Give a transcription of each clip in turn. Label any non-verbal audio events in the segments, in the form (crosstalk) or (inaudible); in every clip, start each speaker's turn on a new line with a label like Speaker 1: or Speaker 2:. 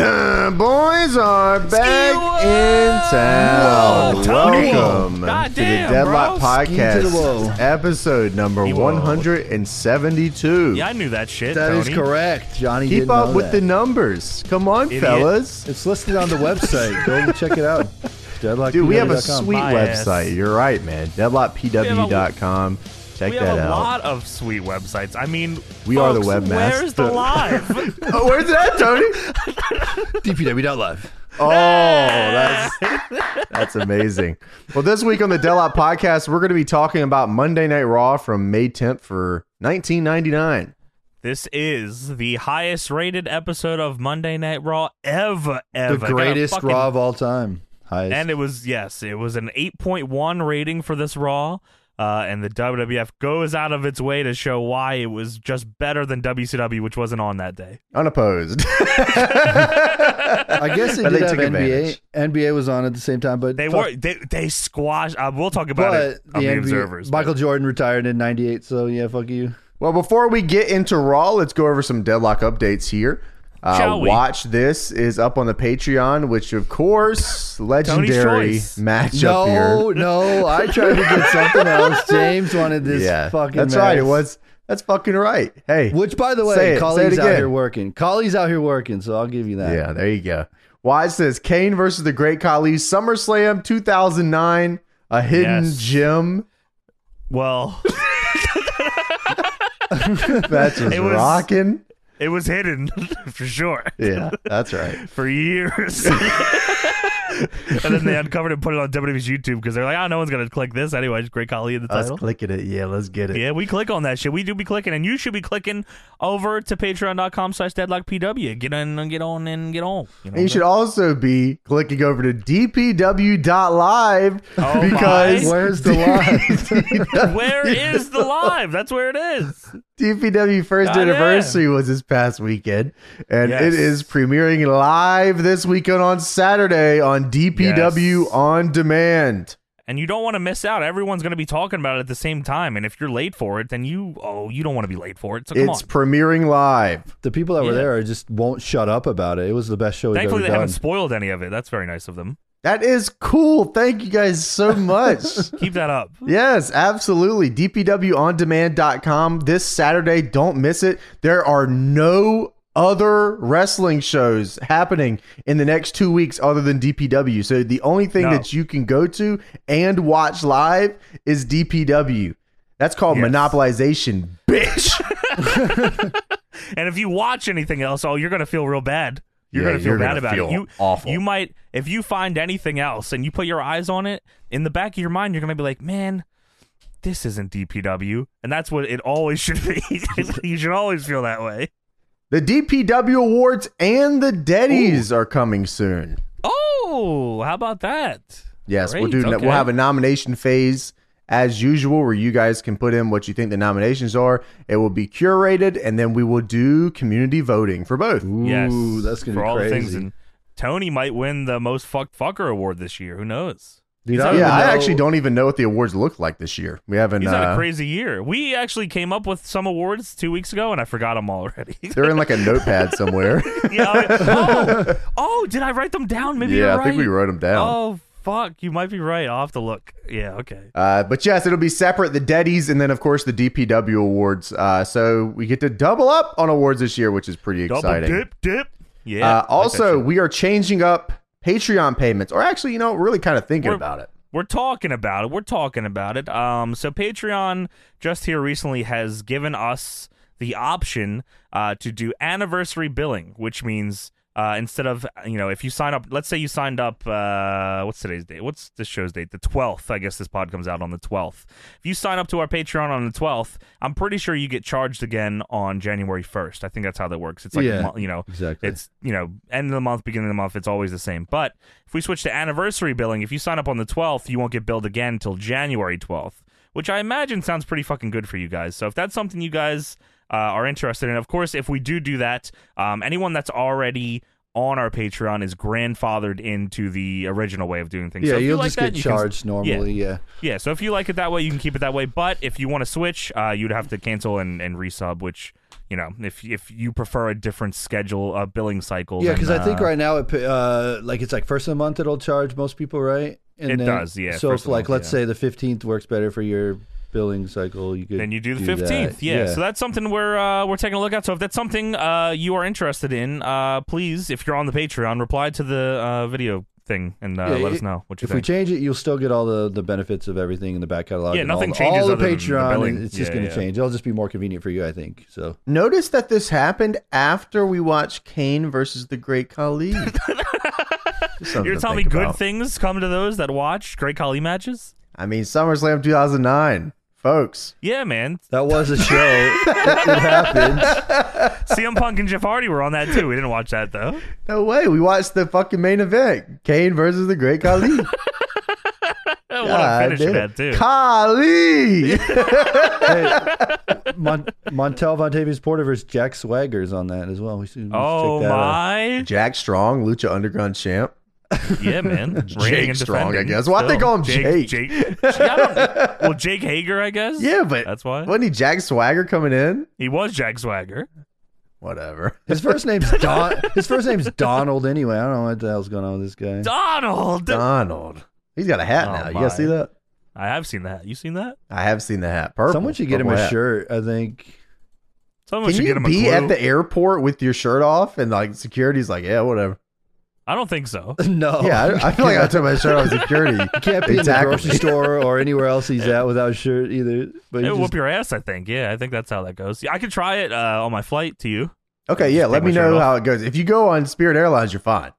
Speaker 1: and boys are back
Speaker 2: Ski-wa!
Speaker 1: in town.
Speaker 2: Whoa, Tony.
Speaker 1: Welcome
Speaker 2: God
Speaker 1: to
Speaker 2: damn,
Speaker 1: the Deadlock
Speaker 2: bro.
Speaker 1: Podcast,
Speaker 3: Ski to the whoa.
Speaker 1: episode number
Speaker 2: Ski-wa.
Speaker 1: 172.
Speaker 2: Yeah, I knew that shit.
Speaker 3: That is
Speaker 2: Tony.
Speaker 3: correct, Johnny.
Speaker 1: Keep
Speaker 3: didn't
Speaker 1: up
Speaker 3: know
Speaker 1: with the
Speaker 3: that.
Speaker 1: numbers. Come on,
Speaker 2: Idiot.
Speaker 1: fellas.
Speaker 3: It's listed on the website. Go and check it out.
Speaker 1: (laughs)
Speaker 3: Deadlock.
Speaker 1: Dude, we have a sweet
Speaker 2: My ass.
Speaker 1: website. You're right, man. Deadlockpw.com. Check
Speaker 2: We
Speaker 1: that
Speaker 2: have a
Speaker 1: out.
Speaker 2: lot of sweet websites. I mean,
Speaker 1: We are the
Speaker 2: folks,
Speaker 1: webmaster.
Speaker 2: Where's
Speaker 3: (laughs)
Speaker 2: the live?
Speaker 1: (laughs) Oh, where's that, Tony?
Speaker 3: DPW.live.
Speaker 1: Oh, that's
Speaker 2: (laughs)
Speaker 1: that's amazing. Well, this week on the Delop Podcast, we're going to be talking about Monday Night Raw from May 10th for 1999.
Speaker 2: this is the highest rated episode of Monday Night Raw ever, ever.
Speaker 3: The
Speaker 2: Got a
Speaker 3: greatest
Speaker 2: fucking-
Speaker 3: Raw of all time. Highest.
Speaker 2: And it was yes, it was an 8.1 rating for this Raw. Uh, and the WWF goes out of its way to show why it was just better than WCW, which wasn't on that day.
Speaker 1: Unopposed. (laughs)
Speaker 3: I guess it
Speaker 1: But they
Speaker 3: did have
Speaker 1: took
Speaker 3: NBA.
Speaker 1: advantage.
Speaker 3: NBA was on at the same time, but
Speaker 2: They
Speaker 3: fuck,
Speaker 2: were they they squashed. Uh, we'll talk about
Speaker 3: But
Speaker 2: it on the,
Speaker 3: NBA
Speaker 2: observers.
Speaker 3: Michael Jordan retired in '98, so yeah, fuck you.
Speaker 1: Well, before we get into Raw, let's go over some deadlock updates here. Uh,
Speaker 2: Shall we?
Speaker 1: Watch this is up on the Patreon, which of
Speaker 2: (sighs)
Speaker 1: course legendary
Speaker 2: choice.
Speaker 1: matchup here.
Speaker 3: No, no, I tried to get
Speaker 1: (laughs)
Speaker 3: something else. James wanted this
Speaker 1: yeah,
Speaker 3: fucking.
Speaker 1: that's right. It
Speaker 3: match.
Speaker 1: was that's fucking right. Hey,
Speaker 3: Which, by the
Speaker 1: Say
Speaker 3: way,
Speaker 1: it, say it
Speaker 3: Colley's out
Speaker 1: again.
Speaker 3: here working. Colley's out here working, so I'll give you that.
Speaker 1: Yeah, there you go. Watch this: Kane versus the Great Khali, SummerSlam 2009, a hidden
Speaker 2: Yes. (laughs)
Speaker 1: gem.
Speaker 2: well, (laughs)
Speaker 1: That's just
Speaker 2: It was- (laughs)
Speaker 1: rocking.
Speaker 2: it was hidden (laughs) for sure.
Speaker 1: Yeah, that's right.
Speaker 2: for years. and then they uncovered it and put it on WWE's YouTube because they're like, oh, no one's going to click this anyway. It's Great Khali in the
Speaker 1: Us
Speaker 2: title.
Speaker 1: clicking it. Yeah, let's get it.
Speaker 2: Yeah, we click on that shit. We do be clicking, and you should be clicking over to patreon.com slash deadlockpw. Get on and get on and get on. You know
Speaker 1: And you should also be clicking over to dpw.live
Speaker 2: Oh my.
Speaker 1: because (laughs)
Speaker 3: Where's the line?
Speaker 2: where is the live? That's where it is.
Speaker 1: DPW first
Speaker 2: Goddamn.
Speaker 1: anniversary was this past weekend, and
Speaker 2: Yes.
Speaker 1: it is premiering live this weekend on Saturday on DPW
Speaker 2: Yes.
Speaker 1: on demand.
Speaker 2: And you don't want to miss out. Everyone's going to be talking about it at the same time. And if you're late for it, then you, oh, you don't want to be late for it. So come
Speaker 1: it's
Speaker 2: on.
Speaker 1: premiering live.
Speaker 3: the people that were
Speaker 2: Yeah.
Speaker 3: there are just won't shut up about it. It was the best show we've
Speaker 2: Thankfully,
Speaker 3: ever
Speaker 2: they
Speaker 3: done.
Speaker 2: haven't spoiled any of it. That's very nice of them.
Speaker 1: That is cool. Thank you guys so
Speaker 2: (laughs)
Speaker 1: much.
Speaker 2: Keep that up.
Speaker 1: yes, absolutely. DPWOnDemand.com this Saturday. Don't miss it. There are no other wrestling shows happening in the next two weeks other than DPW. So the only thing
Speaker 2: No.
Speaker 1: that you can go to and watch live is DPW. That's called
Speaker 2: Yes.
Speaker 1: monopolization, bitch.
Speaker 2: And if you watch anything else, oh, you're gonna feel real bad. You're
Speaker 1: Yeah,
Speaker 2: gonna feel
Speaker 1: you're
Speaker 2: bad
Speaker 1: gonna
Speaker 2: about
Speaker 1: feel
Speaker 2: it. You
Speaker 1: awful.
Speaker 2: You might if you find anything else and you put your eyes on it in the back of your mind, you're gonna be like, man. This isn't DPW, and that's what it always should be. (laughs) you should always feel that way.
Speaker 1: the DPW Awards and the Deddies are coming soon.
Speaker 2: Oh, how about that?
Speaker 1: Yes, we'll
Speaker 2: Great,
Speaker 1: do. We'll
Speaker 2: okay.
Speaker 1: have a nomination phase as usual, where you guys can put in what you think the nominations are. It will be curated, and then we will do community voting for both.
Speaker 3: Ooh,
Speaker 2: yes,
Speaker 3: that's gonna
Speaker 2: for
Speaker 3: be
Speaker 2: all
Speaker 3: crazy.
Speaker 2: the things. And Tony might win the most fucked fucker award this year. Who knows?
Speaker 3: Dude,
Speaker 2: Yeah,
Speaker 3: don't
Speaker 1: Yeah,
Speaker 3: even
Speaker 1: I
Speaker 3: know-
Speaker 1: actually don't even know what the awards look like this year. We haven't.
Speaker 2: He's had a
Speaker 1: Uh,
Speaker 2: crazy year. We actually came up with some awards two weeks ago, and I forgot them already.
Speaker 1: they're in like a notepad somewhere.
Speaker 2: yeah.
Speaker 1: (laughs)
Speaker 2: I- oh, oh, did I write them down? (laughs) Maybe
Speaker 1: yeah,
Speaker 2: you're
Speaker 1: I think
Speaker 2: right.
Speaker 1: we wrote them down.
Speaker 2: Oh fuck, you might be right. I'll have to look. Yeah, okay.
Speaker 1: Uh, but yes, it'll be separate the Deddies and then of course the DPW awards. Uh, so we get to double up on awards this year, which is pretty exciting.
Speaker 2: Double dip, dip. Yeah.
Speaker 1: uh, also, we are changing up Patreon payments, or actually, you know, really kind of thinking
Speaker 2: We're-
Speaker 1: about it.
Speaker 2: we're talking about it. We're talking about it. Um, so Patreon just here recently has given us the option uh, to do anniversary billing, which means uh, instead of you know if you sign up, let's say you signed up. Uh, what's today's date? What's this show's date? The twelfth. I guess this pod comes out on the twelfth. If you sign up to our Patreon on the twelfth, I'm pretty sure you get charged again on January first. I think that's how that works. It's like a
Speaker 3: Yeah.
Speaker 2: mo- you know
Speaker 3: Exactly.
Speaker 2: it's you know end of the month beginning of the month it's always the same but if we switch to anniversary billing if you sign up on the 12th you won't get billed again until january 12th which i imagine sounds pretty fucking good for you guys so if that's something you guys uh, are interested in of course if we do do that um, anyone that's already on our Patreon is grandfathered into the original way of doing things.
Speaker 3: Yeah,
Speaker 2: so if
Speaker 3: you'll
Speaker 2: you like
Speaker 3: just
Speaker 2: that,
Speaker 3: get
Speaker 2: you can
Speaker 3: charged normally. Yeah.
Speaker 2: yeah, so if you like it that way, you can keep it that way. But if you want to switch, uh, you'd have to cancel and, and resub, which you know, if if you prefer a different schedule, a billing cycle.
Speaker 3: Yeah,
Speaker 2: then,
Speaker 3: because I think
Speaker 2: uh,
Speaker 3: right now it uh, like it's like first of the month it'll charge most people, right? And
Speaker 2: It does, yeah,
Speaker 3: So
Speaker 2: first of
Speaker 3: if
Speaker 2: the
Speaker 3: like
Speaker 2: month,
Speaker 3: let's say the fifteenth works better for your billing cycle, you could
Speaker 2: Then you do the
Speaker 3: that.
Speaker 2: fifteenth, yeah. So that's something we're uh, we're taking a look at. So if that's something uh, you are interested in, uh, please, if you're on the Patreon, reply to the uh, video thing and uh,
Speaker 3: Yeah,
Speaker 2: let
Speaker 3: i-
Speaker 2: us know what you
Speaker 3: if we
Speaker 2: think.
Speaker 3: change it, you'll still get all the, the benefits of everything in the back catalog.
Speaker 2: Yeah,
Speaker 3: and all
Speaker 2: nothing
Speaker 3: the-
Speaker 2: changes
Speaker 3: All the
Speaker 2: other than the
Speaker 3: Patreon,
Speaker 2: billing.
Speaker 3: and it's just
Speaker 2: Yeah,
Speaker 3: going to
Speaker 2: yeah.
Speaker 3: change. It'll just be more convenient for you, I think. So
Speaker 1: Notice that this happened after we watched Kane versus the Great
Speaker 2: (laughs)
Speaker 1: Khali.
Speaker 2: you're telling me good things come to those that watch Great Khali matches.
Speaker 1: I mean, SummerSlam 2009, folks.
Speaker 2: Yeah, man.
Speaker 3: that was a show. it, it happened.
Speaker 2: CM Punk and Jeff Hardy were on that too. We didn't watch that though.
Speaker 1: No way. We watched the fucking main event. Kane versus the Great Khali.
Speaker 2: (laughs) What
Speaker 1: God
Speaker 2: a finish
Speaker 1: damn.
Speaker 2: that too.
Speaker 1: Khali.
Speaker 2: (laughs)
Speaker 3: Mon- Montel Vontavious Porter versus Jack Swagger's on that as well. We should we should
Speaker 2: Oh
Speaker 3: check that out.
Speaker 2: my!
Speaker 1: Jack Strong, Lucha Underground champ.
Speaker 2: Yeah, man.
Speaker 1: (laughs)
Speaker 2: Reigning and
Speaker 1: Strong, I
Speaker 2: defending.
Speaker 1: guess. Why'd they
Speaker 2: Still.
Speaker 1: call him Jake? (laughs)
Speaker 2: Jake. I don't- well, Jake Hager, I guess.
Speaker 1: Yeah, but
Speaker 2: that's why
Speaker 1: wasn't he Jack Swagger coming in?
Speaker 2: he was Jack Swagger. (laughs)
Speaker 1: Whatever.
Speaker 3: His first name's Don. His first name's Donald. Anyway, I don't know what the hell's going on with this guy.
Speaker 2: Donald.
Speaker 1: Donald. He's got a hat
Speaker 2: Oh,
Speaker 1: now. You
Speaker 2: my.
Speaker 1: guys see that?
Speaker 2: I have seen that. You seen that?
Speaker 1: I have seen the hat. Purple.
Speaker 3: Someone should get him
Speaker 1: Purple
Speaker 3: a
Speaker 1: hat.
Speaker 3: shirt. I think. (laughs)
Speaker 2: Someone
Speaker 1: Can
Speaker 2: should
Speaker 1: you
Speaker 2: get him
Speaker 1: be
Speaker 2: a
Speaker 1: at
Speaker 2: clue.
Speaker 1: the airport with your shirt off and like security's like, yeah, whatever.
Speaker 2: I don't think
Speaker 1: (laughs)
Speaker 2: so.
Speaker 3: No.
Speaker 1: yeah, I, I feel like I took my shirt off
Speaker 2: (laughs)
Speaker 1: security.
Speaker 3: can't be in the
Speaker 1: Exactly.
Speaker 3: grocery store or anywhere else he's at without a shirt either. But
Speaker 2: It
Speaker 3: you
Speaker 2: will
Speaker 3: just,
Speaker 2: whoop your ass, I think. Yeah, I think that's how that goes. Yeah, I could try it uh, on my flight to you.
Speaker 1: Okay, yeah,
Speaker 2: Just
Speaker 1: let
Speaker 2: take
Speaker 1: me
Speaker 2: my shirt
Speaker 1: know
Speaker 2: off.
Speaker 1: how it goes. If you go on Spirit Airlines, you're fine.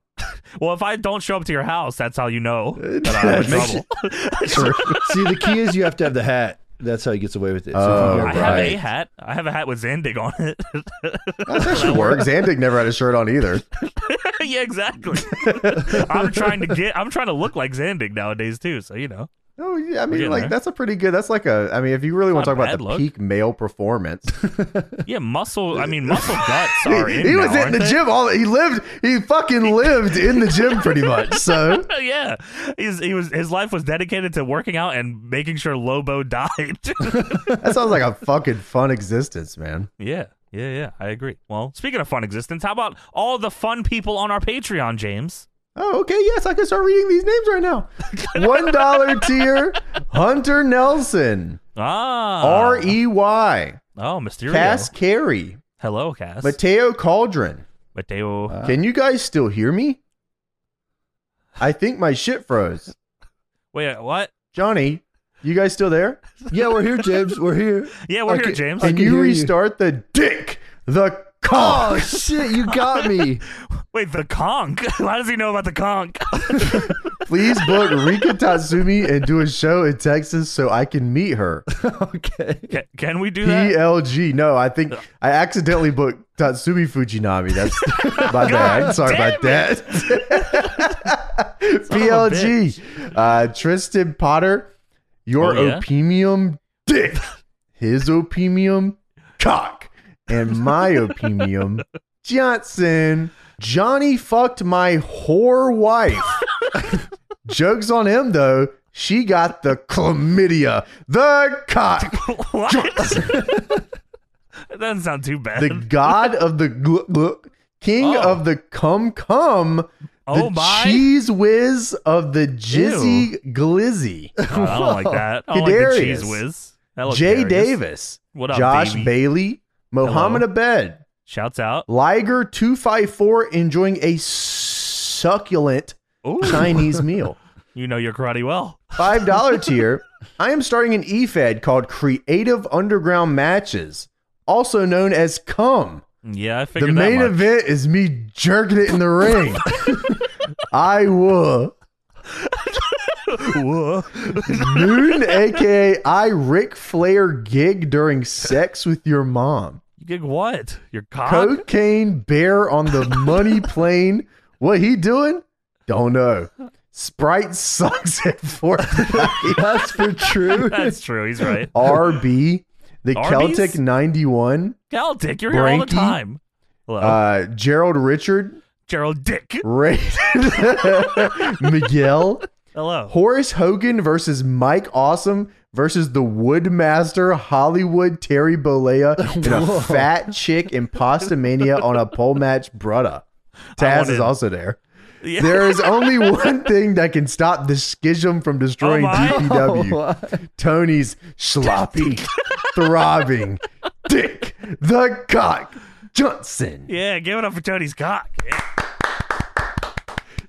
Speaker 2: Well, if I don't show up to your house, that's how
Speaker 1: (laughs)
Speaker 2: you know that I'm in
Speaker 1: That makes
Speaker 2: trouble.
Speaker 3: see, the key is you have to have the hat. That's how he gets away with it. So if you
Speaker 1: Oh,
Speaker 3: go-
Speaker 2: I have a
Speaker 1: right.
Speaker 2: hat. I have a hat with Zandig on it. (laughs)
Speaker 1: That should work. Zandig never had a shirt on
Speaker 2: (laughs)
Speaker 1: either.
Speaker 2: yeah, exactly.
Speaker 1: (laughs)
Speaker 2: I'm trying to get. I'm trying to look like Zandig nowadays too. So you know.
Speaker 1: Oh, yeah, I
Speaker 2: We're
Speaker 1: mean,
Speaker 2: getting
Speaker 1: like
Speaker 2: there.
Speaker 1: that's a pretty good. That's like a. I mean, if you really want to
Speaker 2: Not
Speaker 1: talk
Speaker 2: a
Speaker 1: about
Speaker 2: bad
Speaker 1: the
Speaker 2: look.
Speaker 1: peak male
Speaker 2: (laughs)
Speaker 1: performance,
Speaker 2: Yeah, muscle.
Speaker 1: (laughs)
Speaker 2: I mean, muscle guts are in
Speaker 1: he
Speaker 2: now,
Speaker 1: was in
Speaker 2: aren't
Speaker 1: the
Speaker 2: they?
Speaker 1: gym all. He lived. He fucking lived in the gym pretty much. So
Speaker 2: (laughs) yeah, He's, he was. His life was dedicated to working out and making sure Lobo (laughs) died.
Speaker 1: that sounds like a fucking fun existence, man.
Speaker 2: yeah, yeah, yeah. I agree. Well, speaking of fun existence, how about all the fun people on our Patreon, James?
Speaker 1: Oh, okay. Yes, I can start reading these names right now.
Speaker 2: (laughs)
Speaker 1: One dollar tier: Hunter Nelson,
Speaker 2: Ah,
Speaker 1: R E Y,
Speaker 2: oh, Mysterio.
Speaker 1: Cass Carey,
Speaker 2: Hello, Cass.
Speaker 1: Mateo Cauldron.
Speaker 2: Mateo.
Speaker 3: Uh,
Speaker 1: Can you guys still hear me? I think my shit froze.
Speaker 2: Wait, what?
Speaker 1: Johnny, you guys still there?
Speaker 3: yeah, we're here, James. We're here. (laughs)
Speaker 2: Yeah, (laughs) we're
Speaker 3: Okay,
Speaker 2: here, James.
Speaker 3: I
Speaker 1: Can
Speaker 3: can
Speaker 1: you
Speaker 3: hear you.
Speaker 1: restart the dick? The
Speaker 3: Oh
Speaker 1: cock.
Speaker 3: shit, you got me.
Speaker 2: Wait, the (laughs) conch. How does he know about the (laughs) conch?
Speaker 1: (laughs) Please book Rika Tatsumi and do a show in Texas so I can meet her.
Speaker 3: okay.
Speaker 2: Can, can we do that?
Speaker 1: uh, PLG. No, I think I accidentally booked Tatsumi Fujinami.
Speaker 2: (laughs)
Speaker 1: That's my bad. Sorry about that.
Speaker 2: (laughs)
Speaker 1: PLG. Uh, Tristan Potter, your
Speaker 2: Oh, yeah?
Speaker 1: opimium dick, his opimium cock, and
Speaker 2: (laughs)
Speaker 1: my opimium Johnson. Johnny fucked my whore
Speaker 2: (laughs)
Speaker 1: wife. Jokes on him though. She got the chlamydia, the cock.
Speaker 2: (laughs)
Speaker 1: (laughs)
Speaker 2: what? (laughs) that doesn't sound too bad.
Speaker 1: the god of the gl- gl- king
Speaker 2: Oh.
Speaker 1: of the cum cum, the
Speaker 2: Oh, my.
Speaker 1: cheese whiz of the jizzy glizzy,
Speaker 2: Oh,
Speaker 1: (laughs)
Speaker 2: I don't like that. I don't like the cheese
Speaker 1: Kadarius.
Speaker 2: whiz. That looks
Speaker 1: Jay
Speaker 2: hilarious.
Speaker 1: Davis,
Speaker 2: What up,
Speaker 1: Josh
Speaker 2: baby?
Speaker 1: Bailey, Mohammed Abed,
Speaker 2: Shouts out.
Speaker 1: Liger two five four enjoying a succulent
Speaker 2: Ooh,
Speaker 1: Chinese meal.
Speaker 2: (laughs) you know your karate well.
Speaker 1: Five dollar tier. I am starting an e-fed called Creative Underground Matches, also known as cum.
Speaker 2: Yeah, I
Speaker 1: The
Speaker 2: figured
Speaker 1: main
Speaker 2: that much.
Speaker 1: event is me jerking it in the
Speaker 2: (laughs)
Speaker 1: ring. I will.
Speaker 2: Whoa. (laughs)
Speaker 1: Noon, aka I Ric Flair gig during sex with your mom.
Speaker 2: You gig what? Your cock?
Speaker 1: Cocaine bear on the
Speaker 2: (laughs)
Speaker 1: money plane. What he doing? Don't know. Sprite sucks at Fortnite.
Speaker 2: (laughs)
Speaker 3: That's for true.
Speaker 2: That's true.
Speaker 1: (laughs)
Speaker 2: He's right.
Speaker 1: RB, the
Speaker 2: Arby's?
Speaker 1: Celtic 91,
Speaker 2: Celtic, you're here all
Speaker 1: Branky?
Speaker 2: the time. Hello.
Speaker 1: uh, Gerald Richard,
Speaker 2: Gerald Dick.
Speaker 1: Rated (laughs) Miguel
Speaker 2: Hello.
Speaker 1: Horace Hogan versus Mike Awesome versus the Woodmaster Hollywood Terry Bollea and
Speaker 2: (laughs)
Speaker 1: a fat chick in Pasta Mania on a pole match, brutta.
Speaker 2: I
Speaker 1: Taz
Speaker 2: want
Speaker 1: is
Speaker 2: in.
Speaker 1: also
Speaker 2: (laughs)
Speaker 1: there.
Speaker 2: (laughs) Yeah.
Speaker 1: There is only one thing that can stop the schism from destroying
Speaker 2: Oh my. (laughs)
Speaker 1: DPW. Tony's sloppy, throbbing dick, the cock Johnson.
Speaker 2: Yeah, give it up for Tony's cock. (laughs) Yeah.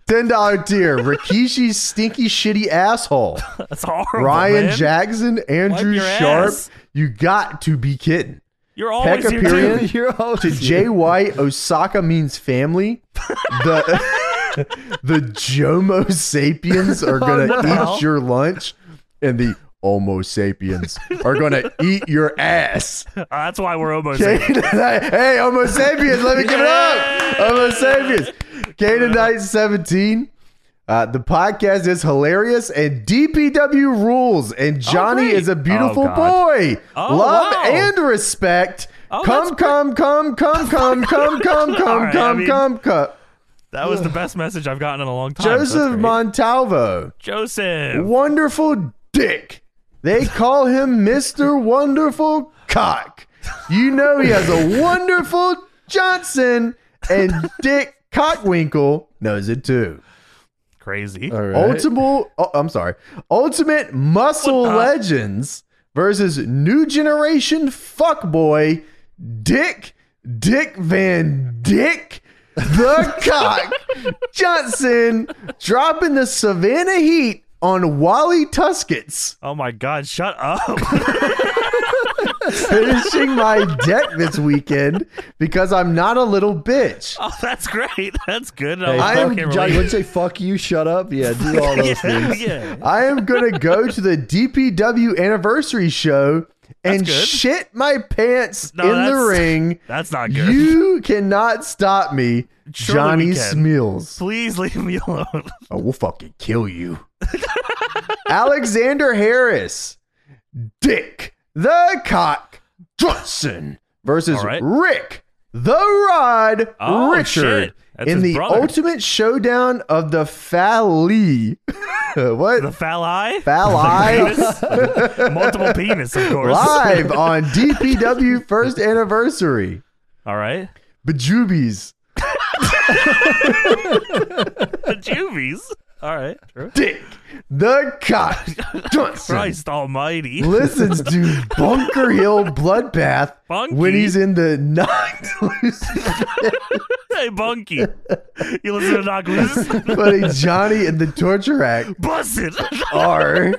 Speaker 1: Ten dollar tier. Rikishi's stinky shitty asshole.
Speaker 2: That's horrible.
Speaker 1: Ryan
Speaker 2: man.
Speaker 1: Jackson, Andrew
Speaker 2: your
Speaker 1: Sharp.
Speaker 2: ass.
Speaker 1: You got to be kidding.
Speaker 2: You're always
Speaker 1: Pekka
Speaker 2: here.
Speaker 1: Perian.
Speaker 2: Too.
Speaker 3: You're always
Speaker 1: To Jay White, Osaka means family. The (laughs) the Jomo sapiens
Speaker 2: (laughs) Oh,
Speaker 1: are gonna eat your lunch, and the Homo sapiens are gonna eat your ass.
Speaker 2: Uh, that's why we're almost.
Speaker 1: Cain
Speaker 2: here.
Speaker 1: and I- hey, Homo sapiens, let me give it up. Homo sapiens. Cain Night 17. Uh, the podcast is hilarious and DPW rules, and Johnny
Speaker 2: Oh, great.
Speaker 1: is a beautiful
Speaker 2: Oh, God.
Speaker 1: boy.
Speaker 2: Oh,
Speaker 1: Love
Speaker 2: wow.
Speaker 1: and respect.
Speaker 2: Oh,
Speaker 1: come, come, come, come, come, come, come,
Speaker 2: (laughs) All
Speaker 1: come,
Speaker 2: right, I
Speaker 1: come,
Speaker 2: mean-
Speaker 1: come, come.
Speaker 2: That was the best message I've gotten in a long time. so that's
Speaker 1: Joseph
Speaker 2: great.
Speaker 1: Montalvo.
Speaker 2: Joseph.
Speaker 1: Wonderful dick. They call him Mr. Wonderful Cock. You know he has a wonderful Johnson and Dick Cockwinkle knows it too.
Speaker 2: Crazy.
Speaker 3: All right.
Speaker 1: Ultimate oh, I'm sorry. Ultimate Muscle
Speaker 2: What the-
Speaker 1: Legends versus New Generation Fuckboy Dick Dick Van Dick
Speaker 2: (laughs)
Speaker 1: the cock Johnson dropping the Savannah heat on Wally Tuskets.
Speaker 2: Oh my God! Shut up.
Speaker 1: finishing my deck this weekend because I'm not a little bitch.
Speaker 2: (laughs) oh, that's great. That's good.
Speaker 3: Hey,
Speaker 2: I
Speaker 1: I'm
Speaker 3: fuck-
Speaker 2: can't
Speaker 3: Johnny,
Speaker 2: relate.
Speaker 3: would you say fuck you, shut up? Yeah,
Speaker 2: (laughs)
Speaker 3: do all those (laughs)
Speaker 2: yeah,
Speaker 3: things.
Speaker 2: yeah.
Speaker 1: I am going to go to the DPW anniversary show and
Speaker 2: good.
Speaker 1: shit my pants
Speaker 2: No,
Speaker 1: in the
Speaker 2: that's-
Speaker 1: ring.
Speaker 2: That's not good.
Speaker 1: You cannot stop me,
Speaker 2: Surely
Speaker 1: Johnny
Speaker 2: we can.
Speaker 1: Smeals.
Speaker 2: Please leave me alone. (laughs)
Speaker 1: I will fucking kill you. (laughs) Alexander Harris, Dick the Cock Johnson versus
Speaker 2: All right.
Speaker 1: Rick the Rod
Speaker 2: Oh,
Speaker 1: Richard
Speaker 2: shit. That's
Speaker 1: in
Speaker 2: his
Speaker 1: the
Speaker 2: brother.
Speaker 1: ultimate showdown of the Fally. (laughs) what?
Speaker 2: The foul eye?
Speaker 1: Fally?
Speaker 2: Penis? Multiple penis, of course.
Speaker 1: Live on DPW first anniversary.
Speaker 2: All right.
Speaker 1: Bejubies.
Speaker 2: The juvies. All right.
Speaker 1: Dick the Cock
Speaker 2: (laughs)
Speaker 1: Johnson.
Speaker 2: Christ almighty.
Speaker 1: listens to Bunker Hill Bloodbath
Speaker 2: Bunky.
Speaker 1: when he's in the (laughs) knocked loose,
Speaker 2: (laughs) Hey, Bunky. You listen to Knock Loose?
Speaker 3: (laughs)
Speaker 1: buddy Johnny and the Torture Act
Speaker 2: Busted.
Speaker 1: are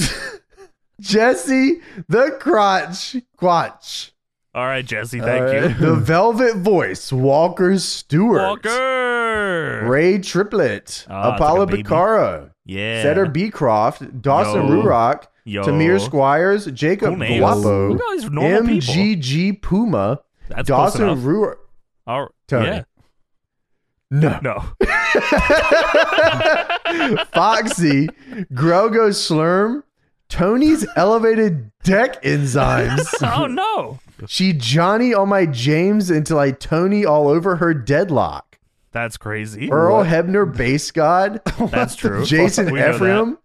Speaker 1: (laughs) Jesse the Crotch Quatch,
Speaker 2: (laughs) All right, Jesse. Thank
Speaker 3: All
Speaker 2: you.
Speaker 3: right.
Speaker 1: the Velvet Voice Walker Stewart,
Speaker 2: Walker.
Speaker 1: Ray Triplet,
Speaker 2: Ah, it's
Speaker 1: Apollo
Speaker 2: like a baby.
Speaker 1: Picaro,
Speaker 2: yeah.
Speaker 1: Setter Beecroft, Dawson
Speaker 2: Yo.
Speaker 1: Rurock,
Speaker 2: Yo.
Speaker 1: Tamir Squires, Jacob
Speaker 2: Cool names.
Speaker 1: Guapo,
Speaker 2: Look at all these normal people.
Speaker 1: MGG Puma,
Speaker 2: That's close
Speaker 1: Dawson
Speaker 2: enough.
Speaker 1: Rurock.
Speaker 2: All right.
Speaker 1: Tony.
Speaker 2: Yeah.
Speaker 1: No.
Speaker 2: No.
Speaker 1: (laughs)
Speaker 2: (laughs)
Speaker 1: Foxy, Grogo Slurm, Tony's elevated deck enzymes.
Speaker 2: (laughs) Oh, no.
Speaker 1: she Johnny on my James until I Tony all over her deadlock.
Speaker 2: That's crazy.
Speaker 1: Earl Hebner base god,
Speaker 2: That's true.
Speaker 1: Jason
Speaker 2: We know that.
Speaker 1: Ephraim,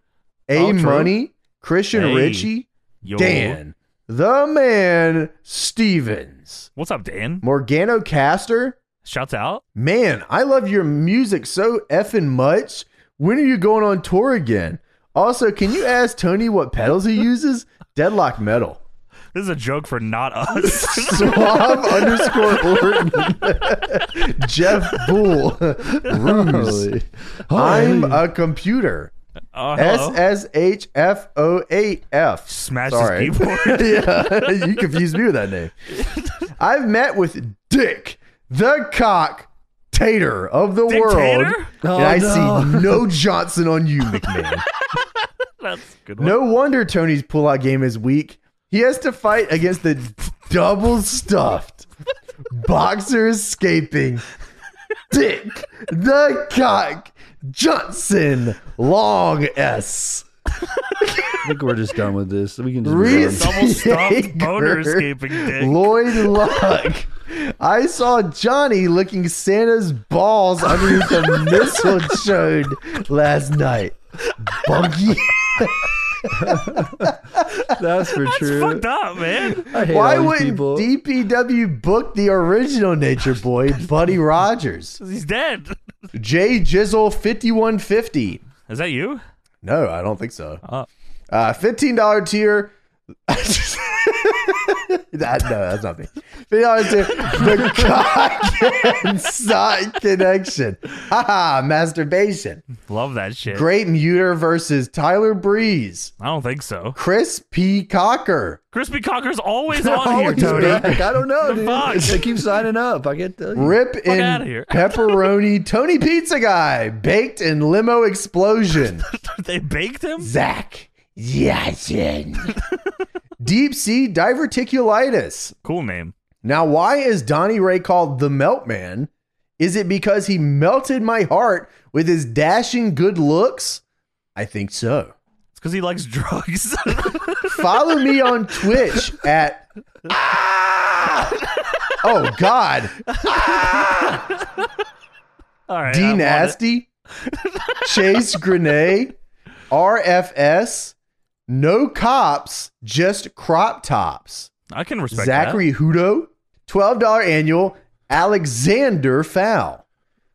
Speaker 1: A
Speaker 2: All true.
Speaker 1: Money, Christian
Speaker 2: Hey.
Speaker 1: Ritchie,
Speaker 2: Yo.
Speaker 1: Dan, the man Stevens,
Speaker 2: What's up, Dan?
Speaker 1: Morgano Caster.
Speaker 2: Shouts out.
Speaker 1: Man, I love your music so effing much. When are you going on tour again? Also, can you ask Tony what pedals he uses? Deadlock metal.
Speaker 2: This is a joke
Speaker 1: (laughs)
Speaker 2: for not us. (laughs)
Speaker 1: Suave (laughs) underscore Orton. (laughs) Jeff Bull. Ruse.
Speaker 3: Holy. uh,
Speaker 1: I'm a computer.
Speaker 2: Oh,
Speaker 1: S
Speaker 2: hello.
Speaker 1: S H F O A F.
Speaker 2: Smash
Speaker 1: Sorry.
Speaker 2: his keyboard.
Speaker 1: (laughs) yeah, you confused me with that
Speaker 2: (laughs)
Speaker 1: name. I've met with Dick the Cock Tater of the world,
Speaker 2: Tater?
Speaker 1: and
Speaker 3: Oh,
Speaker 1: I
Speaker 3: no.
Speaker 1: see no Johnson on you, McMahon.
Speaker 2: (laughs) That's a good. One.
Speaker 1: no wonder Tony's pullout game is weak. He has to fight against the double stuffed boxer escaping Dick the Cock Johnson Long S.
Speaker 3: I think we're just done with this. We can just move
Speaker 1: Reese
Speaker 3: on.
Speaker 2: Double stuffed
Speaker 1: Yeager,
Speaker 2: boner escaping dick.
Speaker 1: Lloyd Luck, I saw Johnny licking Santa's balls underneath the mistletoe last night. Bunky.
Speaker 3: That's for
Speaker 2: That's
Speaker 3: true.
Speaker 2: fucked up, man.
Speaker 3: I
Speaker 1: (laughs)
Speaker 3: hate
Speaker 1: Why
Speaker 3: all
Speaker 1: wouldn't
Speaker 3: these people.
Speaker 1: DPW book the original Nature Boy, Buddy Rogers?
Speaker 2: 'Cause He's dead.
Speaker 1: J Jizzle 5150.
Speaker 2: Is that you?
Speaker 1: No, I don't think so.
Speaker 2: Oh.
Speaker 1: Uh, $15 tier. (laughs) that, no, that's not me. $15 tier. The cock and sock connection. Haha, masturbation.
Speaker 2: Love that shit.
Speaker 1: Great Muter versus Tyler Breeze.
Speaker 2: I don't think so.
Speaker 1: Chris P. Cocker.
Speaker 2: Crispy
Speaker 1: (laughs)
Speaker 2: Cocker's always on here,
Speaker 3: Always
Speaker 2: Tony.
Speaker 3: back. I don't know, dude.
Speaker 2: fuck?
Speaker 3: They keep signing up. I get tell you.
Speaker 1: Rip
Speaker 2: outta
Speaker 1: and
Speaker 2: here. (laughs)
Speaker 1: pepperoni. Tony Pizza Guy. Baked and limo explosion.
Speaker 2: (laughs) they baked him.
Speaker 1: Zach
Speaker 2: (laughs)
Speaker 1: Yashin. Deep sea diverticulitis.
Speaker 2: Cool name.
Speaker 1: Now, why is Donnie Ray called the Melt Man? Is it because he melted my heart with his dashing good looks? I think so.
Speaker 2: It's because he likes drugs. (laughs)
Speaker 1: Follow me on Twitch at. Ah! Oh
Speaker 2: (laughs)
Speaker 1: God,
Speaker 2: All right. I
Speaker 1: D
Speaker 2: want it.
Speaker 1: Nasty, Chase Grenade, RFS, No Cops, just Crop Tops.
Speaker 2: I can respect
Speaker 1: Zachary Hudo, twelve dollar annual. Alexander Fowl,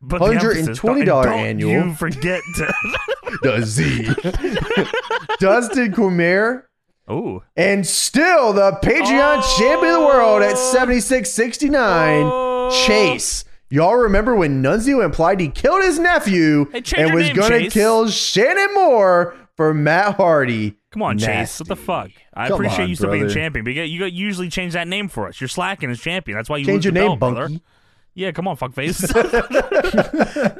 Speaker 2: that. But the emphasis,
Speaker 1: $120
Speaker 2: don't- don't
Speaker 1: annual.
Speaker 2: You forget to. (laughs)
Speaker 1: the Z, (laughs) Dustin Cormier,
Speaker 2: Ooh.
Speaker 1: and still the Patreon
Speaker 2: Oh.
Speaker 1: champion of the world at seventy six sixty nine.
Speaker 2: Oh.
Speaker 1: Chase. Y'all remember when Nunzio implied he killed his nephew
Speaker 2: Hey, change
Speaker 1: and
Speaker 2: your
Speaker 1: was
Speaker 2: name,
Speaker 1: gonna
Speaker 2: Chase.
Speaker 1: kill Shannon Moore for Matt Hardy?
Speaker 2: Come on, Chase.
Speaker 1: Nasty.
Speaker 2: What the fuck? I
Speaker 3: Come
Speaker 2: appreciate
Speaker 3: on,
Speaker 2: you still being
Speaker 3: brother.
Speaker 2: champion, but you, got- you got- usually change that name for us. You're slacking as champion. That's why you lose
Speaker 1: Change your
Speaker 2: the
Speaker 1: name,
Speaker 2: belt, brother.
Speaker 1: Bunky.
Speaker 2: Yeah, come
Speaker 1: (laughs)
Speaker 2: on, fuckface.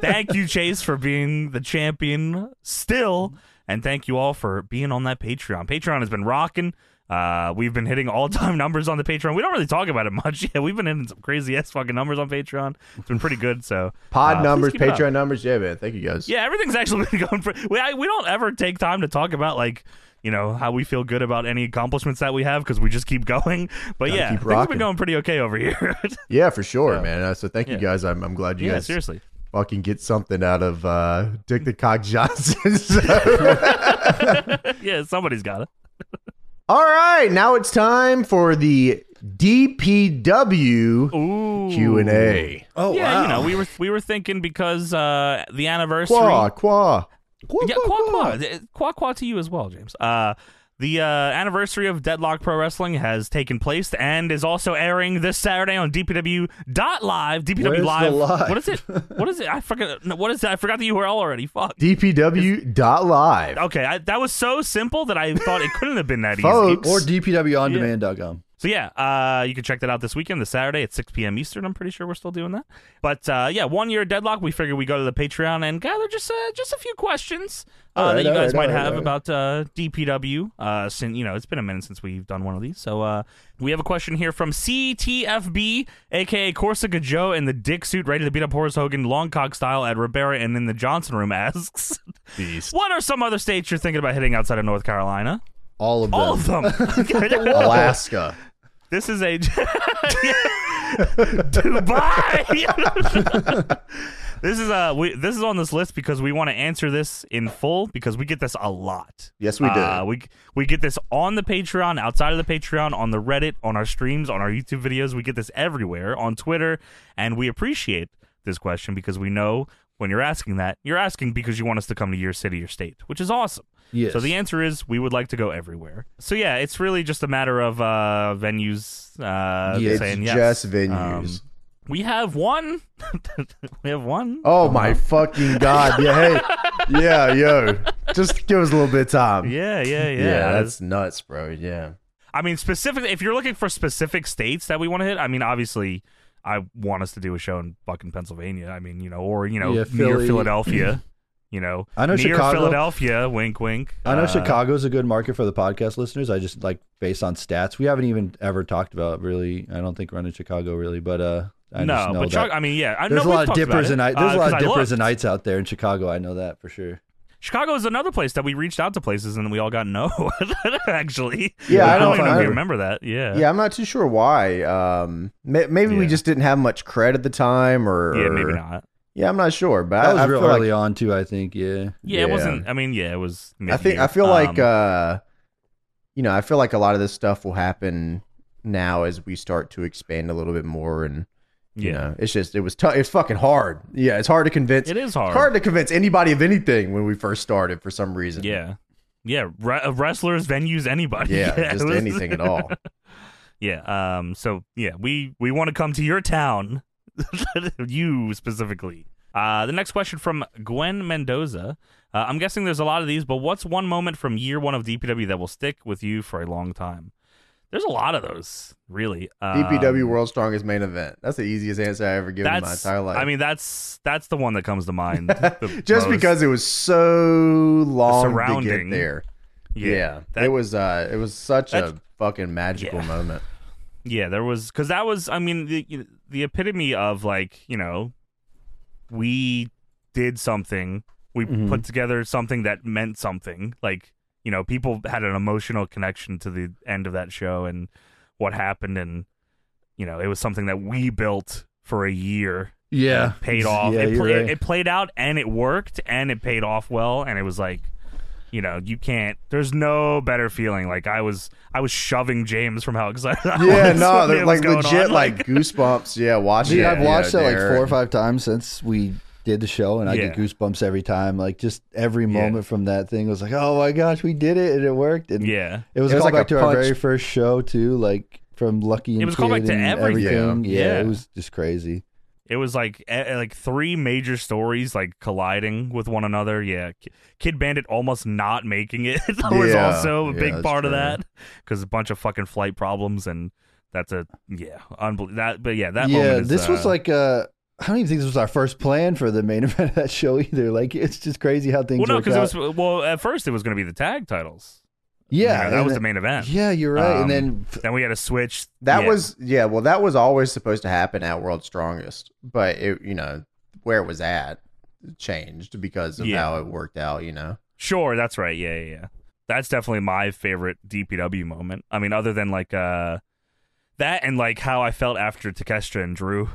Speaker 2: (laughs) thank you, Chase, for being the champion still. And thank you all for being on that Patreon. Patreon has been rocking. Uh, we've been hitting all time (laughs) numbers on the Patreon. We don't really talk about it (laughs) much. Yeah, we've been hitting some crazy ass fucking numbers on Patreon. It's been pretty good. So
Speaker 1: Pod
Speaker 2: uh,
Speaker 1: numbers,
Speaker 2: please keep it up.
Speaker 1: Patreon numbers. Yeah, man. Thank you guys.
Speaker 2: Yeah, everything's actually (laughs) been going. For, we I, we don't ever take time to talk about like you know how we feel good about any accomplishments that we have because we just keep (laughs) going. But yeah,
Speaker 1: keep
Speaker 2: things have
Speaker 1: rocking.
Speaker 2: been going pretty okay over here. (laughs)
Speaker 1: Yeah, for sure, man. Uh, so thank you
Speaker 2: Yeah.
Speaker 1: guys. I'm, I'm glad you
Speaker 2: yeah,
Speaker 1: guys
Speaker 2: seriously. (laughs)
Speaker 1: fucking get something out of uh, Dick the Cock
Speaker 2: (laughs)
Speaker 1: Johnson. (laughs) So-
Speaker 2: yeah, somebody's got it.
Speaker 1: All right, now it's time for the DPW
Speaker 2: Ooh,
Speaker 1: Q and A.
Speaker 3: Oh
Speaker 2: yeah,
Speaker 3: wow.
Speaker 2: you know, we were we were thinking because uh, the anniversary.
Speaker 1: Qua qua. Qua,
Speaker 2: yeah, qua qua. Th- qua qua to you as well, James. Uh, the uh, anniversary of Deadlock Pro Wrestling has taken place and is also airing this Saturday on DPW.live. DPW
Speaker 3: Where's the
Speaker 2: live.
Speaker 3: live?
Speaker 2: What is it? What is it? I forgot. No, what is it? I forgot the URL already. Fuck.
Speaker 1: DPW.live.
Speaker 2: Okay, I, that was so simple that I thought it couldn't have been that easy.
Speaker 1: Folks.
Speaker 3: Or dpwondemand.com.
Speaker 2: So yeah, uh, you can check that out this weekend, this Saturday at 6 p.m. Eastern. I'm pretty sure we're still doing that. But uh, yeah, one year deadlock. We figured we go to the Patreon and gather just uh, just a few questions uh,
Speaker 3: All right,
Speaker 2: that you
Speaker 3: all
Speaker 2: guys
Speaker 3: right,
Speaker 2: might
Speaker 3: all right,
Speaker 2: have
Speaker 3: all right.
Speaker 2: about uh, DPW. Uh, since you know it's been a minute since we've done one of these, so uh, we have a question here from CTFB, aka Corsica Joe, in the dick suit, ready to beat up Horace Hogan, long cock style at Ribera and in the Johnson room. Asks, (laughs)
Speaker 1: Beast.
Speaker 2: what are some other states you're thinking about hitting outside of North Carolina?
Speaker 3: All of them.
Speaker 2: All of them. (laughs)
Speaker 1: Alaska.
Speaker 2: This is a (laughs) Dubai. this is uh we this is on this list because we want to answer this in full because we get this a lot.
Speaker 1: Yes, we do.
Speaker 2: Uh, we we get this on the Patreon, outside of the Patreon, on the Reddit, on our streams, on our YouTube videos. We get this everywhere on Twitter, and we appreciate this question because we know when you're asking that, you're asking because you want us to come to your city or state, which is awesome.
Speaker 3: Yes.
Speaker 2: So the answer is we would like to go everywhere. So yeah, it's really just a matter of uh, venues uh,
Speaker 3: Yeah,
Speaker 1: it's
Speaker 2: saying yes.
Speaker 1: just
Speaker 2: Um,
Speaker 1: venues.
Speaker 2: we have one. (laughs) we have one.
Speaker 1: oh my fucking god. Yeah,
Speaker 2: (laughs)
Speaker 1: hey. Yeah, yo. Just give us a little bit of time.
Speaker 2: Yeah, yeah, yeah.
Speaker 1: Yeah, that's nuts, bro. Yeah.
Speaker 2: I mean, specifically, if you're looking for specific states that we want to hit, I mean, obviously, I want us to do a show in fucking Pennsylvania. I mean, you know, or you know,
Speaker 3: Yeah,
Speaker 2: near
Speaker 3: Philly. (clears throat)
Speaker 2: Philadelphia. you know,
Speaker 3: I know
Speaker 2: near
Speaker 3: Chicago-
Speaker 2: Philadelphia. Wink, wink.
Speaker 3: I know
Speaker 2: Uh,
Speaker 3: Chicago's a good market for the podcast listeners. I just like based on stats. We haven't even ever talked about really. I don't think we're in Chicago really, but uh, I
Speaker 2: no,
Speaker 3: just know
Speaker 2: but
Speaker 3: that
Speaker 2: Chi- I mean, yeah, I
Speaker 3: there's
Speaker 2: know
Speaker 3: a
Speaker 2: we've
Speaker 3: lot of
Speaker 2: talked about
Speaker 3: dippers
Speaker 2: it,
Speaker 3: and I,
Speaker 2: uh,
Speaker 3: there's a lot
Speaker 2: 'cause
Speaker 3: of
Speaker 2: I
Speaker 3: dippers
Speaker 2: looked.
Speaker 3: and nights out there in Chicago. I know that for sure.
Speaker 2: Chicago is another place that we reached out to places and we all got no. (laughs) actually,
Speaker 1: Yeah,
Speaker 2: I
Speaker 1: I
Speaker 2: don't,
Speaker 1: don't-
Speaker 2: know if
Speaker 1: I-
Speaker 2: you remember that. Yeah,
Speaker 1: Yeah, I'm not too sure why. Um, may- maybe we
Speaker 2: Yeah.
Speaker 1: just didn't have much cred at the time, or
Speaker 2: yeah, maybe not.
Speaker 1: Yeah, I'm not sure, but
Speaker 3: That
Speaker 1: I,
Speaker 3: was
Speaker 1: I
Speaker 3: real
Speaker 1: feel like-
Speaker 3: early on too. I think. Yeah.
Speaker 2: Yeah,
Speaker 1: Yeah.
Speaker 2: it wasn't. I mean, yeah, it was.
Speaker 1: I think
Speaker 2: mid-year.
Speaker 1: I feel
Speaker 2: Um,
Speaker 1: like uh, you know, I feel like a lot of this stuff will happen now as we start to expand a little bit more, and you
Speaker 2: yeah,
Speaker 1: know, it's just it was tough. It's fucking hard. Yeah, it's hard to convince.
Speaker 2: it is
Speaker 1: It's
Speaker 2: hard.
Speaker 1: hard to convince anybody of anything when we first started for some reason.
Speaker 2: Yeah, (laughs) yeah, re- uh, wrestlers, venues, anybody. (laughs)
Speaker 1: Yeah,
Speaker 2: it
Speaker 1: just
Speaker 2: was-
Speaker 1: anything at all.
Speaker 2: Yeah. Um. So yeah, we we want to come to your town, (laughs) you specifically. Uh, the next question from Gwen Mendoza. Uh, I'm guessing there's a lot of these, but what's one moment from year one of DPW that will stick with you for a long time? There's a lot of those, really. Um,
Speaker 1: DPW World's Strongest Main Event. That's the easiest answer I ever given in my
Speaker 2: That's.
Speaker 1: entire life.
Speaker 2: I mean, that's that's the one that comes
Speaker 1: (laughs)
Speaker 2: to mind. the
Speaker 1: just
Speaker 2: most.
Speaker 1: because it was so long to
Speaker 2: surrounding.
Speaker 1: get there. Yeah,
Speaker 2: that-
Speaker 1: it was. Uh, it was such
Speaker 2: that's-
Speaker 1: a fucking magical
Speaker 2: Yeah.
Speaker 1: moment.
Speaker 2: Yeah, there was because that was I mean the the epitome of like you know we did something we
Speaker 3: Mhm.
Speaker 2: put together something that meant something like you know people had an emotional connection to the end of that show and what happened and you know it was something that we built for a year
Speaker 3: Yeah.
Speaker 2: paid off
Speaker 3: Yeah,
Speaker 2: it,
Speaker 3: you're
Speaker 2: pla-
Speaker 3: right.
Speaker 2: it, played out and it worked and it paid off well and it was like you know you can't there's no better feeling like i was i was shoving james from how excited I (laughs)
Speaker 1: Yeah,
Speaker 2: was
Speaker 1: no,
Speaker 2: when
Speaker 1: they're
Speaker 2: it
Speaker 1: like
Speaker 2: was going
Speaker 1: legit,
Speaker 2: on.
Speaker 1: like goosebumps. Yeah, watching.
Speaker 3: Dude,
Speaker 1: it,
Speaker 3: I've
Speaker 1: you know,
Speaker 3: watched that like
Speaker 1: there.
Speaker 3: four or five times since we did the show, and I get
Speaker 2: Yeah.
Speaker 3: goosebumps every time. Like just every
Speaker 2: Yeah.
Speaker 3: moment from that thing was like, oh my gosh, we did it, and it worked.
Speaker 2: (laughs)
Speaker 3: And
Speaker 2: yeah
Speaker 3: it was,
Speaker 1: It was
Speaker 3: called
Speaker 1: like
Speaker 3: back
Speaker 1: a
Speaker 3: to our
Speaker 1: punch.
Speaker 3: very first show too, like from Lucky and
Speaker 2: was
Speaker 3: Kid
Speaker 2: callback to
Speaker 3: and
Speaker 2: everything.
Speaker 1: Yeah.
Speaker 3: Yeah.
Speaker 2: Yeah.
Speaker 3: it was just crazy.
Speaker 2: it was like eh, eh, like three major stories like colliding with one another yeah Ki- kid bandit almost not making it (laughs) was
Speaker 1: Yeah,
Speaker 2: also a
Speaker 1: yeah,
Speaker 2: big
Speaker 1: that's
Speaker 2: part of
Speaker 1: true.
Speaker 2: that because a bunch of fucking flight problems and that's a yeah unbelievable that but yeah that
Speaker 3: yeah,
Speaker 2: moment is,
Speaker 3: this was
Speaker 2: uh,
Speaker 3: like uh, I don't even think this was our first plan for the main (laughs) event of that show either. Like it's just crazy how things
Speaker 2: well no
Speaker 3: work
Speaker 2: because it
Speaker 3: out.
Speaker 2: was well at first it was going to be the tag titles
Speaker 3: yeah,
Speaker 2: You know, that
Speaker 3: and
Speaker 2: was the
Speaker 3: then-
Speaker 2: main event
Speaker 3: Yeah, you're right.
Speaker 2: Um,
Speaker 3: and then
Speaker 2: then we had a switch
Speaker 1: That
Speaker 2: yeah.
Speaker 1: was yeah. Well, that was always supposed to happen at World's Strongest, but it you know where it was at changed because of
Speaker 2: Yeah.
Speaker 1: how it worked out. You know.
Speaker 2: Sure, that's right. Yeah, yeah, yeah. That's definitely my favorite DPW moment. I mean, other than like uh that and like how I felt after Takeshita and Drew.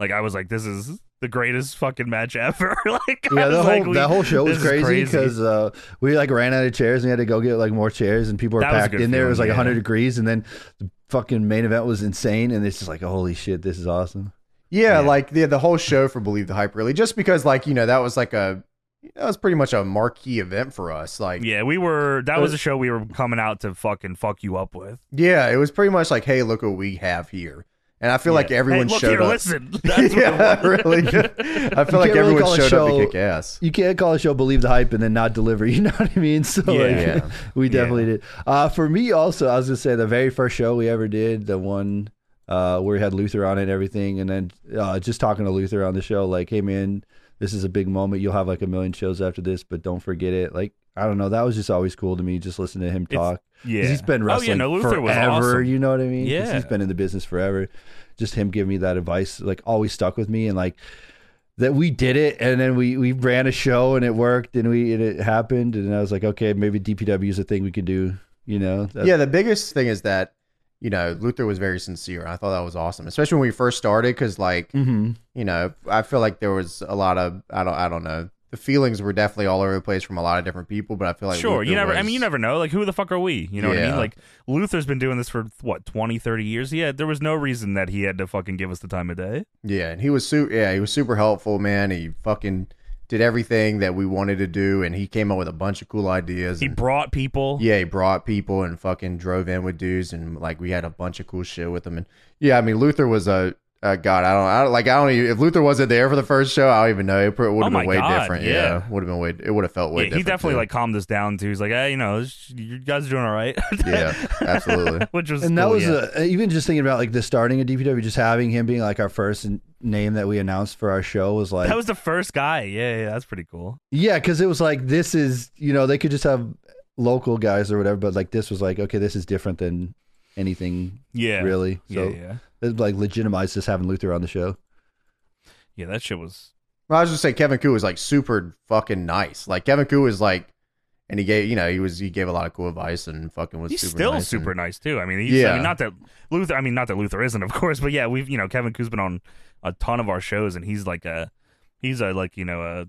Speaker 2: Like I was like, this is the greatest fucking match (laughs) ever. like (laughs) I
Speaker 3: Yeah,
Speaker 2: was
Speaker 3: the whole
Speaker 2: like, we-
Speaker 3: that whole show was
Speaker 2: this is
Speaker 3: crazy because uh, we like ran out of chairs and we had to go get like more chairs and people were
Speaker 2: That was a
Speaker 3: packed
Speaker 2: good
Speaker 3: in there. It was like
Speaker 2: feeling, yeah.
Speaker 3: 100 degrees and then the fucking main event was insane and it's just like holy shit, this is awesome.
Speaker 1: Yeah,
Speaker 2: Yeah.
Speaker 1: like the the whole show for Believe the Hype really, just because like you know that was like a that was pretty much a marquee event for us. Like yeah,
Speaker 2: yeah, we were. That was a show we were coming out to fucking fuck you up with.
Speaker 1: it was pretty much like hey, look what we have here, and I feel like
Speaker 2: Yeah.
Speaker 1: everyone
Speaker 2: hey, look
Speaker 1: showed
Speaker 2: here,
Speaker 1: up.
Speaker 2: Listen,
Speaker 3: (laughs)
Speaker 1: (laughs)
Speaker 2: that's
Speaker 1: yeah,
Speaker 2: what it was.
Speaker 1: really. I
Speaker 3: You
Speaker 1: feel like
Speaker 3: can't really
Speaker 1: everyone
Speaker 3: call a
Speaker 1: showed up
Speaker 3: show-
Speaker 1: to kick ass.
Speaker 3: You can't call a show believe the hype and then not deliver. (laughs) You know what I mean? So
Speaker 2: Yeah.
Speaker 3: like,
Speaker 1: Yeah.
Speaker 3: (laughs) we definitely did. Uh, for me also, I was gonna say the very first show we ever did, the one uh, where we had Luther on it and everything, and then uh, just talking to Luther on the show, like, hey man, this is a big moment. You'll have like a million shows after this, but don't forget it. Like, I don't know, that was just always cool to me, just listen to him
Speaker 2: It's-
Speaker 3: talk. 'Cause
Speaker 2: Yeah,
Speaker 3: He's been
Speaker 2: Oh
Speaker 3: wrestling
Speaker 2: yeah, no, Luther
Speaker 3: forever.
Speaker 2: was awesome.
Speaker 3: You know what I mean? 'Cause
Speaker 2: Yeah.
Speaker 3: he's been in the business forever. Just him giving me that advice, like always stuck with me, and like that we did it, and then we we ran a show and it worked, and we and it happened, and I was like, okay, maybe DPW is a thing we could do. You know? That-
Speaker 1: yeah, the biggest thing is that you know Luther was very sincere. and I thought that was awesome, especially when we first started, because like
Speaker 2: Mm.
Speaker 3: Mhm.
Speaker 1: you know, I feel like there was a lot of I don't I don't know. The feelings were definitely all over the place from a lot of different people, but I feel like
Speaker 2: sure
Speaker 1: Luther
Speaker 2: you never i
Speaker 1: was-
Speaker 2: mean you never know like who the fuck are we you know what i mean
Speaker 1: Yeah.
Speaker 2: like luther's been doing this for what 20 30 years yeah there was no reason that he had to fucking give us the time of day
Speaker 1: Yeah, and he was super. Yeah, he was super helpful, man. He fucking did everything that we wanted to do, and he came up with a bunch of cool ideas.
Speaker 2: he
Speaker 1: and-
Speaker 2: brought people
Speaker 1: yeah, he brought people and fucking drove in with dudes, and like we had a bunch of cool shit with him. And yeah, I mean Luther was a. Uh, God, I don't, I don't like. I don't. Even, if Luther wasn't there for the first show, I don't even know. It would have
Speaker 2: Oh my
Speaker 1: been way
Speaker 2: God,
Speaker 1: different.
Speaker 2: yeah.
Speaker 1: Yeah, would have been way. It would have felt way.
Speaker 2: Yeah,
Speaker 1: different
Speaker 2: he definitely
Speaker 1: too.
Speaker 2: like calmed us down too. He's like, hey, you know, this- you guys are doing all right.
Speaker 1: (laughs) Yeah, absolutely.
Speaker 2: (laughs) Which was
Speaker 3: And that
Speaker 2: cool,
Speaker 3: was
Speaker 2: yeah.
Speaker 3: uh even just thinking about like the starting of DPW, just having him being like our first n- name that we announced for our show was like
Speaker 2: that was the first guy. Yeah, yeah, that's pretty cool.
Speaker 3: Yeah, because it was like this is you know they could just have local guys or whatever, but like this was like okay, this is different than anything
Speaker 2: Yeah,
Speaker 3: really.
Speaker 2: Yeah,
Speaker 3: So
Speaker 2: yeah,
Speaker 3: it like legitimized us having Luther on the show.
Speaker 2: yeah. That shit was.
Speaker 1: Well, I was just saying Kevin Koo is like super fucking nice. Like Kevin Koo is like, and he gave you know he was he gave a lot of cool advice and fucking was
Speaker 2: He's
Speaker 1: super
Speaker 2: still
Speaker 1: nice
Speaker 2: super
Speaker 1: and-
Speaker 2: nice too. I mean, he's, I
Speaker 1: Yeah.
Speaker 2: mean, not that Luther. I mean, not that Luther isn't, of course, but yeah, we've you know Kevin Koo's been on a ton of our shows, and he's like a he's a like you know a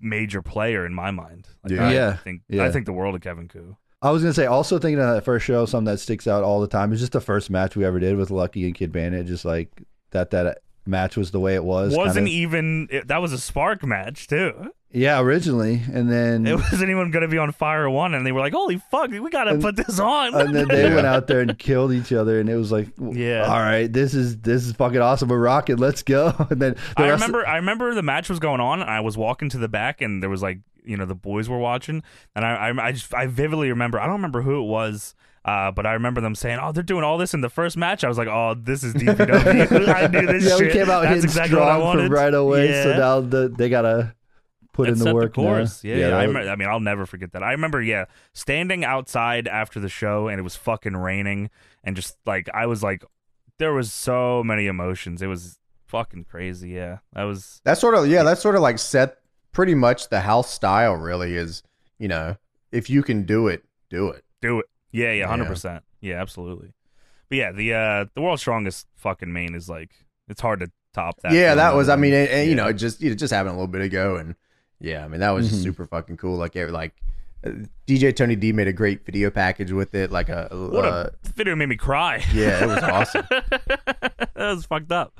Speaker 2: major player in my mind. Like,
Speaker 1: Yeah.
Speaker 2: I
Speaker 3: Yeah.
Speaker 2: think I
Speaker 3: Yeah.
Speaker 2: think the world of Kevin Koo.
Speaker 3: I was gonna say also thinking of that first show, something that sticks out all the time is just the first match we ever did with Lucky and Kid Bandit. Just like that, that match was the way it was.
Speaker 2: wasn't e-
Speaker 3: kind of-
Speaker 2: even it, that was a spark match too.
Speaker 3: yeah, originally, and then
Speaker 2: It (laughs) wasn't even going to be on Fire One, and they were like, "Holy fuck, we got to
Speaker 3: And-
Speaker 2: put this on."
Speaker 3: (laughs) and then they
Speaker 1: Yeah.
Speaker 3: went out there and killed each other, and it was like,
Speaker 2: Yeah.
Speaker 3: all right, this is this is fucking awesome. We're rocking. Let's go. (laughs) And then the
Speaker 2: I
Speaker 3: rest-
Speaker 2: remember I remember the match was going on and I was walking to the back and there was like you know the boys were watching and I I, I just I vividly remember I don't remember who it was uh, but I remember them saying oh they're doing all this in the first match I was like oh this is DPW (laughs) I knew this
Speaker 3: (laughs) yeah,
Speaker 2: shit
Speaker 3: we came out
Speaker 2: that's
Speaker 3: hitting
Speaker 2: exactly
Speaker 3: strong
Speaker 2: what I wanted
Speaker 3: from right away.
Speaker 2: yeah.
Speaker 3: So now the, they gotta put
Speaker 2: That
Speaker 3: in
Speaker 2: set
Speaker 3: the work. now.
Speaker 2: course yeah, yeah, I,
Speaker 3: that-
Speaker 2: remember, I mean I'll never forget that I remember yeah standing outside after the show and it was fucking raining and just like I was like there was so many emotions it was fucking crazy yeah that was
Speaker 1: That's sort of yeah. That's sort of like set pretty much the house style. Really is you know if you can do it, do it.
Speaker 2: Do it. Yeah, yeah,
Speaker 1: Yeah.
Speaker 2: hundred percent. Yeah, absolutely. But yeah, the uh the world's strongest fucking main is like it's hard to top that.
Speaker 1: yeah,
Speaker 2: for
Speaker 1: that
Speaker 2: another
Speaker 1: was. I
Speaker 2: one.
Speaker 1: mean, and, and, you
Speaker 2: Yeah.
Speaker 1: know, it just you know, just happened a little bit ago, and yeah, I mean, that was
Speaker 3: Mhm.
Speaker 2: Mm-hmm.
Speaker 1: just super fucking cool. Like, it, like uh, DJ Tony D made a great video package with it. Like a,
Speaker 2: what
Speaker 1: uh,
Speaker 2: a video made me cry.
Speaker 1: yeah, it was
Speaker 2: (laughs)
Speaker 1: awesome.
Speaker 2: that was fucked up.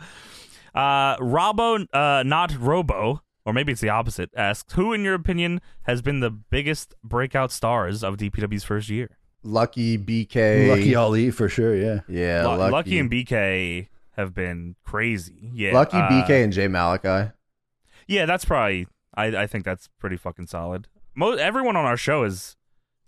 Speaker 2: Uh, Robo, uh, not Robo, or maybe it's the opposite. Asks, who in your opinion has been the biggest breakout stars of DPW's first year?
Speaker 1: Lucky BK,
Speaker 3: Lucky Ali for sure. Yeah.
Speaker 1: yeah,
Speaker 2: Lu-
Speaker 1: lucky,
Speaker 2: and BK have been crazy. Yeah,
Speaker 1: Lucky
Speaker 2: uh,
Speaker 1: BK and Jay Malachi.
Speaker 2: Yeah, that's probably. I, I think that's pretty fucking solid. Most everyone on our show is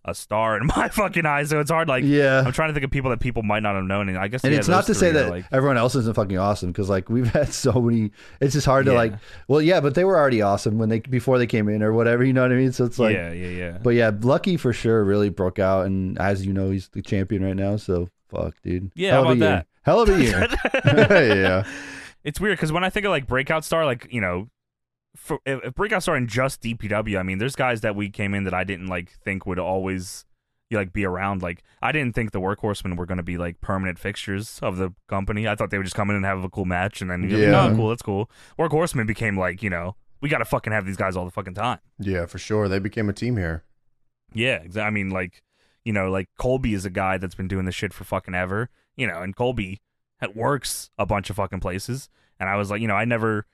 Speaker 2: a star in (laughs) my fucking eyes, so it's hard. Like,
Speaker 3: yeah.
Speaker 2: I'm trying to think of people that people might not have known, and I guess
Speaker 3: And
Speaker 2: yeah,
Speaker 3: it's not to
Speaker 2: those
Speaker 3: say
Speaker 2: three are,
Speaker 3: that
Speaker 2: like,
Speaker 3: everyone else isn't fucking awesome because like we've (laughs) had so many. It's just hard
Speaker 2: Yeah.
Speaker 3: to like. Well, yeah, but they were already awesome when they before they came in or whatever. You know what I mean? So it's like.
Speaker 2: yeah, yeah, yeah.
Speaker 3: But yeah, Lucky for sure really broke out, and as you know, he's the champion right now. So fuck, dude.
Speaker 2: Yeah,
Speaker 3: Hell
Speaker 2: how
Speaker 3: of a
Speaker 2: about
Speaker 3: year.
Speaker 2: that?
Speaker 3: Hell
Speaker 2: (laughs)
Speaker 3: of a year.
Speaker 1: yeah,
Speaker 2: it's weird because when I think of like breakout star, like you know, for, if, if breakout star and just DPW, I mean, there's guys that we came in that I didn't like think would always you know, like be around. Like I didn't think the workhorsemen were going to be like permanent fixtures of the company. I thought they would just come in and have a cool match, and then you'd be like,
Speaker 1: Yeah.
Speaker 2: "Oh, cool, that's cool. Workhorsemen became like you know we got to fucking have these guys all the fucking time.
Speaker 1: yeah, for sure. They became a team
Speaker 2: (laughs)
Speaker 1: here.
Speaker 2: Yeah, exa- I mean, like, you know, like Colby is a guy that's been doing this shit for fucking ever, you know, and Colby ha- works a bunch of fucking places. And I was like, you know, I never,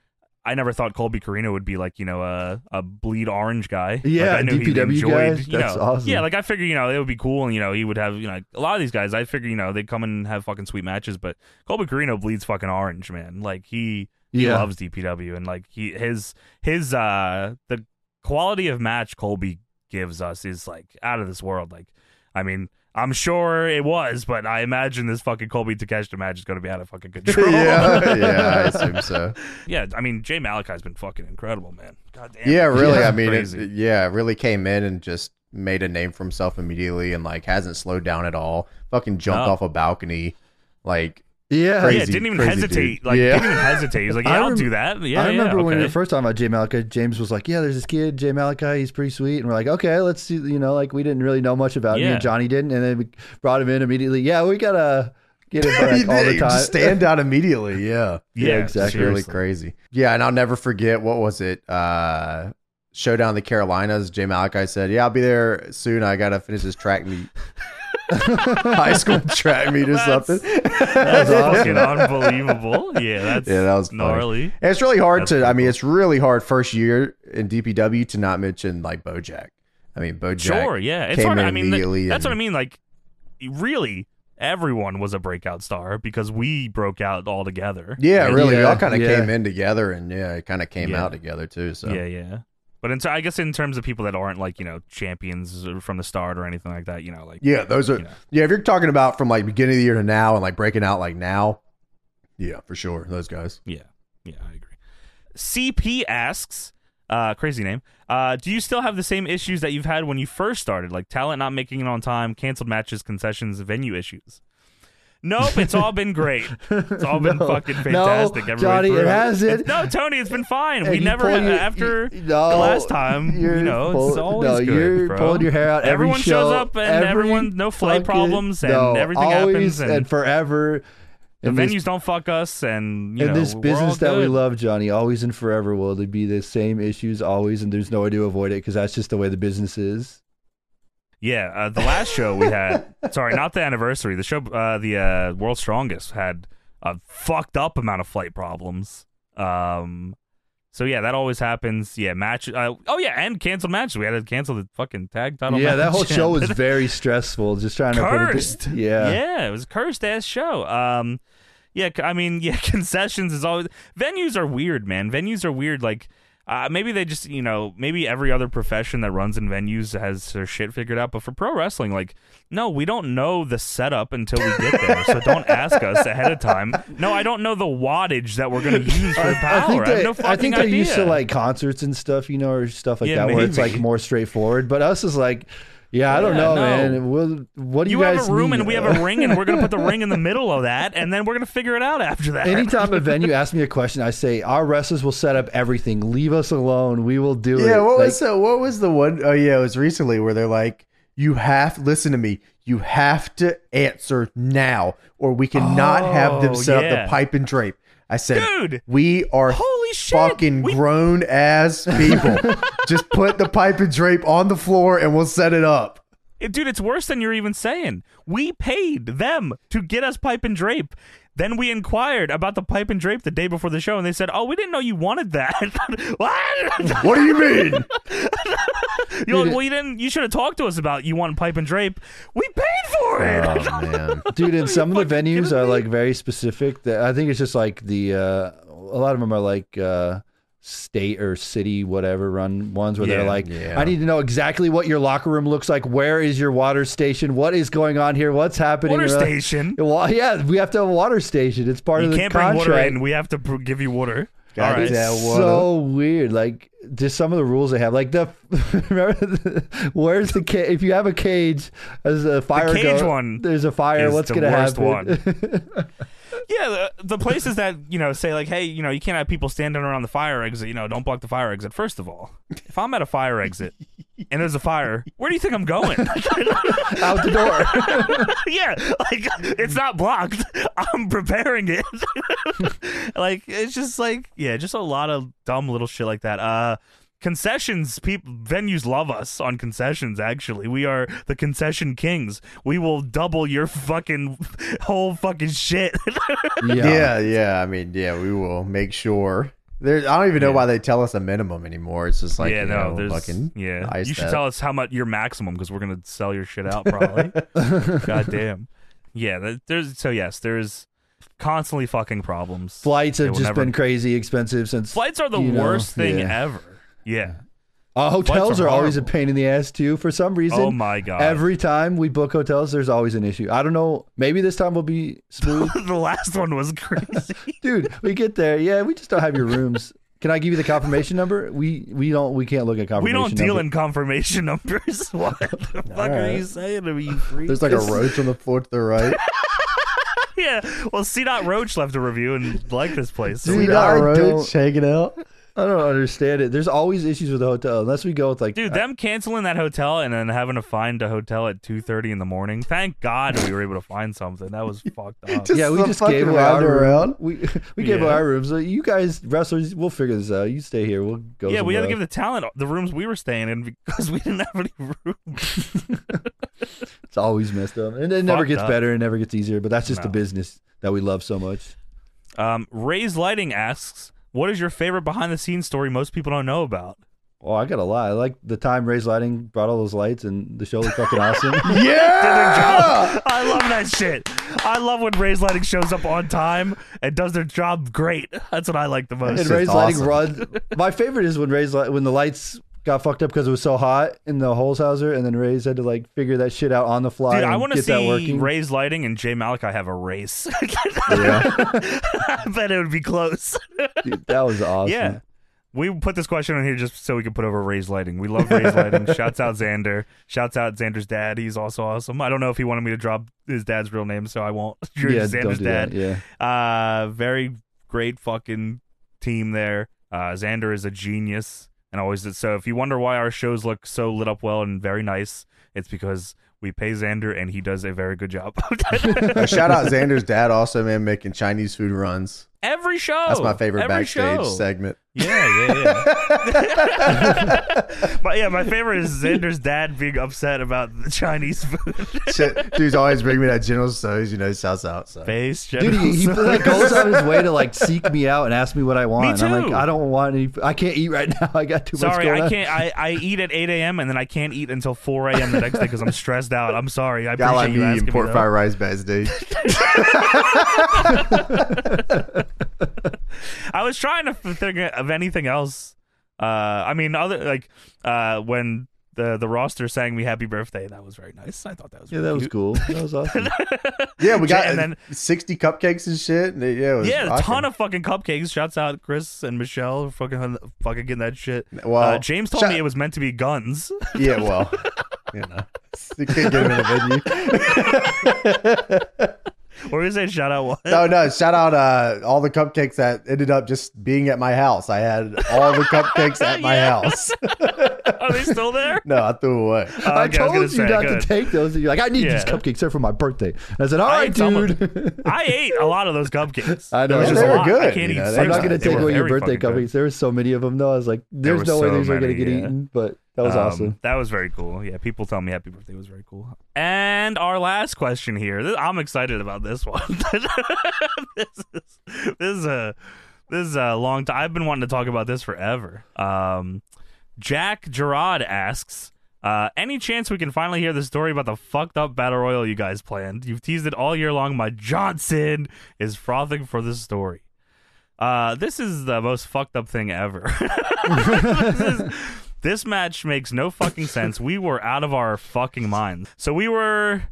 Speaker 2: I never thought Colby Carino would be like, you know, a a bleed orange guy.
Speaker 3: Yeah,
Speaker 2: like, I knew he
Speaker 3: DPW
Speaker 2: enjoyed,
Speaker 3: guys,
Speaker 2: you
Speaker 3: that's
Speaker 2: know,
Speaker 3: awesome.
Speaker 2: yeah, like I figure, you know, it would be cool, and you know, he would have, you know, like, a lot of these guys. I figure, you know, they come and have fucking sweet matches, but Colby Carino bleeds fucking orange, man. Like he, he
Speaker 3: Yeah.
Speaker 2: loves DPW, and like he his his uh the quality of match Colby gives us is like out of this world. Like, I mean, I'm sure it was, but I imagine this fucking Colby Takeshita match is going to be out of fucking control.
Speaker 1: (laughs) yeah, yeah, I assume so.
Speaker 2: (laughs) Yeah, I mean, Jay Malachi's been fucking incredible, man. God (laughs) damn.
Speaker 1: Yeah, really.
Speaker 2: Yeah.
Speaker 1: I mean, it,
Speaker 2: Crazy.
Speaker 1: yeah, it really came in and just made a name for himself immediately, and like hasn't slowed down at all. Fucking jumped
Speaker 2: No.
Speaker 1: off a balcony, like
Speaker 3: Yeah.
Speaker 2: yeah,
Speaker 1: Crazy,
Speaker 2: didn't even
Speaker 1: crazy
Speaker 2: hesitate.
Speaker 1: dude.
Speaker 2: Like,
Speaker 1: Yeah.
Speaker 2: didn't even hesitate. He's
Speaker 1: (laughs)
Speaker 2: like,
Speaker 3: I
Speaker 2: yeah, I'll
Speaker 3: rem-
Speaker 2: do that. Yeah,
Speaker 3: I
Speaker 2: yeah,
Speaker 3: remember when we
Speaker 2: okay.
Speaker 3: were first talking about Jay Malachi, James was like, "Yeah, there's this kid, Jay Malachi. He's pretty sweet." And we're like, "Okay, let's see." You know, like we didn't really know much about him.
Speaker 2: Yeah.
Speaker 3: And Johnny didn't, and then we brought him in immediately. Yeah, we gotta
Speaker 1: (laughs)
Speaker 3: get
Speaker 2: (laughs)
Speaker 3: him back all the
Speaker 1: Just
Speaker 3: time.
Speaker 1: stand out immediately. Yeah,
Speaker 2: Yeah,
Speaker 1: that's
Speaker 3: exactly.
Speaker 1: really
Speaker 2: seriously.
Speaker 1: crazy. Yeah, and I'll never forget what was it? Uh, Showdown in the Carolinas. Jay Malachi said, "Yeah, I'll be there soon. I gotta finish this track
Speaker 2: (laughs)
Speaker 1: meet, high school track meet or
Speaker 2: That's-
Speaker 1: something." (laughs)
Speaker 2: That's
Speaker 3: awesome.
Speaker 2: fucking unbelievable. Yeah, that's
Speaker 1: Yeah, that was funny.
Speaker 2: gnarly.
Speaker 1: And it's really hard
Speaker 2: That's
Speaker 1: to. I mean,
Speaker 2: cool.
Speaker 1: it's really hard first year in DPW to not mention like Bojack. I mean, Bojack.
Speaker 2: Sure, yeah. It's
Speaker 1: came
Speaker 2: hard.
Speaker 1: in
Speaker 2: I mean, th-
Speaker 1: immediately
Speaker 2: that's what I
Speaker 1: and-
Speaker 2: mean. Like, really, everyone was a breakout star because we broke out all together.
Speaker 1: Yeah, really. we
Speaker 3: Yeah,
Speaker 1: all kind of
Speaker 3: yeah.
Speaker 1: came in together, and yeah, it kind of came
Speaker 2: Yeah.
Speaker 1: out together too. So
Speaker 2: Yeah, yeah. But in ter- I guess in terms of people that aren't like you know champions from the start or anything like that, you know, like
Speaker 1: Yeah, those are.
Speaker 2: Yeah.
Speaker 1: Yeah. if you're talking about from like beginning of the year to now, and like breaking out like now, yeah, for sure, those guys.
Speaker 2: yeah, yeah, I agree. CP asks, uh, crazy name. Uh, do you still have the same issues that you've had when you first started, like talent not making it on time, canceled matches, concessions, venue issues? Nope, it's all been
Speaker 3: (laughs)
Speaker 2: great. It's all been
Speaker 3: No.
Speaker 2: fucking
Speaker 3: No,
Speaker 2: fantastic. Every way
Speaker 3: Johnny,
Speaker 2: through.
Speaker 3: it hasn't.
Speaker 2: It's- no, Tony, it's been fine.
Speaker 3: Hey,
Speaker 2: we
Speaker 3: you
Speaker 2: never uh,
Speaker 3: pull your-
Speaker 2: after
Speaker 3: you- no,
Speaker 2: the last time. You
Speaker 3: you're
Speaker 2: know, it's
Speaker 3: pull-
Speaker 2: always
Speaker 3: no,
Speaker 2: good.
Speaker 3: you're
Speaker 2: bro.
Speaker 3: pulling your hair out every
Speaker 2: Everyone shows
Speaker 3: show,
Speaker 2: up and
Speaker 3: every
Speaker 2: everyone no flight
Speaker 3: fucking-
Speaker 2: problems and
Speaker 3: no,
Speaker 2: everything
Speaker 3: always
Speaker 2: happens and,
Speaker 3: and forever.
Speaker 2: the
Speaker 3: in
Speaker 2: venues
Speaker 3: this,
Speaker 2: don't fuck us and you
Speaker 3: in
Speaker 2: know
Speaker 3: this
Speaker 2: we're all
Speaker 3: business that we
Speaker 2: good.
Speaker 3: love, Johnny, always and forever will there be the same issues always, and there's no way to avoid it because that's just the way the business is.
Speaker 2: Yeah, uh, the last show we had. sorry, not the anniversary. The show, uh, the uh, World's Strongest had a fucked up amount of flight problems. Um, so yeah, that always happens. Yeah, match. Uh, oh yeah, and canceled matches. We had to cancel the fucking tag title.
Speaker 3: Yeah, that
Speaker 2: match. (laughs)
Speaker 3: whole show was very stressful. Just trying to
Speaker 2: Cursed.
Speaker 3: put it. Yeah.
Speaker 2: yeah, it was a cursed ass show. Um, yeah, c- I mean, (laughs) yeah, concessions is always venues are weird, man. Venues are weird. Like, uh, maybe they just you know maybe every other profession that runs in venues has their shit figured out, but for pro wrestling, like, no, we don't know the setup until we get there,
Speaker 3: (laughs)
Speaker 2: so don't ask us ahead of time. No, I don't know the wattage that we're
Speaker 3: (laughs)
Speaker 2: gonna use for power.
Speaker 3: I think
Speaker 2: have
Speaker 3: they,
Speaker 2: no
Speaker 3: I
Speaker 2: fucking
Speaker 3: think they're
Speaker 2: idea.
Speaker 3: used to like concerts and stuff, you know, or stuff like
Speaker 2: Yeah,
Speaker 3: that, where it's
Speaker 2: maybe.
Speaker 3: like more straightforward. But us is like, yeah, I don't
Speaker 2: Yeah,
Speaker 3: know,
Speaker 2: no.
Speaker 3: man. We'll, what do you,
Speaker 2: you have
Speaker 3: guys
Speaker 2: a room
Speaker 3: need?
Speaker 2: and we have a ring, and we're gonna put the ring in the middle of that, and then we're gonna figure it out after that.
Speaker 3: (laughs) Anytime a venue asks me a question, I say our wrestlers will set up everything. Leave us alone. We will do it.
Speaker 1: Yeah, what
Speaker 3: Like,
Speaker 1: was the, what was the one oh yeah, it was recently where they're like, you have listen to me, you have to answer now, or we cannot have
Speaker 2: Oh,
Speaker 1: them set up
Speaker 2: yeah.
Speaker 1: the pipe and drape. I said,
Speaker 2: Dude.
Speaker 1: we are
Speaker 2: Holy shit.
Speaker 1: fucking
Speaker 2: We-
Speaker 1: grown ass
Speaker 2: (laughs)
Speaker 1: people. Just put the pipe and drape on the floor and we'll set it up.
Speaker 2: It- dude, it's worse than you're even saying. We paid them to get us pipe and drape. Then we inquired about the pipe and drape the day before the show, and they said, "Oh, we didn't know you wanted that." (laughs) what? (laughs)
Speaker 1: What do you mean?
Speaker 2: You're like, well, you didn't. You should have talked to us about you want pipe and drape. We paid for it.
Speaker 1: Oh,
Speaker 3: Oh.
Speaker 1: man.
Speaker 3: dude and some of the
Speaker 2: fucking
Speaker 3: venues
Speaker 2: kidding
Speaker 3: are
Speaker 2: me?
Speaker 3: like very specific that i think it's just like the uh a lot of them are like uh state or city whatever run ones where they're
Speaker 2: Yeah,
Speaker 3: like
Speaker 1: yeah.
Speaker 3: i need to know exactly what your locker room looks like where is your water station what is going on here what's
Speaker 2: (laughs)
Speaker 3: happening
Speaker 2: water
Speaker 3: And we're like,
Speaker 2: station.
Speaker 3: well, (laughs) yeah we have to have a water station it's part
Speaker 2: You
Speaker 3: of the
Speaker 2: can't bring
Speaker 3: contract
Speaker 2: water in. We have to pr- give you water.
Speaker 1: God,
Speaker 2: All right.
Speaker 1: is that
Speaker 3: It's
Speaker 1: water?
Speaker 3: so weird. Like just some of the rules they have. Like the (laughs) remember the, where's the cage? If you have a cage, there's a fire.
Speaker 2: cage
Speaker 3: go-
Speaker 2: one
Speaker 3: There's a fire.
Speaker 2: is
Speaker 3: What's
Speaker 2: the
Speaker 3: gonna
Speaker 2: worst
Speaker 3: happen?
Speaker 2: Yeah, the, the places that you know say like, hey, you know, you can't have people standing around the fire exit. You know, don't block the fire exit. First of all, if I'm at a fire exit and there's a fire, where do you think I'm going?
Speaker 3: (laughs) Out the door. (laughs)
Speaker 2: (laughs) yeah, like it's not blocked. (laughs) I'm preparing it. (laughs) like it's just like yeah, just a lot of dumb little shit like that. Uh concessions people venues love us on concessions actually we are the concession kings we will double your fucking (laughs) whole fucking shit (laughs)
Speaker 1: Yeah, yeah. I mean, yeah, we will make sure. There, I don't even know
Speaker 2: Yeah.
Speaker 1: why they tell us a minimum anymore. It's just like
Speaker 2: yeah,
Speaker 1: you
Speaker 2: no,
Speaker 1: know,
Speaker 2: there's
Speaker 1: fucking
Speaker 2: yeah.
Speaker 1: ice
Speaker 2: You should
Speaker 1: that.
Speaker 2: tell us how much your maximum because we're gonna sell your shit
Speaker 1: (laughs)
Speaker 2: out probably. God damn. Yeah, that, there's so yes, there's constantly fucking problems.
Speaker 3: Flights
Speaker 2: They
Speaker 3: have
Speaker 2: will
Speaker 3: just
Speaker 2: never-
Speaker 3: been crazy expensive since.
Speaker 2: Flights are the
Speaker 3: you know,
Speaker 2: worst thing
Speaker 3: yeah.
Speaker 2: ever. Yeah.
Speaker 3: Uh, hotels
Speaker 2: are
Speaker 3: are, always a
Speaker 2: horrible.
Speaker 3: pain in the ass too. For some reason,
Speaker 2: Oh my god.
Speaker 3: every time we book hotels, there's always an issue. I don't know. Maybe this time will be
Speaker 2: (laughs)
Speaker 3: smooth,
Speaker 2: (laughs) the last one was
Speaker 3: (laughs)
Speaker 2: crazy.
Speaker 3: dude. We get there. Yeah, we just don't have your rooms. Can I give you the confirmation number? We we don't we can't look at
Speaker 2: we
Speaker 3: confirmation.
Speaker 2: don't deal
Speaker 3: number.
Speaker 2: in confirmation (laughs) numbers. What the fuck are you saying to me, you freak?
Speaker 1: There's like
Speaker 2: (laughs)
Speaker 1: a roach on the floor to the right.
Speaker 2: yeah. Well, C. Dot Roach left a review and liked this place. So
Speaker 1: See
Speaker 2: we-
Speaker 3: don't-
Speaker 1: that
Speaker 3: I
Speaker 1: roach
Speaker 3: don't-
Speaker 1: hanging out.
Speaker 3: I don't understand it. There's always issues with the hotel unless we go with like
Speaker 2: Dude, them canceling that hotel and then having to find a hotel at two thirty in the morning. Thank God we were able to find something. That was (laughs) fucked up.
Speaker 1: Just
Speaker 3: yeah, we
Speaker 1: some
Speaker 3: just
Speaker 1: fucking
Speaker 3: gave away our
Speaker 1: rounder
Speaker 3: room.
Speaker 1: around.
Speaker 3: We (laughs) we gave away
Speaker 2: Yeah.
Speaker 3: our rooms. Like, You guys wrestlers, we'll figure this out. You stay here. We'll go.
Speaker 2: yeah, we had to give
Speaker 3: somewhere
Speaker 2: the talent the rooms we were staying in because (laughs) we didn't have any rooms.
Speaker 3: else. It's always messed up, and it never
Speaker 2: Fucked
Speaker 3: gets
Speaker 2: up.
Speaker 3: better. It never gets easier. But that's just the
Speaker 2: No.
Speaker 3: business that we love so much.
Speaker 2: Um, Ray's Lighting asks, "What is your favorite behind the scenes story most people don't know about?" (laughs)
Speaker 3: Oh, I got a lie. I like the time Ray's Lighting brought all those lights, and the show was
Speaker 2: (laughs)
Speaker 3: fucking awesome.
Speaker 1: Yeah.
Speaker 2: I love that shit. I love when Ray's Lighting shows up on time and does their job great. That's what I like the most.
Speaker 3: and
Speaker 1: just
Speaker 3: Ray's Lighting
Speaker 1: awesome.
Speaker 3: runs.
Speaker 2: (laughs)
Speaker 3: My favorite is when Ray's Li- when the lights got fucked up because it was so hot in the Holzhauser, and then Ray's had to like figure that shit out on the fly.
Speaker 2: Dude, I
Speaker 3: want
Speaker 2: want
Speaker 3: to
Speaker 2: to
Speaker 3: that
Speaker 2: see
Speaker 3: working.
Speaker 2: Ray's Lighting and Jay Malachi have a race. (laughs) I
Speaker 3: (laughs)
Speaker 2: (laughs)
Speaker 3: Yeah.
Speaker 2: bet it would be close.
Speaker 3: Dude, that was awesome.
Speaker 2: Yeah. we put this question on here just so we can put over Ray's lighting. We love Ray's lighting.
Speaker 3: (laughs)
Speaker 2: Shouts out Xander. Shouts out Xander's dad. He's also awesome. I don't know if he wanted me to drop his dad's real name, so I won't. (laughs) You're
Speaker 3: yeah, don't
Speaker 2: Xander's
Speaker 3: do
Speaker 2: dad.
Speaker 3: that. Yeah.
Speaker 2: Uh, very great fucking team there. Uh, Xander is a genius and always is. So if you wonder why our shows look so lit up well and very nice, it's because we pay Xander and he does a very good job. (laughs)
Speaker 1: Uh, shout out Xander's dad also, man, making Chinese food runs.
Speaker 2: every show.
Speaker 1: That's my favorite
Speaker 2: Oh, Every
Speaker 1: backstage
Speaker 2: show. (laughs)
Speaker 1: segment. (laughs)
Speaker 2: Yeah, yeah, yeah. (laughs) But yeah, my favorite is Xander's dad being upset about the Chinese food.
Speaker 1: Shit, dude's always bringing me that General So's, you know, shouts out. So.
Speaker 2: (laughs) Face
Speaker 3: Dude,
Speaker 2: General
Speaker 3: he, he
Speaker 2: Tso. (laughs)
Speaker 3: like goes out of his way to like seek me out and ask me what I want. And I'm
Speaker 2: too.
Speaker 3: like, I don't want any. I can't eat right (laughs) now. I got too much
Speaker 2: Sorry,
Speaker 3: going
Speaker 2: I
Speaker 3: on.
Speaker 2: can't. I, I eat at 8 a.m. and then I can't eat until 4 a.m. the next day because I'm stressed out. I'm sorry. I appreciate
Speaker 1: Got like
Speaker 2: you
Speaker 1: me
Speaker 2: asking
Speaker 1: eating
Speaker 2: me.
Speaker 1: pork
Speaker 2: though.
Speaker 1: fried rice bags,
Speaker 2: (laughs)
Speaker 1: dude.
Speaker 2: I was trying to f- think of anything else. Uh, I mean, other like uh, when the the roster sang me "Happy Birthday," that was very nice. I thought that was
Speaker 3: Yeah,
Speaker 2: really
Speaker 3: that was
Speaker 2: cute.
Speaker 3: cool.
Speaker 2: (laughs)
Speaker 3: That was awesome.
Speaker 1: Yeah, we got
Speaker 2: And then-
Speaker 1: uh, 60 cupcakes and shit. and it- yeah, it was
Speaker 2: Yeah, a
Speaker 1: rocking.
Speaker 2: ton of fucking cupcakes. Shouts out Chris and Michelle for fucking fucking getting that shit.
Speaker 1: Well,
Speaker 2: uh, James told
Speaker 1: shout-
Speaker 2: me it was meant to be guns. (laughs)
Speaker 1: Yeah, well, (laughs) you know, you can't get him in the venue.
Speaker 2: or is it shout out what?
Speaker 1: No, no. Shout out uh, all the cupcakes that ended up just being at my house. I had all the cupcakes at my
Speaker 2: Yeah.
Speaker 1: house.
Speaker 2: (laughs) Are they still there?
Speaker 1: No, I threw away.
Speaker 2: Uh,
Speaker 3: I
Speaker 2: okay, was
Speaker 3: told
Speaker 2: gonna
Speaker 3: you
Speaker 2: say,
Speaker 3: not
Speaker 2: good.
Speaker 3: to take those. And you're like, I need these
Speaker 2: Yeah.
Speaker 3: cupcakes. They're for my birthday. And I said, all
Speaker 2: I
Speaker 3: right,
Speaker 2: ate some of
Speaker 3: (laughs) dude.
Speaker 2: I ate a lot of those cupcakes.
Speaker 3: (laughs) I
Speaker 2: There
Speaker 3: know.
Speaker 2: was
Speaker 3: They
Speaker 2: just a
Speaker 3: were
Speaker 2: lot.
Speaker 1: good,
Speaker 2: I can't
Speaker 1: you
Speaker 2: eat
Speaker 1: know,
Speaker 2: six
Speaker 1: they're
Speaker 3: I'm not
Speaker 2: of
Speaker 1: gonna
Speaker 2: them.
Speaker 3: going to
Speaker 2: They
Speaker 3: take
Speaker 2: were
Speaker 3: away your
Speaker 2: very
Speaker 3: birthday
Speaker 2: fucking good.
Speaker 3: cupcakes. There were so many of them, though. I was like,
Speaker 2: were
Speaker 3: there's no way
Speaker 2: so
Speaker 3: these are going to
Speaker 2: many,
Speaker 3: get
Speaker 2: yeah.
Speaker 3: eaten. But that was
Speaker 2: Um,
Speaker 3: awesome.
Speaker 2: That was very cool. Yeah, people tell me happy birthday was very cool. And our last question here. This, I'm excited about this one. (laughs) this is this is a this is a long time. I've been wanting to talk about this forever. Um, Jack Gerard asks. Uh, any chance we can finally hear the story about the fucked up battle royal you guys planned? You've teased it all year long. My Johnson is frothing for this story. Uh, this is the most fucked up thing ever. (laughs) this, is- this match makes no fucking sense. We were out of our fucking minds. So we were.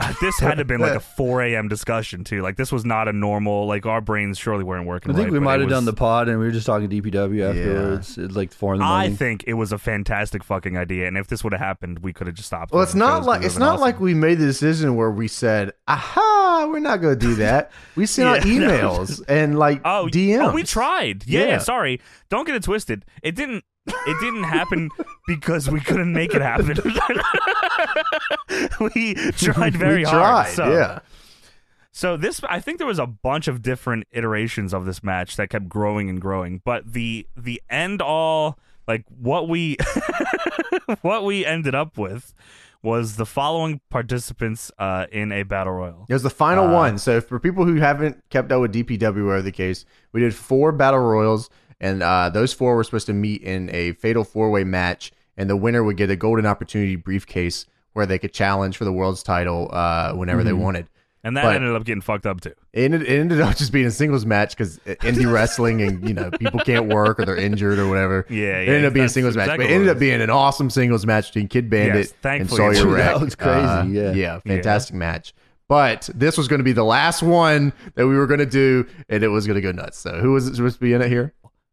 Speaker 2: uh, This had to have been like a 4 a.m. discussion too. Like this was not a normal. Like our brains surely weren't working.
Speaker 3: I think
Speaker 2: right,
Speaker 3: we
Speaker 2: but
Speaker 3: might
Speaker 2: it
Speaker 3: have done
Speaker 2: was-
Speaker 3: the pod and we were just talking DPW afterwards. It's like four in the (laughs)
Speaker 2: I
Speaker 3: morning.
Speaker 2: think it was a fantastic fucking idea, and if this would have happened, we could have just stopped.
Speaker 1: Well, it's not like it's not like we made the decision where we said, "Aha, we're not going to do that." We
Speaker 2: (laughs)
Speaker 1: sent out
Speaker 2: Yeah, no.
Speaker 1: emails and like
Speaker 2: oh,
Speaker 1: DMs.
Speaker 2: Oh, we tried. Yeah,
Speaker 1: Yeah.
Speaker 2: sorry. Don't get it twisted. It didn't. It didn't happen (laughs) because we couldn't make it happen. (laughs) we tried
Speaker 1: (laughs) (laughs)
Speaker 2: very
Speaker 1: we
Speaker 2: hard.
Speaker 1: tried,
Speaker 2: so.
Speaker 1: Yeah,
Speaker 2: So this, I think there was a bunch of different iterations of this match that kept growing and growing. But the the end all, like what we (laughs) what we ended up with, was the following participants uh, in a battle royal.
Speaker 1: it was the final
Speaker 2: Uh,
Speaker 1: one. So for people who haven't kept up with DPW, whatever the case, we did four battle royals, and uh, those four were supposed to meet in a fatal four way match, and the winner would get a golden opportunity briefcase where they could challenge for the world's title uh, whenever they wanted.
Speaker 2: And that
Speaker 1: But-
Speaker 2: ended up getting fucked up too.
Speaker 1: It ended, it ended up just being a singles match because
Speaker 2: (laughs)
Speaker 1: indie wrestling and you know people can't work or they're injured or whatever.
Speaker 2: Yeah,
Speaker 1: It
Speaker 2: yeah,
Speaker 1: ended up being a
Speaker 2: that's
Speaker 1: singles match,
Speaker 2: exactly
Speaker 1: but it
Speaker 2: what
Speaker 1: ended
Speaker 2: it
Speaker 1: up
Speaker 2: was.
Speaker 1: being an awesome singles match between Kid Bandit and
Speaker 2: thankfully it
Speaker 1: Sawyer
Speaker 2: was.
Speaker 1: Wreck.
Speaker 3: That was crazy,
Speaker 1: Uh,
Speaker 3: yeah.
Speaker 1: yeah, fantastic match. But this was going to be the last one that we were going to do, and it was going to go nuts. So who was it supposed to be in it here?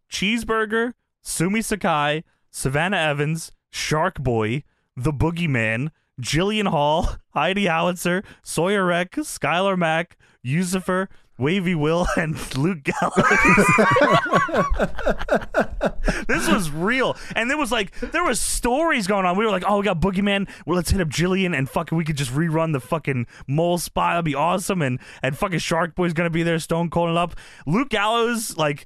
Speaker 2: Cheeseburger, Sumi Sakai, Savannah Evans, Shark Boy, The Boogeyman, Jillian Hall, (laughs) Heidi Howitzer, Sawyer Wreck, Skylar Mack, Yusifer, Wavy Will, (laughs) and Luke Gallows. this was real. And there was like, there was stories going on. We were like, oh, we got Boogeyman. Well, let's hit up Jillian and fucking, we could just rerun the fucking mole spot. That'd be awesome. And, and fucking Shark Boy's going to be there, Stone Cold it up. Luke Gallows, like,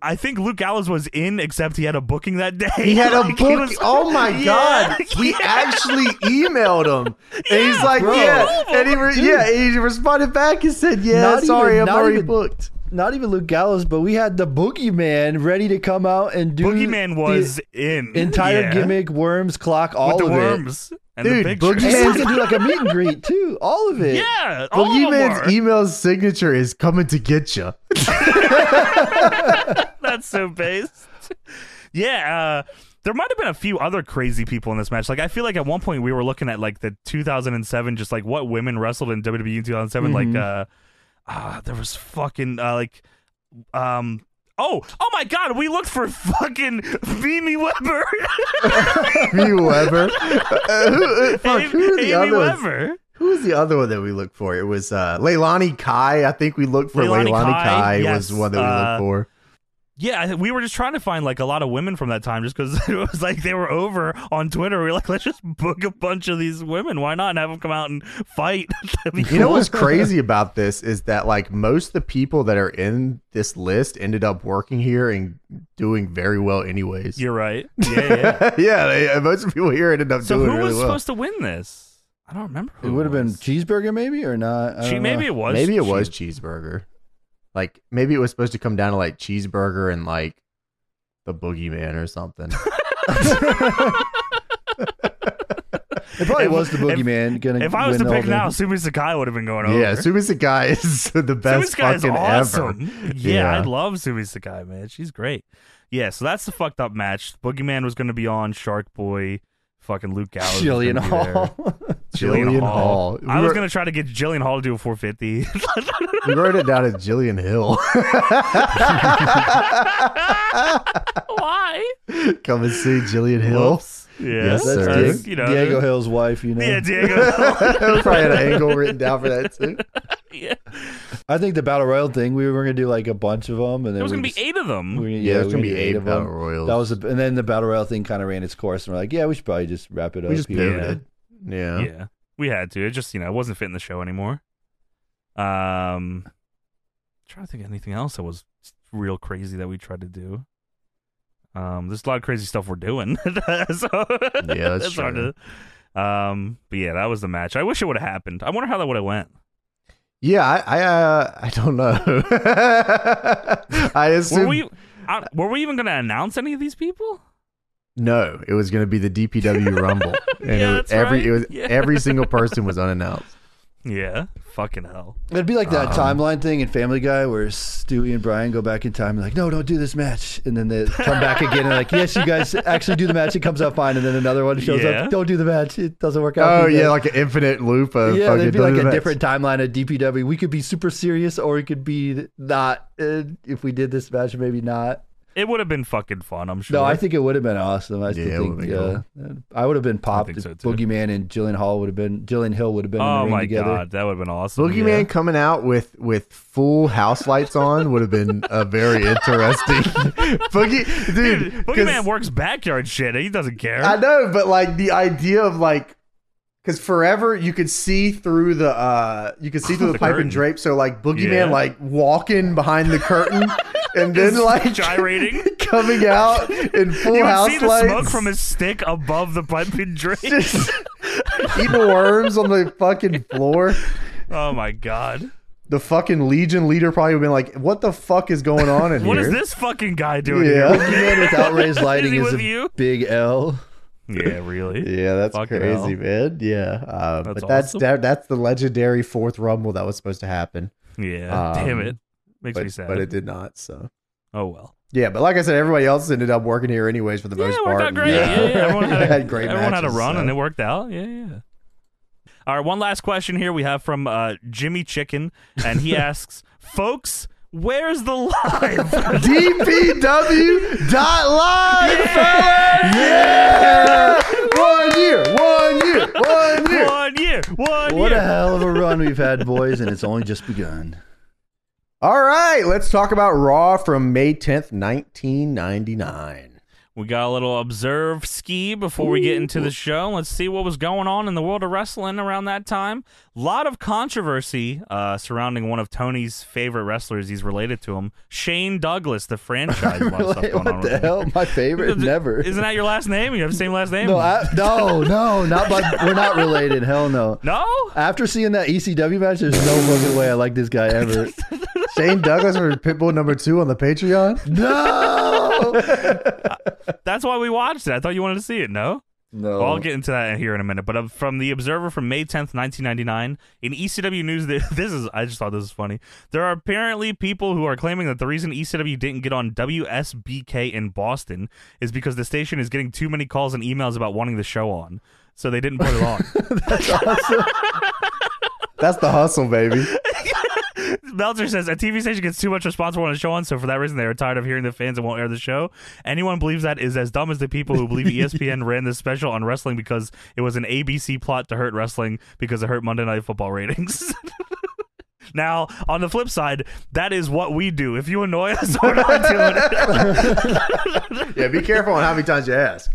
Speaker 2: I think Luke Gallows was in, except he had a booking that day.
Speaker 1: He had a
Speaker 2: (laughs) Like,
Speaker 1: book.
Speaker 2: was-
Speaker 1: oh my
Speaker 2: (laughs) Yeah,
Speaker 1: god, we actually emailed him, and he's like,
Speaker 3: Bro.
Speaker 1: yeah, and he re- yeah, he responded back and said, yeah,
Speaker 3: Not
Speaker 1: sorry,
Speaker 3: even-
Speaker 1: I'm
Speaker 3: not
Speaker 1: already
Speaker 3: even-
Speaker 1: booked.
Speaker 3: Not even Luke Gallows, but we had the Boogeyman ready to come out and do
Speaker 2: Boogeyman was in
Speaker 3: the entire
Speaker 2: yeah,
Speaker 3: gimmick, worms, clock, all
Speaker 2: with the
Speaker 3: of it.
Speaker 2: worms and
Speaker 1: Dude,
Speaker 2: the pictures.
Speaker 1: Boogeyman-
Speaker 3: And we can
Speaker 2: (laughs)
Speaker 3: do like a meet and greet too. All of it.
Speaker 2: yeah, all of them
Speaker 1: Boogeyman's
Speaker 2: were.
Speaker 1: email signature is coming to get you.
Speaker 2: That's so based. (laughs) yeah, uh, there might have been a few other crazy people in this match. Like I feel like at one point we were looking at like the 2007, just like what women wrestled in
Speaker 1: Mm-hmm.
Speaker 2: WWE in 2007. Like uh, ah, there was fucking uh, like um Oh, oh my God! We looked for fucking Mimi Weber.
Speaker 1: (laughs) Amy
Speaker 2: (laughs)
Speaker 1: Weber. Uh, who, uh, (laughs) fuck, who are the
Speaker 2: Amy
Speaker 1: other ones?
Speaker 2: Weber.
Speaker 1: Who was the other one that we looked for? It was uh, Leilani Kai. I think we looked for
Speaker 2: Leilani
Speaker 1: Leilani,
Speaker 2: Kai,
Speaker 1: Kai.
Speaker 2: yes.
Speaker 1: was one that we
Speaker 2: Uh,
Speaker 1: looked
Speaker 2: (laughs)
Speaker 1: for.
Speaker 2: Yeah, I think we were just trying to find like a lot of women from that time, just because (laughs) it was like they were over on Twitter. We were like, let's just book a bunch of these women. Why not and have them come out and fight? (laughs) That'd be
Speaker 1: You know
Speaker 2: cool.
Speaker 1: what's crazy about this is that like most of the people that are in this list ended up working here and doing very well anyways.
Speaker 2: You're right. Yeah, (laughs) yeah.
Speaker 1: (laughs) yeah, they, uh, most of the people here ended up
Speaker 2: so
Speaker 1: doing
Speaker 2: who
Speaker 1: really
Speaker 2: was
Speaker 1: well.
Speaker 2: supposed to win this? I don't remember. Who
Speaker 3: It would have been
Speaker 2: was.
Speaker 3: cheeseburger, maybe or not. I
Speaker 2: Che-
Speaker 3: don't
Speaker 2: maybe
Speaker 3: know.
Speaker 2: it was.
Speaker 1: maybe it
Speaker 2: Che-
Speaker 1: was cheeseburger. Like maybe it was supposed to come down to like cheeseburger and like the boogeyman or
Speaker 2: (laughs)
Speaker 1: something.
Speaker 3: It probably
Speaker 2: If-
Speaker 3: was the boogeyman. gonna
Speaker 2: If I was to
Speaker 3: win all
Speaker 2: pick
Speaker 3: the-
Speaker 2: now, Sumi Sakai would have been going over.
Speaker 1: yeah, Sumi Sakai is (laughs) the
Speaker 2: Sumi
Speaker 1: best
Speaker 2: Sakai is
Speaker 1: fucking ever.
Speaker 2: awesome.
Speaker 1: (laughs)
Speaker 2: Yeah, I
Speaker 1: Yeah.
Speaker 2: love Sumi Sakai, man. She's great. Yeah, so that's the fucked up match. Boogeyman was going to be on Shark Boy, fucking Luke Gallows. was gonna
Speaker 3: Jillian
Speaker 2: be there. (laughs)
Speaker 3: Hall.
Speaker 1: Jillian Hall.
Speaker 2: I
Speaker 1: We
Speaker 2: was
Speaker 1: were-
Speaker 2: gonna try to get Jillian Hall to do a (laughs) 450.
Speaker 1: We wrote it down as Jillian Hill. (laughs)
Speaker 2: Why?
Speaker 1: Come and see Jillian Hill. (laughs)
Speaker 2: Yeah,
Speaker 1: Yes,
Speaker 3: (laughs) That's
Speaker 1: sir.
Speaker 2: Uh,
Speaker 1: Dick-
Speaker 2: you know,
Speaker 3: Diego Hill's wife. You know.
Speaker 2: Yeah,
Speaker 1: (laughs)
Speaker 2: Diego.
Speaker 1: Probably had an angle written down for that
Speaker 2: (laughs)
Speaker 1: too.
Speaker 2: yeah.
Speaker 3: I think the battle royal thing. We were gonna do like a bunch of them, and
Speaker 2: There
Speaker 3: then
Speaker 2: was
Speaker 3: we
Speaker 2: gonna be
Speaker 3: just-
Speaker 2: eight of them.
Speaker 3: we-
Speaker 1: Yeah,
Speaker 3: yeah,
Speaker 1: there's
Speaker 3: we
Speaker 1: gonna be
Speaker 3: did
Speaker 1: eight
Speaker 3: of
Speaker 1: battle
Speaker 3: them.
Speaker 1: royals.
Speaker 3: That was, a, and then the battle royal thing kind of ran its course, and we're like, yeah, we should probably just wrap it up.
Speaker 1: we just
Speaker 3: here.
Speaker 1: pivoted. Yeah.
Speaker 2: yeah, we had to. It just you know it wasn't fitting the show anymore. Um, trying to think of anything else that was real crazy that we tried to do. Um, there's a lot of crazy stuff we're doing. (laughs) so
Speaker 1: Yeah, that's
Speaker 2: it's hard
Speaker 1: true.
Speaker 2: to. Um, but yeah, that was the match. I wish it would have happened. I wonder how that would have went.
Speaker 1: Yeah, I I, uh, I don't know. (laughs) I
Speaker 2: Were
Speaker 1: assume
Speaker 2: we? I, were we even going to announce any of these people?
Speaker 1: no, it was going to be the
Speaker 2: (laughs)
Speaker 1: DPW Rumble, and
Speaker 2: Yeah,
Speaker 1: it was
Speaker 2: that's
Speaker 1: every
Speaker 2: right.
Speaker 1: it was
Speaker 2: Yeah. (laughs)
Speaker 1: every single person was unannounced.
Speaker 2: Yeah, fucking hell.
Speaker 3: It'd be like that
Speaker 1: Um,
Speaker 3: timeline thing in Family Guy where Stewie and Brian go back in time and like, no, don't do this match, and then they come back again and like, yes, you guys actually do the match. It comes out fine, and then another one shows
Speaker 2: Yeah.
Speaker 3: up. Don't do the match. It doesn't work out.
Speaker 1: Oh
Speaker 3: for you
Speaker 1: yeah,
Speaker 3: guys."
Speaker 1: like an infinite loop of
Speaker 3: yeah,
Speaker 1: fucking
Speaker 3: there'd be like
Speaker 1: WWE
Speaker 3: a
Speaker 1: match.
Speaker 3: different timeline of DPW. We could be super serious, or it could be not. Uh, if we did this match, maybe not.
Speaker 2: It would have been fucking fun, I'm sure.
Speaker 3: No, I think it would have been awesome. I still
Speaker 1: Yeah, it would've
Speaker 3: think
Speaker 1: been
Speaker 3: uh, I would have been popped.
Speaker 2: think
Speaker 3: if
Speaker 2: so, too.
Speaker 3: Boogeyman and Jillian Hall would have been. Jillian Hill would have been. in the
Speaker 2: Oh
Speaker 3: ring
Speaker 2: my
Speaker 3: together.
Speaker 2: god, that would have been awesome.
Speaker 1: Boogeyman Man coming out with with full house lights on would have been a very (laughs) interesting Boogie dude.
Speaker 2: Dude,
Speaker 1: 'cause-
Speaker 2: Boogeyman works backyard shit. He doesn't care.
Speaker 1: I know, but like the idea of like because forever you could see through the uh you could see through the,
Speaker 2: (laughs) The
Speaker 1: pipe
Speaker 2: curtain.
Speaker 1: and drape. So like Boogeyman
Speaker 2: Yeah.
Speaker 1: like walking behind the
Speaker 2: (laughs)
Speaker 1: curtain and then
Speaker 2: Just
Speaker 1: like
Speaker 2: gyrating.
Speaker 1: (laughs) coming out in full
Speaker 2: You would
Speaker 1: house
Speaker 2: see the
Speaker 1: lights.
Speaker 2: smoke from his stick above the pipe and
Speaker 1: (laughs)
Speaker 2: drink.
Speaker 1: just eating worms on the fucking floor.
Speaker 2: oh my god.
Speaker 1: The fucking Legion leader probably would have been like, "What the fuck is going on in
Speaker 2: (laughs) What
Speaker 1: here?"
Speaker 2: is this fucking guy doing
Speaker 1: Yeah. (laughs)
Speaker 2: here?
Speaker 3: Boogeyman without raised lighting
Speaker 2: he
Speaker 3: is,
Speaker 2: with
Speaker 3: a
Speaker 2: you?
Speaker 3: big L.
Speaker 1: (laughs)
Speaker 2: Yeah, really?
Speaker 1: Yeah, that's
Speaker 2: Fucking
Speaker 1: crazy,
Speaker 2: hell.
Speaker 1: man. Yeah, uh,
Speaker 2: That's
Speaker 1: but that's
Speaker 2: awesome.
Speaker 1: that, that's the legendary fourth Rumble that was supposed to happen,
Speaker 2: Yeah.
Speaker 1: Um,
Speaker 2: Damn it. Makes
Speaker 1: but,
Speaker 2: me sad.
Speaker 1: but it did not. So
Speaker 2: oh well.
Speaker 1: yeah, but like I said, everybody else ended up working here anyways for the
Speaker 2: Yeah,
Speaker 1: most
Speaker 2: it
Speaker 1: part.
Speaker 2: worked out
Speaker 1: and,
Speaker 2: great. Yeah, yeah,
Speaker 1: (laughs)
Speaker 2: everyone had, a,
Speaker 1: had great
Speaker 2: everyone had a
Speaker 1: matches,
Speaker 2: run
Speaker 1: so.
Speaker 2: and it worked out. Yeah, yeah. All right, one last question here we have from uh, Jimmy Chicken, and he (laughs) asks, "Folks, where's the live?" (laughs)
Speaker 1: DPW dot live. fellas! Yeah! (laughs) one year, one year, one year.
Speaker 2: one year, one
Speaker 3: What
Speaker 2: year.
Speaker 3: a hell of a run we've had, boys, and it's only just begun.
Speaker 1: All right, let's talk about Raw from May tenth, nineteen ninety nine.
Speaker 2: We got a little observe ski before we get into the show. Let's see what was going on in the world of wrestling around that time. A lot of controversy uh, surrounding one of Tony's favorite wrestlers. He's related to him, Shane Douglas, the
Speaker 3: (laughs)
Speaker 2: franchise. A lot of stuff
Speaker 3: Like,
Speaker 2: going on
Speaker 3: what
Speaker 2: with
Speaker 3: the
Speaker 2: him.
Speaker 3: hell? My favorite?
Speaker 2: Is-
Speaker 3: Never.
Speaker 2: Isn't that your last name? You have the same
Speaker 3: (laughs)
Speaker 2: last name.
Speaker 3: No, I, no, no, not by, we're not related. Hell no.
Speaker 2: no?
Speaker 3: After seeing that ECW match, there's no fucking way I like this
Speaker 2: (laughs)
Speaker 3: guy ever.
Speaker 1: Shane Douglas for Pitbull number two on the Patreon.
Speaker 3: No.
Speaker 2: That's why we watched it. I thought you wanted to see it. No.
Speaker 3: No.
Speaker 2: Well, I'll get into that here in a minute. But uh, from the Observer from May 10th, 1999, in ECW news, th- (laughs) this is I just thought this was funny. There are apparently people who are claiming that the reason ECW didn't get on WSBK in Boston is because the station is getting too many calls and emails about wanting the show on. So they didn't put it on.
Speaker 1: That's the hustle, baby.
Speaker 2: Belzer says a TV station gets too much responsible on a show on, so for that reason they are tired of hearing the fans and won't air the show. Anyone believes that is as dumb as the people who believe E ESPN (laughs) ran this special on wrestling because it was an ABC plot to hurt wrestling because it hurt Monday Night Football ratings. (laughs) Now, on the flip side, that is what we do. If you annoy us, (laughs) we're not doing it.
Speaker 1: Yeah, be careful on how many times you ask.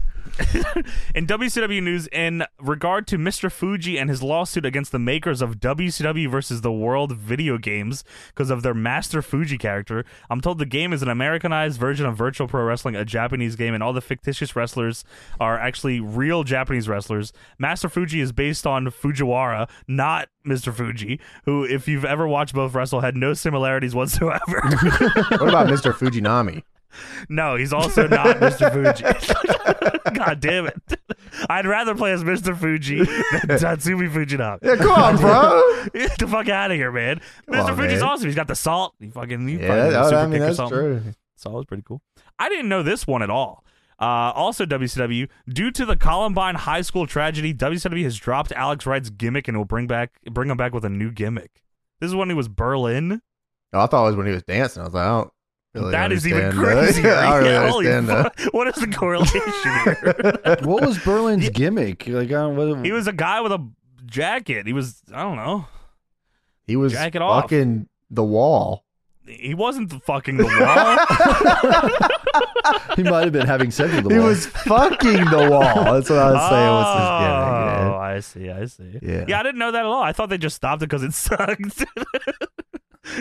Speaker 2: In WCW news, in regard to Mr. Fuji and his lawsuit against the makers of WCW versus the World video games because of their Master Fuji character, I'm told the game is an Americanized version of Virtual Pro Wrestling, a Japanese game, and all the fictitious wrestlers are actually real Japanese wrestlers. Master Fuji is based on Fujiwara, not Mr. Fuji, who, if you've ever watched both wrestle, had no similarities whatsoever. (laughs)
Speaker 1: What about Mr. Fujinami?
Speaker 2: No, he's also not Mr. Fuji. (laughs) God damn it. I'd rather play as Mr. Fuji
Speaker 1: (laughs)
Speaker 2: than Tatsumi Fujinami.
Speaker 1: Yeah, come on, bro.
Speaker 2: Get the fuck out of here, man. Mr.
Speaker 1: on,
Speaker 2: Fuji's
Speaker 1: man.
Speaker 2: awesome. He's got the salt. He fucking, he
Speaker 1: Yeah,
Speaker 2: fucking
Speaker 1: that-
Speaker 2: super
Speaker 1: I mean
Speaker 2: kick or
Speaker 1: that's
Speaker 2: something.
Speaker 1: true.
Speaker 2: So that was pretty cool. I didn't know this one at all. Uh, also, WCW, due to the Columbine High School tragedy, WCW has dropped Alex Wright's gimmick and will bring back bring him back with a new gimmick. This is when he was Berlin.
Speaker 1: No, Oh, I thought it was when he was dancing. I was like, I don't. Really
Speaker 2: that is even
Speaker 1: understand that. (laughs)
Speaker 2: crazier.
Speaker 1: I don't really
Speaker 2: Yeah, (laughs) holy
Speaker 1: understand that.
Speaker 2: fu- What is the
Speaker 1: (laughs)
Speaker 2: correlation here?
Speaker 3: what was Berlin's gimmick? Like, I don't, what,
Speaker 2: He was a guy with a jacket. He was I don't know.
Speaker 1: He was
Speaker 2: Jack it off.
Speaker 1: fucking the wall.
Speaker 2: He wasn't the fucking
Speaker 3: (laughs)
Speaker 2: the wall.
Speaker 3: he might have been having sex
Speaker 2: (laughs)
Speaker 3: with the
Speaker 1: He
Speaker 3: wall.
Speaker 1: was fucking the wall. That's what I was saying. What's his
Speaker 2: Oh,
Speaker 1: gimmick?
Speaker 2: I see. I see.
Speaker 1: Yeah.
Speaker 2: I didn't know that at all. I thought they just stopped it because it (laughs) sucked,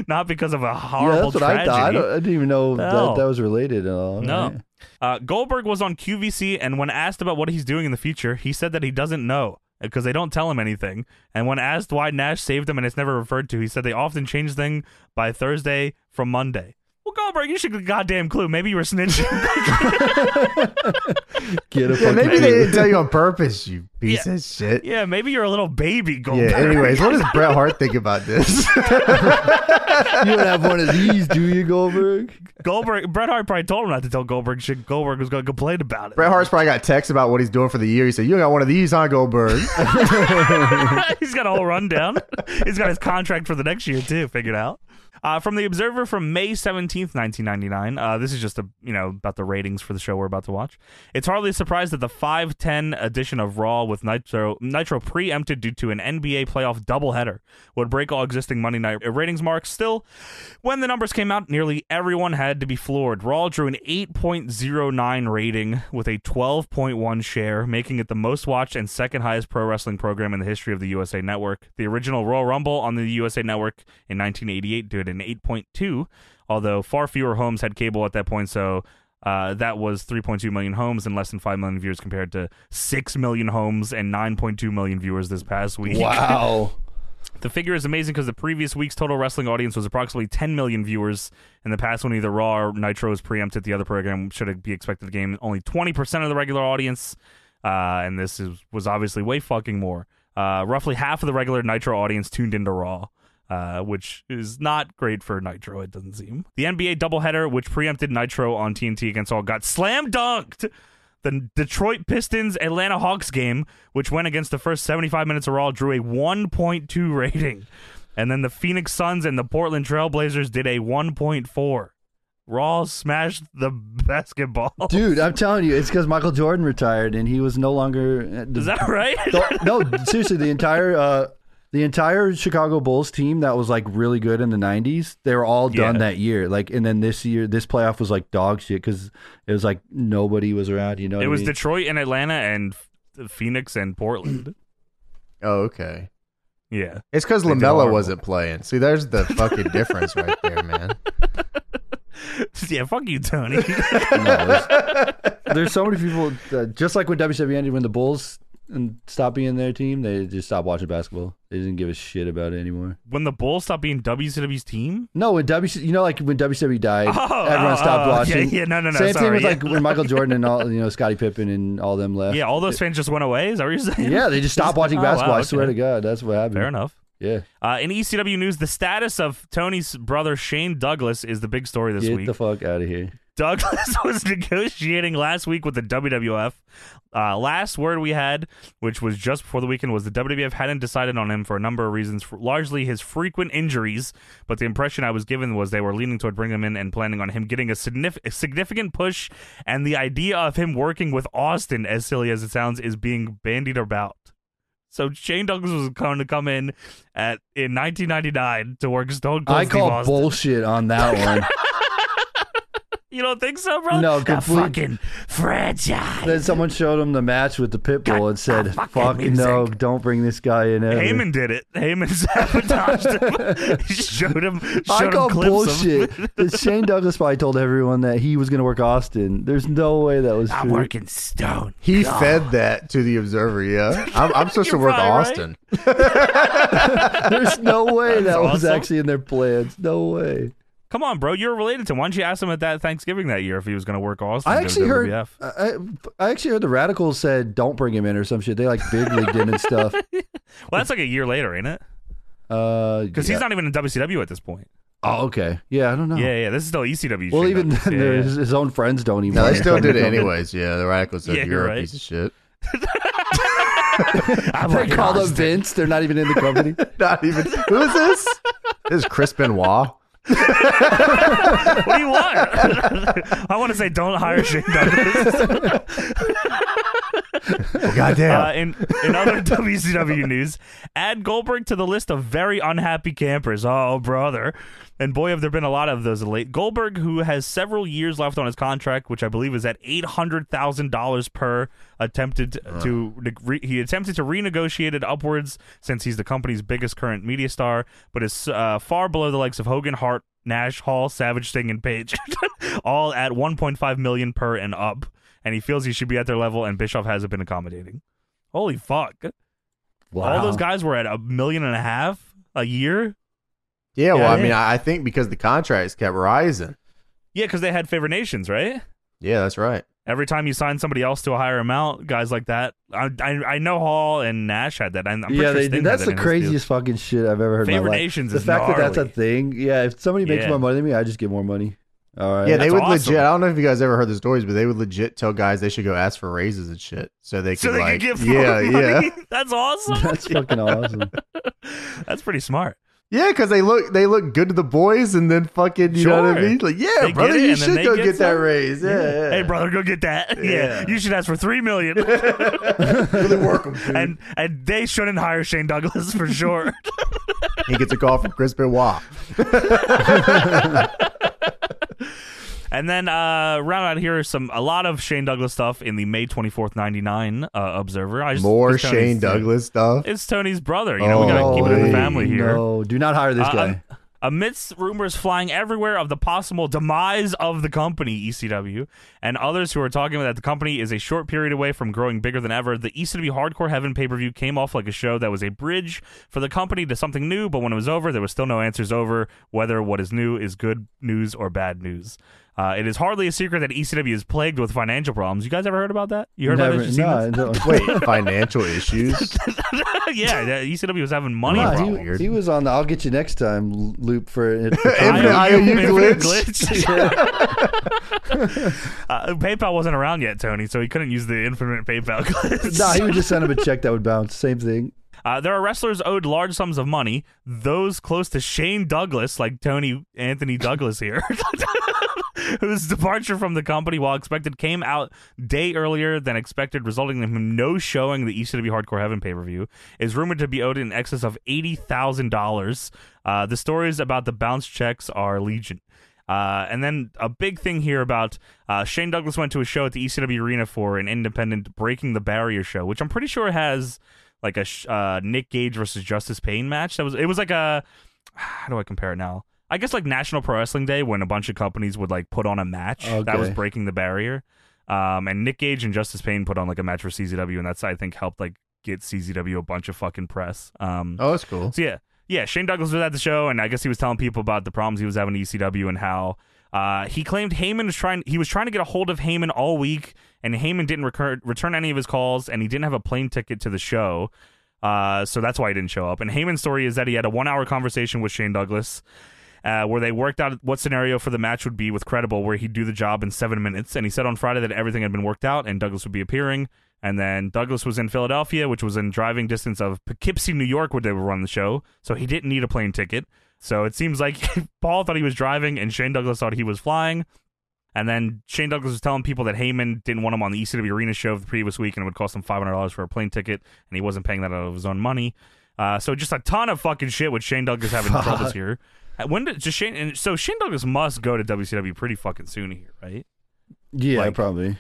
Speaker 2: not because of a
Speaker 3: yeah,
Speaker 2: horrible
Speaker 3: that's what I
Speaker 2: tragedy.
Speaker 3: thought. I, don't- I didn't even know
Speaker 2: No.
Speaker 3: that, that was related at all.
Speaker 2: No.
Speaker 3: Right.
Speaker 2: Uh, Goldberg was on QVC, and when asked about what he's doing in the future, he said that he doesn't know because they don't tell him anything. And when asked why Nash saved him and it's never referred to, he said they often change things by Thursday from Monday. Well, Goldberg, you should get a goddamn clue. Maybe you were snitching.
Speaker 3: Get a
Speaker 1: Yeah,
Speaker 3: fucking
Speaker 1: maybe they
Speaker 3: clue.
Speaker 1: didn't tell you on purpose, you piece
Speaker 2: (laughs) Yeah.
Speaker 1: of shit.
Speaker 2: yeah, maybe you're a little baby Goldberg. (laughs)
Speaker 1: Yeah, anyways, what does Bret Hart think about this? (laughs)
Speaker 3: You don't have one of these, do you, Goldberg?
Speaker 2: Goldberg, Bret Hart probably told him not to tell Goldberg shit. Goldberg was going to complain about it.
Speaker 1: Bret Hart's probably got texts about what he's doing for the year. He said, You got one of these, huh, Goldberg?
Speaker 2: (laughs)
Speaker 1: (laughs)
Speaker 2: He's got a whole rundown. (laughs) He's got his contract for the next year too figured out. Uh, from the Observer from May 17th, 1999. Uh, this is just a, you know about the ratings for the show we're about to watch. It's hardly a surprise that the 510 edition of Raw with Nitro Nitro preempted due to an NBA playoff doubleheader would break all existing Monday night ratings marks. Still, when the numbers came out, nearly everyone had to be floored. Raw drew an 8.09 rating with a 12.1 share, making it the most watched and second highest pro wrestling program in the history of the USA Network. The original Royal Rumble on the USA Network in 1988 did an 8.2, although far fewer homes had cable at that point, so uh, that was 3.2 million homes and less than 5 million viewers compared to 6 million homes and 9.2 million viewers this past week.
Speaker 3: Wow.
Speaker 2: The figure is amazing because the previous week's total wrestling audience was approximately 10 million viewers. In the past, when either Raw or Nitro was preempted, the other program should be expected to gain only 20% of the regular audience. Uh, and this is, was obviously way fucking more. Uh, roughly half of the regular Nitro audience tuned into Raw. Uh, which is not great for Nitro, it doesn't seem. The NBA doubleheader, which preempted Nitro on TNT against all, got slam dunked the Detroit Pistons Atlanta Hawks game, which went against the first 75 minutes of Raw, drew a 1.2 rating. And then the Phoenix Suns and the Portland Trailblazers did a 1.4. Raw smashed the (laughs) basketball.
Speaker 3: Dude, I'm telling you, it's because Michael Jordan retired and he was no longer.
Speaker 2: Is that right?
Speaker 3: The- no, seriously, the entire uh, the entire Chicago Bulls team that was like really good in the '90s, they were all done
Speaker 2: Yeah.
Speaker 3: that year. Like, and then this year, this playoff was like dog shit because it was like nobody was around. You know, what
Speaker 2: it
Speaker 3: I
Speaker 2: was
Speaker 3: mean?
Speaker 2: Detroit and Atlanta and F- Phoenix and Portland.
Speaker 1: oh, okay.
Speaker 2: Yeah. (laughs)
Speaker 1: It's because
Speaker 2: They did
Speaker 1: LaMelo
Speaker 2: horrible.
Speaker 1: wasn't playing. See, there's the
Speaker 2: (laughs)
Speaker 1: fucking difference right there, man.
Speaker 2: Yeah, fuck you, Tony.
Speaker 3: No, there's-
Speaker 2: (laughs)
Speaker 3: there's so many people. That, just like when WWE ended, when the Bulls and stopped being their team, they just stopped watching basketball. They didn't give a shit about it anymore.
Speaker 2: when the Bulls stopped being WCW's team?
Speaker 3: No, when WC, you know, like when WCW died,
Speaker 2: Oh,
Speaker 3: everyone
Speaker 2: oh,
Speaker 3: stopped
Speaker 2: oh,
Speaker 3: watching.
Speaker 2: yeah, yeah, no, no, no,
Speaker 3: Same
Speaker 2: sorry,
Speaker 3: thing with
Speaker 2: yeah.
Speaker 3: like when Michael Jordan and
Speaker 2: (laughs)
Speaker 3: all, you know, Scottie Pippen and all them left.
Speaker 2: Yeah, all those fans just went away. Is that what you're saying?
Speaker 3: Yeah, they just stopped watching
Speaker 2: Oh, wow,
Speaker 3: basketball. I
Speaker 2: okay.
Speaker 3: swear to God, that's what happened.
Speaker 2: Fair enough.
Speaker 3: Yeah,
Speaker 2: Uh, in ECW news, the status of Tony's brother Shane Douglas is the big story this
Speaker 3: get
Speaker 2: week.
Speaker 3: the fuck out of here.
Speaker 2: Douglas (laughs) was negotiating last week with the WWF. Uh, last word we had, which was just before the weekend, was the WWF hadn't decided on him for a number of reasons, for largely his frequent injuries. But the impression I was given was they were leaning toward bringing him in and planning on him getting a, signif- a significant push. And the idea of him working with Austin, as silly as it sounds, is being bandied about. So Shane Douglas was going to come in at in 1999 to work Stone Cold
Speaker 3: I
Speaker 2: Steve
Speaker 3: call
Speaker 2: Austin.
Speaker 3: bullshit
Speaker 2: (laughs)
Speaker 3: on that one.
Speaker 2: You don't think so, bro?
Speaker 3: No,
Speaker 2: the
Speaker 3: complete-
Speaker 2: fucking franchise.
Speaker 3: then someone showed him the match with the pit bull and said,
Speaker 2: fucking
Speaker 3: "Fuck no,
Speaker 2: music."
Speaker 3: don't bring this guy in." ever."
Speaker 2: Heyman did it. Heyman (laughs) sabotaged him. (laughs) He showed him. Showed
Speaker 3: I
Speaker 2: him
Speaker 3: call
Speaker 2: clips of- (laughs)
Speaker 3: bullshit. that Shane Douglas probably told everyone that he was going to work Austin. There's no way that was
Speaker 2: I'm
Speaker 3: true.
Speaker 2: working Stone.
Speaker 1: He
Speaker 2: God.
Speaker 1: fed that to the observer. Yeah, I'm, I'm supposed to
Speaker 2: (laughs) You're
Speaker 1: work
Speaker 2: probably right.
Speaker 1: Austin.
Speaker 3: There's
Speaker 2: (laughs)
Speaker 3: no way that was
Speaker 2: awesome.
Speaker 3: actually in their plans. No way.
Speaker 2: Come on, bro. You're related to him. Why don't you ask him at that Thanksgiving that year if he was going to work Austin?
Speaker 3: I
Speaker 2: to
Speaker 3: actually heard.
Speaker 2: WWF?
Speaker 3: I, I actually heard the radicals said don't bring him in or some shit. They like big leagued him
Speaker 2: (laughs)
Speaker 3: and stuff.
Speaker 2: Well, that's like a year later, ain't it?
Speaker 3: Because
Speaker 2: Because he's not even in WCW at this point.
Speaker 3: Uh, Oh, okay. Yeah, I don't know.
Speaker 2: Yeah, yeah. This is still ECW.
Speaker 3: Well,
Speaker 2: shit,
Speaker 3: even
Speaker 2: though.
Speaker 3: then,
Speaker 2: Yeah,
Speaker 3: there's-
Speaker 2: yeah.
Speaker 3: his own friends don't even.
Speaker 1: No, they
Speaker 3: like
Speaker 1: still
Speaker 3: him.
Speaker 1: did it anyways. Yeah, the radicals said
Speaker 2: Yeah, you're
Speaker 1: you're
Speaker 2: right.
Speaker 1: a piece of
Speaker 2: (laughs)
Speaker 1: shit.
Speaker 2: I'm
Speaker 3: (laughs) They
Speaker 2: working
Speaker 3: call him
Speaker 2: Austin.
Speaker 3: Vince. They're not even in
Speaker 2: (laughs)
Speaker 3: the company.
Speaker 1: Not even. (laughs) Who is this? This is Chris Benoit.
Speaker 2: What do you want? (laughs) I want to say don't hire Shane Douglas.
Speaker 1: Well, goddamn.
Speaker 2: Uh, in, in other (laughs) WCW news, add Goldberg to the list of very unhappy campers. Oh, brother. And boy, have there been a lot of those of late. Goldberg, who has several years left on his contract, which I believe is at $800,000 per, attempted to re- he attempted to renegotiate it upwards since he's the company's biggest current media star, but is uh, far below the likes of Hogan, Hart, Nash, Hall, Savage, Sting, and Page, (laughs) all at 1.5 million per and up. And he feels he should be at their level, and Bischoff hasn't been accommodating. Holy fuck. All those guys were at a million and a half a year.
Speaker 1: yeah, well,
Speaker 2: yeah.
Speaker 1: I mean, I I think because the contracts kept rising.
Speaker 2: Yeah, because they had favor nations, right?
Speaker 1: Yeah, that's right.
Speaker 2: Every time you sign somebody else to a higher amount, guys like that. I I, I know Hall and Nash had that. I'm, I'm pretty
Speaker 3: yeah,
Speaker 2: sure
Speaker 3: they
Speaker 2: Sting
Speaker 3: did.
Speaker 2: had that
Speaker 3: That's the
Speaker 2: in his deal.
Speaker 3: craziest fucking shit I've ever heard in my
Speaker 2: Favor
Speaker 3: life.
Speaker 2: nations
Speaker 3: the
Speaker 2: is
Speaker 3: fact that that's
Speaker 2: gnarly.
Speaker 3: a thing. Yeah, if somebody makes
Speaker 2: Yeah.
Speaker 3: more money than me, I just get more money. All right. (laughs)
Speaker 1: yeah, they
Speaker 2: That's
Speaker 1: would
Speaker 2: awesome.
Speaker 1: legit. I don't know if you guys ever heard the stories, but they would legit tell guys they should go ask for raises and shit so they could
Speaker 2: So they
Speaker 1: like,
Speaker 2: could give
Speaker 1: yeah,
Speaker 2: more (laughs) money.
Speaker 1: yeah,
Speaker 2: That's awesome.
Speaker 3: that's fucking awesome.
Speaker 2: That's pretty smart.
Speaker 1: yeah, because they look they look good to the boys, and then fucking you know what I
Speaker 2: Sure.
Speaker 1: mean? Like, yeah,
Speaker 2: They get
Speaker 1: brother,
Speaker 2: it,
Speaker 1: you
Speaker 2: and then
Speaker 1: should
Speaker 2: they
Speaker 1: go
Speaker 2: get
Speaker 1: get, that
Speaker 2: some.
Speaker 1: raise. Yeah, yeah.
Speaker 2: Hey, brother, go get that. Yeah.
Speaker 1: Yeah.
Speaker 2: You should ask for three
Speaker 3: (laughs)
Speaker 2: million.
Speaker 1: really work
Speaker 2: (laughs)
Speaker 1: 'em, dude.
Speaker 2: and and they shouldn't hire Shane Douglas for sure.
Speaker 1: he gets a call from (laughs) Chris Benoit.
Speaker 2: And then uh, round out here is some a lot of Shane Douglas stuff in the May twenty fourth ninety nine uh, Observer. I just,
Speaker 1: More
Speaker 2: it's Tony's-
Speaker 1: Shane Douglas
Speaker 2: (laughs)
Speaker 1: stuff.
Speaker 2: It's Tony's brother. You know, we gotta
Speaker 1: Oh,
Speaker 2: keep it in the
Speaker 1: wait,
Speaker 2: family here.
Speaker 3: No, do not hire this
Speaker 2: Uh,
Speaker 3: guy.
Speaker 2: uh, amidst rumors flying everywhere of the possible demise of the company, ECW, and others who are talking about that the company is a short period away from growing bigger than ever, the ECW Hardcore Heaven pay per view came off like a show that was a bridge for the company to something new, but when it was over, there was still no answers over whether what is new is good news or bad news. Uh, it is hardly a secret that ECW is plagued with financial problems. You guys ever heard about that? You heard
Speaker 3: Never,
Speaker 2: about this? You seen
Speaker 3: no, no. (laughs)
Speaker 1: Wait, financial
Speaker 2: (laughs)
Speaker 1: issues?
Speaker 2: this? yeah, yeah, ECW was having money
Speaker 3: Nah,
Speaker 2: problems.
Speaker 1: weird.
Speaker 3: he, he was on the "I'll get you next time" l- loop for
Speaker 2: (laughs)
Speaker 3: it.
Speaker 1: Infinite IOU
Speaker 2: Infinite
Speaker 1: glitch. (laughs)
Speaker 2: (laughs) uh, PayPal wasn't around yet, Tony, so he couldn't use the infinite PayPal (laughs) glitch.
Speaker 3: nah, he would just send him a check that would bounce. Same thing.
Speaker 2: Uh, there are wrestlers owed large sums of money. Those close to Shane Douglas, like Tony Anthony Douglas here, (laughs) whose departure from the company, while expected, came out day earlier than expected, resulting in him no showing the ECW Hardcore Heaven pay per view, is rumored to be owed in excess of eighty thousand dollars. Uh, the stories about the bounce checks are legion. Uh, and then a big thing here about uh, Shane Douglas went to a show at the ECW Arena for an independent Breaking the Barrier show, which I'm pretty sure has like a sh- uh, Nick Gage versus Justice Payne match. That was it was like a how do I compare it now? I guess like National Pro Wrestling Day when a bunch of companies would like put on a match that was
Speaker 3: Okay.
Speaker 2: breaking the barrier. Um, and Nick Gage and Justice Payne put on like a match for CZW, and that's I think helped like get CZW a bunch of fucking press. Um,
Speaker 1: Oh, that's cool.
Speaker 2: so yeah, yeah. Shane Douglas was at the show, and I guess he was telling people about the problems he was having at ECW and how uh, he claimed Heyman was trying. He was trying to get a hold of Heyman all week, and Heyman didn't recur- return any of his calls, and he didn't have a plane ticket to the show. Uh, so that's why he didn't show up. And Heyman's story is that he had a one-hour conversation with Shane Douglas, uh, where they worked out what scenario for the match would be with Credible, where he'd do the job in seven minutes. And he said on Friday that everything had been worked out and Douglas would be appearing. And then Douglas was in Philadelphia, which was in driving distance of Poughkeepsie, New York, where they would run the show. So he didn't need a plane ticket. So it seems like (laughs) Paul thought he was driving and Shane Douglas thought he was flying. And then Shane Douglas was telling people that Heyman didn't want him on the ECW Arena show of the previous week and it would cost him $500 for a plane ticket, and he wasn't paying that out of his own money. Uh, so just a ton of fucking shit with Shane Douglas
Speaker 1: (laughs)
Speaker 2: having
Speaker 3: Fuck.
Speaker 2: troubles here. Uh, When did just Shane? And so Shane Douglas must go to WCW pretty fucking soon here, right?
Speaker 3: Yeah,
Speaker 2: Like-
Speaker 3: probably.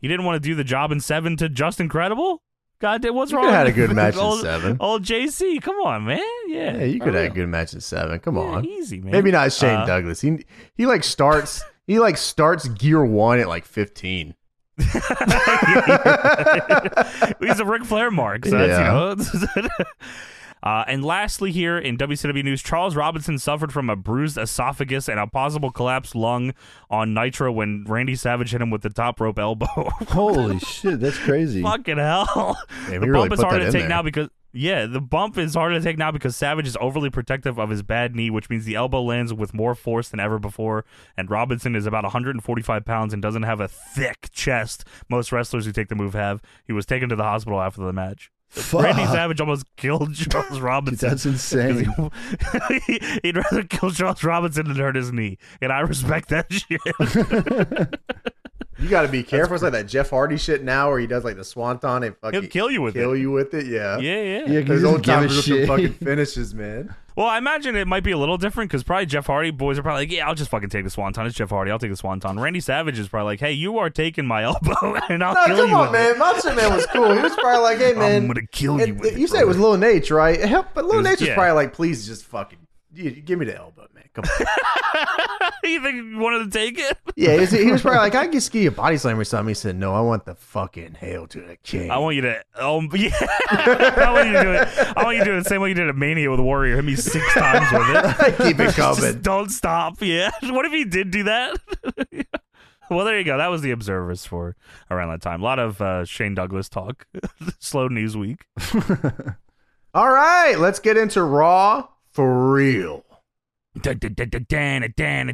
Speaker 2: He didn't want to do the job in seven to Justin Credible. God damn, what's
Speaker 1: You
Speaker 2: wrong?
Speaker 1: could had a
Speaker 2: with (laughs)
Speaker 1: good match in
Speaker 2: old,
Speaker 1: seven.
Speaker 2: Old JC, come on, man. Yeah,
Speaker 1: Yeah, you could
Speaker 3: for
Speaker 1: have a
Speaker 3: real.
Speaker 1: good match in seven. Come
Speaker 2: Yeah,
Speaker 1: on.
Speaker 2: easy, man.
Speaker 1: Maybe not Shane
Speaker 2: Uh,
Speaker 1: Douglas. He he like starts he like starts gear one at like fifteen.
Speaker 2: (laughs) He's a Ric Flair mark, so that's, you know. (laughs) Uh, and lastly, here in WCW news, Charles Robinson suffered from a bruised esophagus and a possible collapsed lung on Nitro when Randy Savage hit him with the top rope elbow. (laughs)
Speaker 3: Holy shit, that's crazy.
Speaker 2: Fucking hell!
Speaker 1: Damn, he
Speaker 2: the
Speaker 1: really
Speaker 2: bump is
Speaker 1: put
Speaker 2: harder
Speaker 1: that
Speaker 2: to
Speaker 1: in
Speaker 2: take
Speaker 1: there.
Speaker 2: now because yeah, the bump is harder to take now because Savage is overly protective of his bad knee, which means the elbow lands with more force than ever before. And Robinson is about 145 pounds and doesn't have a thick chest. Most wrestlers who take the move have. He was taken to the hospital after the match.
Speaker 3: Fuck.
Speaker 2: Randy Savage almost killed (laughs) Charles Robinson.
Speaker 3: That's
Speaker 2: (laughs)
Speaker 3: insane.
Speaker 2: 'Cause he, would rather kill Charles Robinson than hurt his knee, and I respect that (laughs) shit.
Speaker 1: You got to be careful. It's like that Jeff Hardy shit now, where he does like the swanton and fucking
Speaker 2: He'll kill you with
Speaker 1: kill
Speaker 2: it.
Speaker 1: you with it. Yeah,
Speaker 2: Yeah, yeah.
Speaker 3: Yeah,
Speaker 1: Those
Speaker 3: 'cause he
Speaker 1: old
Speaker 3: doesn't
Speaker 1: time
Speaker 3: give a shit. (laughs)
Speaker 1: fucking finishes, man.
Speaker 2: Well, I imagine it might be a little different because probably Jeff Hardy boys are probably like, yeah, I'll just fucking take the swanton. It's Jeff Hardy. I'll take the swanton. Randy Savage is probably like, hey, you are taking my (laughs) elbow and I'll
Speaker 1: No,
Speaker 2: kill
Speaker 1: Oh, come
Speaker 2: you.
Speaker 1: on,
Speaker 2: with it."
Speaker 1: man. Macho Man was cool. He was probably like, hey, man,
Speaker 2: gonna kill you with it,
Speaker 1: you said it was Lil Nate, right? Hell, but Lil
Speaker 2: was-
Speaker 1: Nate was
Speaker 2: yeah.
Speaker 1: probably like, please, just fucking, you- you give me the elbow, man. Come
Speaker 2: (laughs)
Speaker 1: on.
Speaker 2: you think you wanted to take
Speaker 1: (laughs)
Speaker 2: it?
Speaker 1: yeah, he was, he was probably like, I can ski a body slam or something. He said, no, I want the fucking hail to the king.
Speaker 2: I want you to. Oh, (laughs) yeah. I want you to do it. I want you to do it the same way you did at Mania with the Warrior. Hit me six times with it.
Speaker 1: (laughs) Keep it
Speaker 2: (laughs) Just
Speaker 1: coming.
Speaker 2: don't stop. Yeah. (laughs) What if he did do that? (laughs) Well, there you go. That was the observers for around that time. A lot of uh, Shane Douglas talk. (laughs) Slow news week.
Speaker 1: All right, let's get into Raw for real.
Speaker 2: (laughs)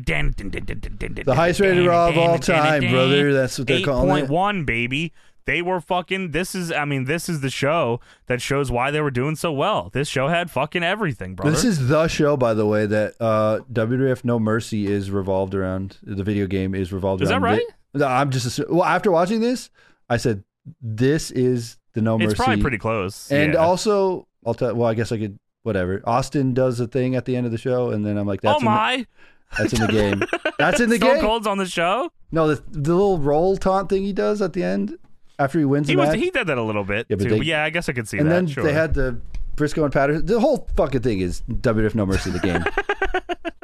Speaker 2: The
Speaker 3: highest rated Raw of all time, brother. That's what they're calling it.
Speaker 2: 8.1, baby. They were fucking. This is, I mean, this is the show that shows why they were doing so well. This show had fucking everything, brother.
Speaker 3: This is the show, by the way, that uh, WWF No Mercy is revolved around. The video game is revolved
Speaker 2: Is that
Speaker 3: around.
Speaker 2: right?
Speaker 3: The- no, I'm just assu- well. After watching this, I said this is the No Mercy.
Speaker 2: it's probably pretty close.
Speaker 3: And
Speaker 2: yeah.
Speaker 3: also, I'll tell. Well, I guess I could. Whatever. Austin does a thing at the end of the show, and then I'm like,
Speaker 2: oh
Speaker 3: "That's in
Speaker 2: my,
Speaker 3: the, that's in
Speaker 2: (laughs)
Speaker 3: the game. That's in the
Speaker 2: Stone
Speaker 3: game."
Speaker 2: Cold's on the show.
Speaker 3: No, the, the little roll taunt thing he does at the end after he wins
Speaker 2: He
Speaker 3: the
Speaker 2: was,
Speaker 3: match.
Speaker 2: he did that a little bit
Speaker 3: Yeah, but
Speaker 2: too.
Speaker 3: they-
Speaker 2: But yeah, I guess I could see
Speaker 3: and
Speaker 2: that.
Speaker 3: then
Speaker 2: sure.
Speaker 3: they had the Briscoe and Patterson. The whole fucking thing is WWF No Mercy the
Speaker 2: (laughs)
Speaker 3: game.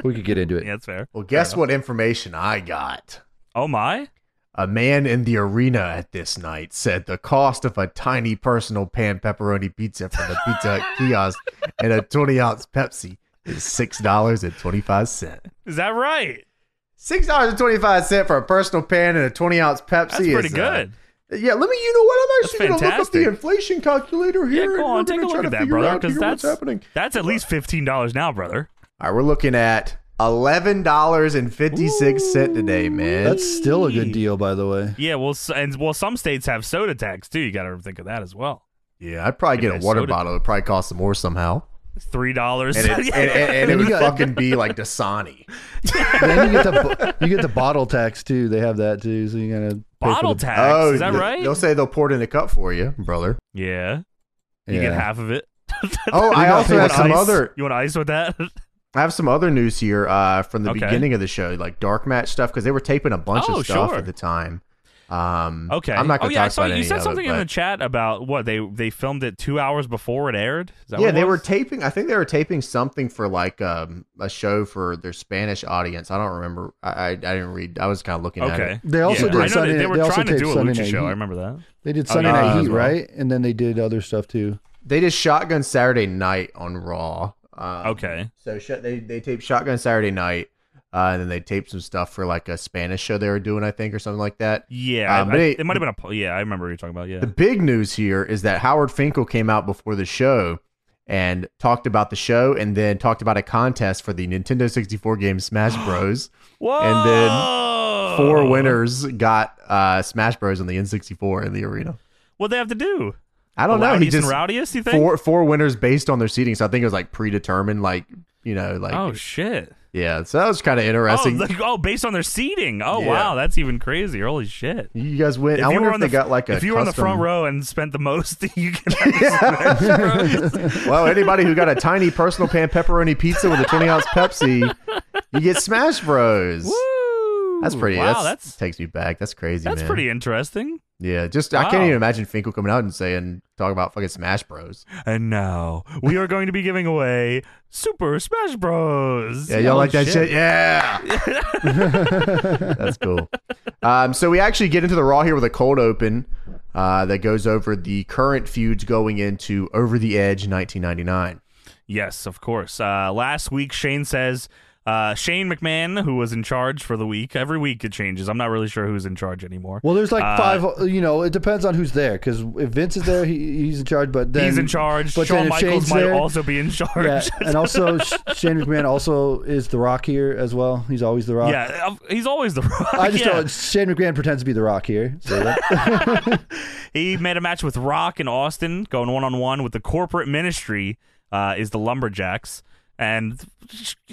Speaker 3: we could get into it.
Speaker 2: yeah, that's fair.
Speaker 1: Well, guess what information I got?
Speaker 2: Oh my,
Speaker 1: A man in the arena at this night said the cost of a tiny personal pan pepperoni pizza from the pizza
Speaker 2: (laughs)
Speaker 1: Hut kiosk and a 20 ounce Pepsi is $6.25.
Speaker 2: is that right?
Speaker 1: $6.25 for a personal pan and a 20 ounce Pepsi
Speaker 2: That's pretty
Speaker 1: is, uh,
Speaker 2: good.
Speaker 1: yeah, let me, you know what? I'm
Speaker 2: That's
Speaker 1: actually going to look up the
Speaker 2: fantastic.
Speaker 1: inflation calculator here. and
Speaker 2: Yeah, go
Speaker 1: we're
Speaker 2: on, take a
Speaker 1: gonna try
Speaker 2: look
Speaker 1: to
Speaker 2: at that,
Speaker 1: figure
Speaker 2: brother,
Speaker 1: out
Speaker 2: because
Speaker 1: here what's
Speaker 2: that's
Speaker 1: happening.
Speaker 2: that's at least fifteen dollars now, brother.
Speaker 1: All right, we're looking at $11.56 today, man.
Speaker 3: That's still a good deal, by the way.
Speaker 2: Yeah, well, s- and well, some states have soda tax too. You got to think of that as well.
Speaker 1: Yeah, I'd probably get
Speaker 2: Yeah,
Speaker 1: a water
Speaker 2: soda.
Speaker 1: bottle. It'd probably cost some more somehow.
Speaker 2: Three dollars. (laughs)
Speaker 1: And it, and, and- and (laughs) it would fucking be like Dasani.
Speaker 3: then you get the you get the bottle tax too. They have that too, so you gotta pay for
Speaker 2: Bottle
Speaker 3: the-
Speaker 2: tax. is that
Speaker 1: they-
Speaker 2: right?
Speaker 1: Oh, They'll say they'll pour it in a cup for you,
Speaker 2: (laughs)
Speaker 1: brother.
Speaker 2: yeah, you
Speaker 3: Yeah.
Speaker 2: get half of it.
Speaker 1: Oh, I
Speaker 3: gotta
Speaker 1: also
Speaker 3: pay
Speaker 1: have
Speaker 3: the
Speaker 1: some
Speaker 2: ice?
Speaker 1: other.
Speaker 2: You want ice with that? (laughs)
Speaker 1: I have some other news here uh, from the
Speaker 2: Okay.
Speaker 1: beginning of the show, like dark match stuff, because they were taping a bunch
Speaker 2: Oh,
Speaker 1: of stuff
Speaker 2: sure.
Speaker 1: at the time. Um,
Speaker 2: Okay.
Speaker 1: I'm not
Speaker 2: oh
Speaker 1: going to
Speaker 2: yeah, I
Speaker 1: talk
Speaker 2: saw
Speaker 1: about
Speaker 2: you
Speaker 1: any
Speaker 2: said
Speaker 1: of
Speaker 2: something
Speaker 1: it,
Speaker 2: in the
Speaker 1: but-
Speaker 2: chat about what they they filmed it two hours before it aired. Is that
Speaker 1: yeah,
Speaker 2: what it
Speaker 1: they were
Speaker 2: was?
Speaker 1: taping. I think they were taping something for like um, a show for their Spanish audience. I don't remember. I I, I didn't read. I was kind of looking at it.
Speaker 2: okay.
Speaker 3: They also
Speaker 2: Yeah.
Speaker 3: did
Speaker 2: I know
Speaker 3: Sunday
Speaker 2: they, they
Speaker 3: Night-
Speaker 2: were
Speaker 3: they also
Speaker 2: trying to
Speaker 3: taped
Speaker 2: do a
Speaker 3: Sunday
Speaker 2: lucha
Speaker 3: Night
Speaker 2: show.
Speaker 3: Heat.
Speaker 2: I remember that.
Speaker 3: They did
Speaker 2: Oh,
Speaker 3: Sunday
Speaker 2: yeah,
Speaker 3: Night
Speaker 1: as
Speaker 3: Heat,
Speaker 2: well.
Speaker 3: right? And then they did other stuff too.
Speaker 1: They did Shotgun Saturday Night on Raw. Um,
Speaker 2: Okay.
Speaker 1: So sh- they they taped Shotgun Saturday Night, uh, and then they taped some stuff for like a Spanish show they were doing, I think, or something like that.
Speaker 2: Yeah,
Speaker 1: Um,
Speaker 2: I-
Speaker 1: but
Speaker 2: I-
Speaker 1: it-
Speaker 2: it, might have been a. po- Yeah, I remember what you're talking about. Yeah.
Speaker 1: The big news here is that Howard Finkel came out before the show and talked about the show and then talked about a contest for the Nintendo 64 game
Speaker 2: (gasps)
Speaker 1: Smash Bros.
Speaker 2: Whoa!
Speaker 1: And then Four winners got uh, Smash Bros. on the N64 in the arena.
Speaker 2: What they have to do?
Speaker 1: I don't know. Oh, He
Speaker 2: Rowdiest and
Speaker 1: just
Speaker 2: rowdiest. You think?
Speaker 1: four four winners based on their seating. So I think it was like predetermined. Like you know, like
Speaker 2: oh shit!
Speaker 1: yeah. So that was kind of
Speaker 2: Oh,
Speaker 1: interesting.
Speaker 2: like- oh, based on their seating. Oh
Speaker 1: Yeah.
Speaker 2: wow, that's even crazier. Holy shit!
Speaker 1: you guys went.
Speaker 2: If
Speaker 1: I
Speaker 2: you
Speaker 1: wonder
Speaker 2: were
Speaker 1: if
Speaker 2: on
Speaker 1: they
Speaker 2: the-
Speaker 1: got like a.
Speaker 2: if you were on the
Speaker 1: custom-
Speaker 2: front row and spent the most, (laughs) you can. Have
Speaker 1: (laughs) well, anybody who got a tiny personal pan pepperoni pizza with a twenty ounce Pepsi, you get Smash Bros. That's pretty. that's,
Speaker 2: Wow, that's
Speaker 1: takes me back. That's crazy.
Speaker 2: that's
Speaker 1: man.
Speaker 2: pretty interesting.
Speaker 1: Yeah, just I can't
Speaker 2: Wow.
Speaker 1: even imagine Finkel coming out and saying talking about fucking Smash
Speaker 2: (laughs)
Speaker 1: Bros.
Speaker 2: And now we are going to be giving away Super Smash Bros.
Speaker 1: Yeah, y'all
Speaker 2: Oh,
Speaker 1: like that shit?
Speaker 2: (laughs)
Speaker 1: Yeah. That's cool. Um, so we actually get into the Raw here with a cold open uh, that goes over the current feuds going into Over the Edge 1999.
Speaker 2: Yes, of course. Uh, last week, Shane says uh, Shane McMahon, who was in charge for the week. Every week it changes. I'm not really sure who's in charge anymore.
Speaker 3: Well, there's like
Speaker 2: Uh,
Speaker 3: five. You know, it depends on who's there. Because if Vince is there, he, he's in charge. But then
Speaker 2: He's in charge.
Speaker 3: But
Speaker 2: Shawn
Speaker 3: then if
Speaker 2: Michaels
Speaker 3: Shane's
Speaker 2: might
Speaker 3: there-
Speaker 2: also be in charge.
Speaker 3: (laughs) Yeah,
Speaker 2: (laughs) Yeah.
Speaker 3: and also Sh- Shane McMahon also is the Rock here as well. He's always the Rock.
Speaker 2: of- he's always the (laughs) rock.
Speaker 3: I just
Speaker 2: yeah.
Speaker 3: don't. Shane McMahon pretends to be the Rock here. So that-
Speaker 2: He made a match with Rock in Austin, going one on one with the corporate ministry, uh, is the Lumberjacks. And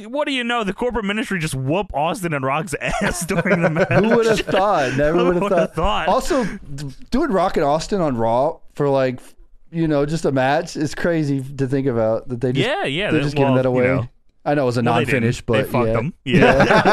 Speaker 2: what do you know? The corporate ministry just whoop Austin and Rock's (laughs) ass during the match.
Speaker 3: Who
Speaker 2: (laughs)
Speaker 3: would have thought? Never
Speaker 2: Who
Speaker 3: would have
Speaker 2: would've
Speaker 3: thought.
Speaker 2: thought?
Speaker 3: Also, d- doing Rock and Austin on Raw for like, you know, just a match is crazy to think about that they just
Speaker 2: Yeah, yeah.
Speaker 3: they're
Speaker 2: that-
Speaker 3: just
Speaker 2: well,
Speaker 3: giving that away.
Speaker 2: You know,
Speaker 3: I know it was a
Speaker 2: well, they didn't.
Speaker 3: non-finish, but
Speaker 2: they fucked
Speaker 3: yeah. (laughs)
Speaker 2: them.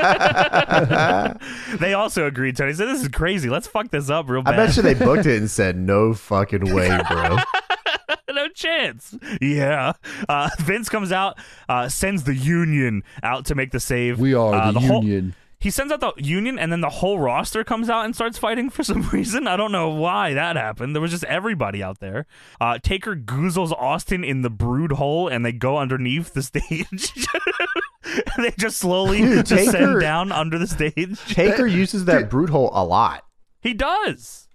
Speaker 2: Yeah. they also agreed, Tony. said, "This is crazy. Let's fuck this up real
Speaker 1: I
Speaker 2: bad."
Speaker 1: bet you they booked it and said, "No fucking way, bro."
Speaker 2: (laughs) no chance. Yeah. Uh, Vince comes out, uh, sends the Union out to make the save.
Speaker 3: We are
Speaker 2: Uh,
Speaker 3: the,
Speaker 2: whole-
Speaker 3: Union.
Speaker 2: he sends out the Union, and then the whole roster comes out and starts fighting for (laughs) some reason. I don't know why that happened. There was just everybody out there. Uh, Taker goozles Austin in the brood hole, and they go underneath the (laughs) stage. they just
Speaker 3: (laughs)
Speaker 2: slowly
Speaker 1: Dude,
Speaker 2: descend
Speaker 1: Taker-
Speaker 2: down under the stage.
Speaker 1: (laughs) Taker uses that brute hole a lot.
Speaker 2: He does.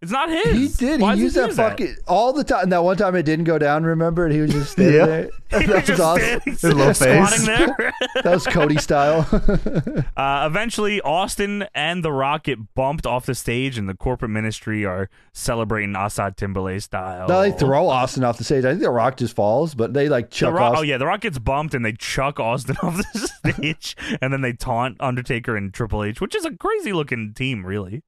Speaker 2: It's not his.
Speaker 3: He did.
Speaker 2: Why does
Speaker 3: he used
Speaker 2: do
Speaker 3: that fucking all the time. And that one time it didn't go down. Remember? And he was just standing
Speaker 1: Yeah.
Speaker 3: there.
Speaker 2: (laughs) He
Speaker 3: (laughs) That was
Speaker 2: just
Speaker 3: awesome.
Speaker 2: stands,
Speaker 1: His little face.
Speaker 2: squatting
Speaker 3: (laughs)
Speaker 2: there.
Speaker 3: That was Cody style. (laughs)
Speaker 2: Uh, eventually, Austin and The Rock get bumped off the stage, and the corporate ministry are celebrating Assad Timberlake style.
Speaker 3: Now they throw Austin off the stage. I think the Rock just falls, but they like
Speaker 2: Oh. The
Speaker 3: chuck
Speaker 2: Rock- oh
Speaker 3: Austin.
Speaker 2: yeah, The Rock gets bumped, and they chuck Austin (laughs) off the stage, and then they taunt Undertaker and Triple H, which is a crazy looking team, really.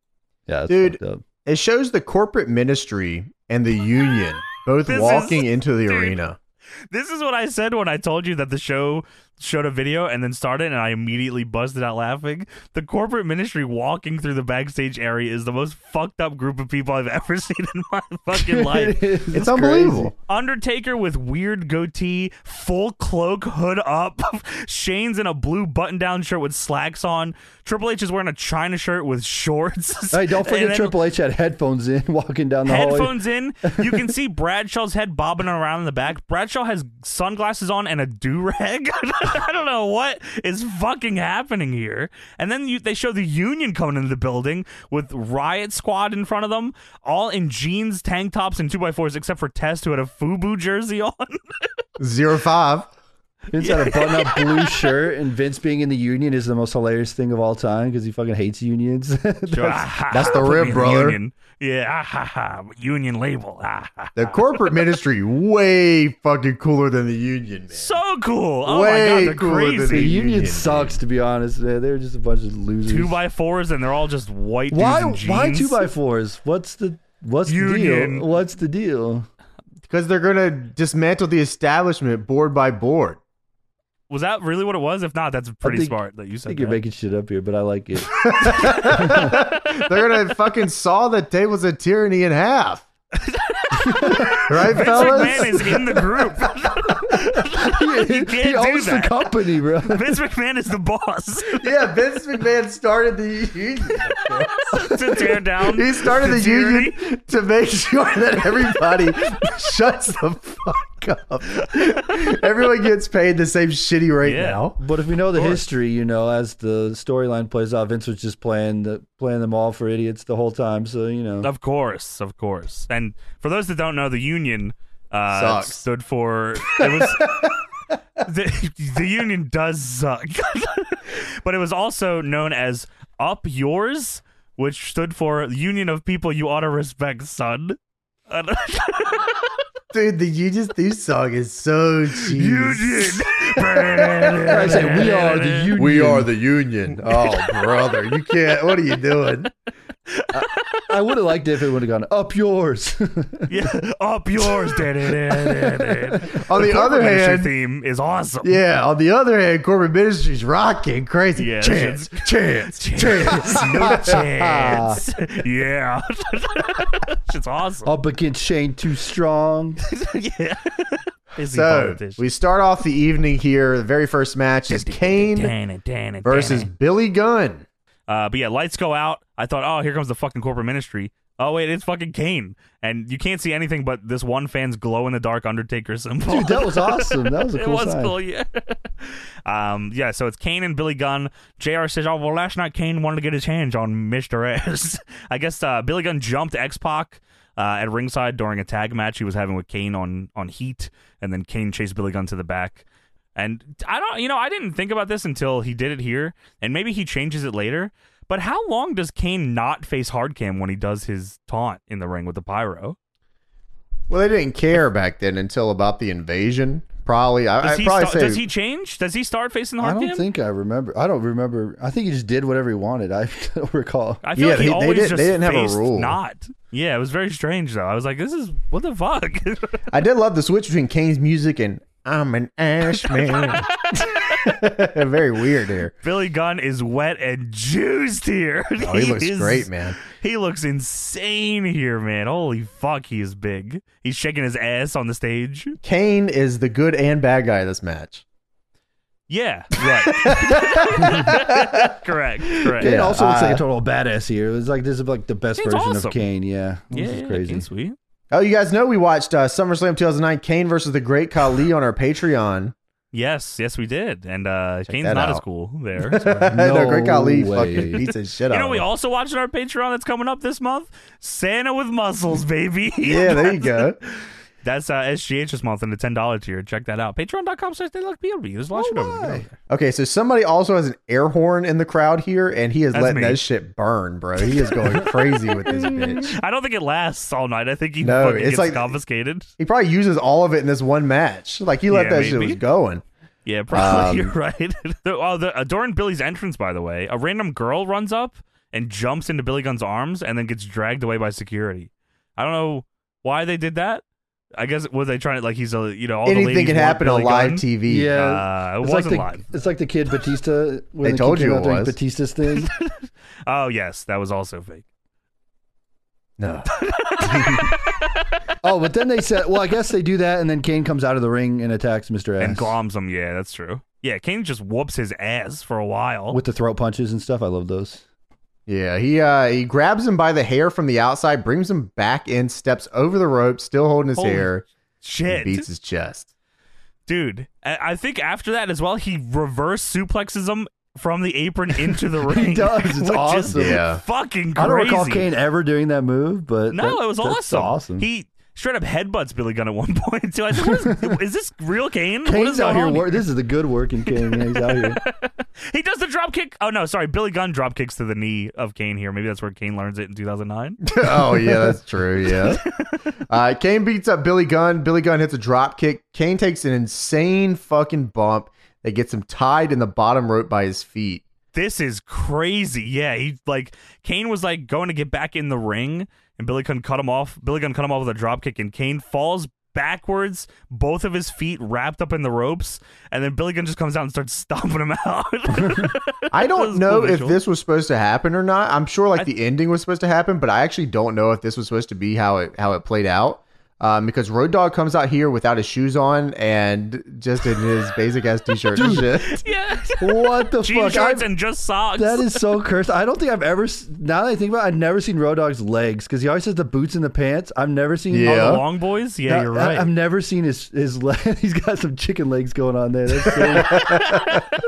Speaker 3: yeah, that's
Speaker 1: Dude.
Speaker 3: fucked up.
Speaker 1: It shows the corporate ministry and the union both
Speaker 2: This is-
Speaker 1: walking into the
Speaker 2: dude.
Speaker 1: arena.
Speaker 2: This is what I said when I told you that the show showed a video and then started, and I immediately busted out laughing. The corporate ministry walking through the backstage area is the most fucked up group of people I've (laughs) ever seen in my (laughs) fucking
Speaker 3: (laughs)
Speaker 2: life.
Speaker 3: is.
Speaker 1: It's, unbelievable.
Speaker 2: Undertaker with weird goatee, full cloak, hood up. (laughs) Shane's in a blue button down shirt with slacks on. Triple H is wearing a China shirt with shorts.
Speaker 3: (laughs) Hey, don't
Speaker 2: And
Speaker 3: forget
Speaker 2: then
Speaker 3: Triple H had headphones in (laughs) walking down the hallway.
Speaker 2: Headphones in, you can
Speaker 3: (laughs)
Speaker 2: see Bradshaw's head bobbing around in the back. Bradshaw has sunglasses on and a do rag. (laughs) I don't know what is fucking happening here. And then you, they show the Union coming into the building with Riot Squad in front of them, all in jeans, tank tops, and two by fours, except for Test, who had a FUBU jersey (laughs) on.
Speaker 1: Zero five.
Speaker 3: Vince had
Speaker 2: (laughs)
Speaker 3: a button-up blue shirt, and Vince being in the union is the most hilarious thing of all time because he fucking hates unions. (laughs) That's-
Speaker 1: that's the
Speaker 2: Ah, Put me
Speaker 1: rib,
Speaker 2: in
Speaker 1: brother.
Speaker 2: Union. Yeah, ah, ha, ha. union label. Ah, ha.
Speaker 1: The corporate ministry way fucking cooler than the union, man.
Speaker 2: So cool. Oh
Speaker 1: Way
Speaker 2: my god, they're
Speaker 1: cooler than
Speaker 2: crazy.
Speaker 3: the union,
Speaker 1: Union,
Speaker 3: sucks, to be honest. Man. They're just a bunch of losers.
Speaker 2: Two by fours, and they're all just white. dudes
Speaker 3: why?
Speaker 2: in
Speaker 3: Why
Speaker 2: jeans.
Speaker 3: two by fours? What's the what's the
Speaker 2: Union.
Speaker 3: deal? What's the deal?
Speaker 1: Because they're gonna dismantle the establishment board by board.
Speaker 2: Was that really what it was? If not, that's pretty
Speaker 3: think-
Speaker 2: smart that you
Speaker 3: I
Speaker 2: said.
Speaker 3: think you're
Speaker 2: that.
Speaker 3: making shit up here, but I
Speaker 2: (laughs)
Speaker 3: like it. (laughs)
Speaker 1: They're gonna fucking saw the tables of tyranny in
Speaker 2: (laughs)
Speaker 1: half. right,
Speaker 2: Vince McMahon
Speaker 1: fellas?
Speaker 2: is in the
Speaker 1: (laughs)
Speaker 2: group.
Speaker 3: he
Speaker 2: do
Speaker 3: owns
Speaker 2: that.
Speaker 3: the company,
Speaker 2: (laughs)
Speaker 3: bro.
Speaker 2: Vince McMahon is the boss (laughs)
Speaker 1: Yeah, Vince McMahon started the union.
Speaker 2: to tear down.
Speaker 1: He started the
Speaker 2: tyranny.
Speaker 1: union to make sure that everybody shuts the fuck up. Everyone gets paid the same shitty rate
Speaker 2: Yeah.
Speaker 1: now.
Speaker 3: But if we know the
Speaker 2: course.
Speaker 3: history, you know, as the storyline plays out, Vince was just playing the playing them all for idiots the whole time. So you know,
Speaker 2: Of course, of course. And for those that don't know, the union uh,
Speaker 1: Sucks.
Speaker 2: stood for. It was (laughs) the, the union does suck, (laughs) but it was also known as Up Yours, which stood for Union of People You Ought to Respect, Son. (laughs)
Speaker 1: Dude, the Union theme song is so cheesy.
Speaker 2: (laughs) union.
Speaker 3: I
Speaker 2: I
Speaker 3: say we are the union.
Speaker 1: We are the Union. Oh, brother, you can't. What are you doing?
Speaker 3: I would have liked it if it would have gone up yours. (laughs)
Speaker 2: yeah, (laughs) Up Yours. (laughs)
Speaker 1: On the, other
Speaker 2: Corporate Ministry
Speaker 1: hand,
Speaker 2: theme is awesome.
Speaker 1: yeah. On the other hand, corporate ministry's rocking crazy.
Speaker 2: Yeah, that
Speaker 1: chance, chance,
Speaker 2: (laughs)
Speaker 1: chance.
Speaker 2: no chance. yeah. Shit's awesome.
Speaker 3: up against Shane Too Strong.
Speaker 2: (laughs)
Speaker 3: (laughs)
Speaker 2: yeah. Busy
Speaker 1: So
Speaker 2: politician.
Speaker 1: we start off the evening here. The very first match is Kane
Speaker 2: Dana, Dana,
Speaker 1: versus
Speaker 2: Dana.
Speaker 1: Billy Gunn.
Speaker 2: Uh, but yeah, lights go out. I thought, oh, here comes the fucking corporate ministry. Oh wait, it's fucking Kane, and you can't see anything but this one fan's glow in the dark Undertaker symbol.
Speaker 3: Dude,
Speaker 2: (laughs)
Speaker 3: that was awesome. That was a
Speaker 2: it
Speaker 3: cool
Speaker 2: was
Speaker 3: sign.
Speaker 2: cool, yeah. (laughs) um, yeah, so it's Kane and Billy Gunn. JR says, Oh, well, last night Kane wanted to get his hands on Mr. S. (laughs) I guess uh, Billy Gunn jumped X Pac. Uh, at ringside during a tag match he was having with Kane on on Heat, and then Kane chased Billy Gunn to the back. And I don't, you know, I didn't think about this until he did it here, and maybe he changes it later. But how long does Kane not face Hardcam when he does his taunt in the ring with the pyro?
Speaker 1: Well, they didn't care back then until about the invasion. Probably, I,
Speaker 2: Does,
Speaker 1: I'd
Speaker 2: he,
Speaker 1: probably
Speaker 2: sta-
Speaker 1: say
Speaker 2: does he change? Does he start facing
Speaker 3: I
Speaker 2: Hardcam?
Speaker 3: don't think I remember. I don't remember. I think he just did whatever he wanted. I (laughs) don't recall.
Speaker 2: I feel
Speaker 1: Yeah,
Speaker 2: like he
Speaker 1: they- they
Speaker 2: always
Speaker 1: didn't-
Speaker 2: just
Speaker 1: they didn't have a
Speaker 2: faced
Speaker 1: rule.
Speaker 2: Not. Yeah, it was very strange though. I was like, this is what the fuck. (laughs)
Speaker 1: I did love the switch between Kane's music and I'm an ash man. (laughs) Very weird here.
Speaker 2: Billy Gunn is wet and juiced here.
Speaker 1: Oh,
Speaker 2: (laughs)
Speaker 1: he looks
Speaker 2: is-
Speaker 1: great, man.
Speaker 2: He looks insane here, man. Holy fuck, he is big. He's shaking his ass on the stage.
Speaker 1: Kane is the good and bad guy of this match.
Speaker 2: Yeah,
Speaker 1: (laughs)
Speaker 2: right. (laughs) correct, correct.
Speaker 3: Kane
Speaker 1: Yeah,
Speaker 3: also looks like
Speaker 1: uh,
Speaker 3: a total badass here. It was like this is like the best
Speaker 2: Kane's
Speaker 3: version
Speaker 2: awesome.
Speaker 3: of Kane. Yeah,
Speaker 2: Yeah,
Speaker 3: this is
Speaker 2: yeah,
Speaker 3: crazy.
Speaker 2: Kane's sweet.
Speaker 1: Oh, you guys know we watched uh, SummerSlam 2009 Kane versus the Great Khali on our Patreon. (laughs)
Speaker 2: Yes, yes, we did. And uh, Kane's
Speaker 1: that
Speaker 2: not as
Speaker 1: out.
Speaker 2: cool there.
Speaker 1: (laughs)
Speaker 2: so-
Speaker 1: the Great Khali
Speaker 3: way.
Speaker 1: fucking beats his shit
Speaker 2: You
Speaker 1: out.
Speaker 2: know,
Speaker 1: of
Speaker 2: we
Speaker 1: him.
Speaker 2: also watch on our Patreon that's coming up this month. Santa with muscles, baby.
Speaker 1: (laughs) yeah, there you go.
Speaker 2: That's uh, SGH this month in the ten dollar tier. Check that out. Patreon.com slash they look BLB. There's a lot of shit over there.
Speaker 1: Okay, so somebody also has an air horn in the crowd here, and he is
Speaker 2: That's
Speaker 1: letting
Speaker 2: me.
Speaker 1: that shit burn, bro. He is going crazy with this bitch.
Speaker 2: I don't think it lasts all night. I think he
Speaker 1: No,
Speaker 2: fucking
Speaker 1: it's
Speaker 2: gets
Speaker 1: like-
Speaker 2: confiscated.
Speaker 1: He probably uses all of it in this one match. Like he let
Speaker 2: Yeah,
Speaker 1: that shit
Speaker 2: maybe.
Speaker 1: was going.
Speaker 2: Yeah, probably. (laughs)
Speaker 1: Um,
Speaker 2: you're right. The- oh, the, uh, during Billy's entrance, by the way, a random girl runs up and jumps into Billy Gunn's arms and then gets dragged away by security. I don't know why they did that. I guess were they trying to like he's a you know all the
Speaker 1: Anything
Speaker 2: ladies
Speaker 1: can
Speaker 2: want
Speaker 1: happen on
Speaker 2: Billy
Speaker 1: live
Speaker 2: Gunn?
Speaker 1: TV.
Speaker 3: Yeah,
Speaker 2: Uh, it
Speaker 3: it's like
Speaker 2: wasn't
Speaker 3: the
Speaker 2: live.
Speaker 3: it's like the
Speaker 1: (laughs)
Speaker 3: kid Batista. When
Speaker 1: They
Speaker 3: the
Speaker 1: told
Speaker 3: kid
Speaker 1: you
Speaker 3: came out
Speaker 1: it
Speaker 3: during
Speaker 1: was.
Speaker 3: Batista's
Speaker 2: (laughs)
Speaker 3: thing.
Speaker 2: Oh yes, that was also fake. (laughs)
Speaker 1: No.
Speaker 3: oh, but then they said, well, I guess they do that, and then Kane comes out of the ring and attacks Mr. S
Speaker 2: And gloms him. Yeah, that's true. Yeah, Kane just whoops his ass for a while.
Speaker 3: with the throat punches and stuff. I love those.
Speaker 1: Yeah, he uh he grabs him by the hair from the outside, brings him back in, steps over the rope, still holding his
Speaker 2: Holy
Speaker 1: hair, and
Speaker 2: Shit,
Speaker 1: beats his chest. (laughs)
Speaker 2: dude. I-, I think after that as well, he reverse suplexes him from the apron into
Speaker 3: (laughs)
Speaker 2: the ring.
Speaker 3: does. It's
Speaker 2: (laughs) which is
Speaker 3: awesome.
Speaker 1: Yeah.
Speaker 2: fucking crazy.
Speaker 3: I don't recall Kane ever doing that move, but
Speaker 2: No,
Speaker 3: that-
Speaker 2: it was
Speaker 3: that's
Speaker 2: awesome.
Speaker 3: Awesome.
Speaker 2: He straight up headbutts Billy Gunn at one (laughs) point too. I said, what is, is this real Kane? what is
Speaker 3: Kane's out
Speaker 2: going
Speaker 3: here.
Speaker 2: on
Speaker 3: Wor- this is the good working Kane. Yeah, he's
Speaker 2: (laughs)
Speaker 3: out here.
Speaker 2: He does the drop kick. Oh no, sorry, Billy Gunn drop kicks to the knee of Kane here. Maybe that's where Kane learns it in 2009.
Speaker 1: oh yeah, that's true.
Speaker 2: (laughs)
Speaker 1: Yeah. Uh, Kane beats up Billy Gunn. Billy Gunn hits a drop kick. Kane takes an insane fucking bump that gets him tied in the bottom rope by his feet.
Speaker 2: this is crazy. Yeah, he like Kane was like going to get back in the ring, and Billy Gunn cut him off. Billy Gunn cut him off with a drop kick, and Kane falls backwards, both of his feet wrapped up in the ropes, and then Billy Gunn just comes out and starts (laughs) stomping him out.
Speaker 1: I
Speaker 2: That
Speaker 1: don't
Speaker 2: was a
Speaker 1: know
Speaker 2: cool
Speaker 1: if
Speaker 2: visual.
Speaker 1: this was supposed to happen or not. I'm sure like
Speaker 2: I-
Speaker 1: the ending was supposed to happen, but I actually don't know if this was supposed to be how it how it played out. Um, because Road Dog comes out here without his shoes on and just in
Speaker 2: (laughs)
Speaker 1: his basic ass t shirt and shit.
Speaker 2: yeah,
Speaker 3: What
Speaker 2: (laughs)
Speaker 3: the
Speaker 2: jean
Speaker 3: fuck? I've-
Speaker 2: shorts and just socks.
Speaker 3: That is so cursed. I don't think I've ever. s- Now that I think about, it, I've never seen Road Dogg's legs because he always has the boots and the pants. I've never seen.
Speaker 1: Yeah.
Speaker 2: Oh, the long boys. Yeah,
Speaker 3: I,
Speaker 2: you're right.
Speaker 3: have never seen his his leg. (laughs) He's got some chicken legs going on there. That's so,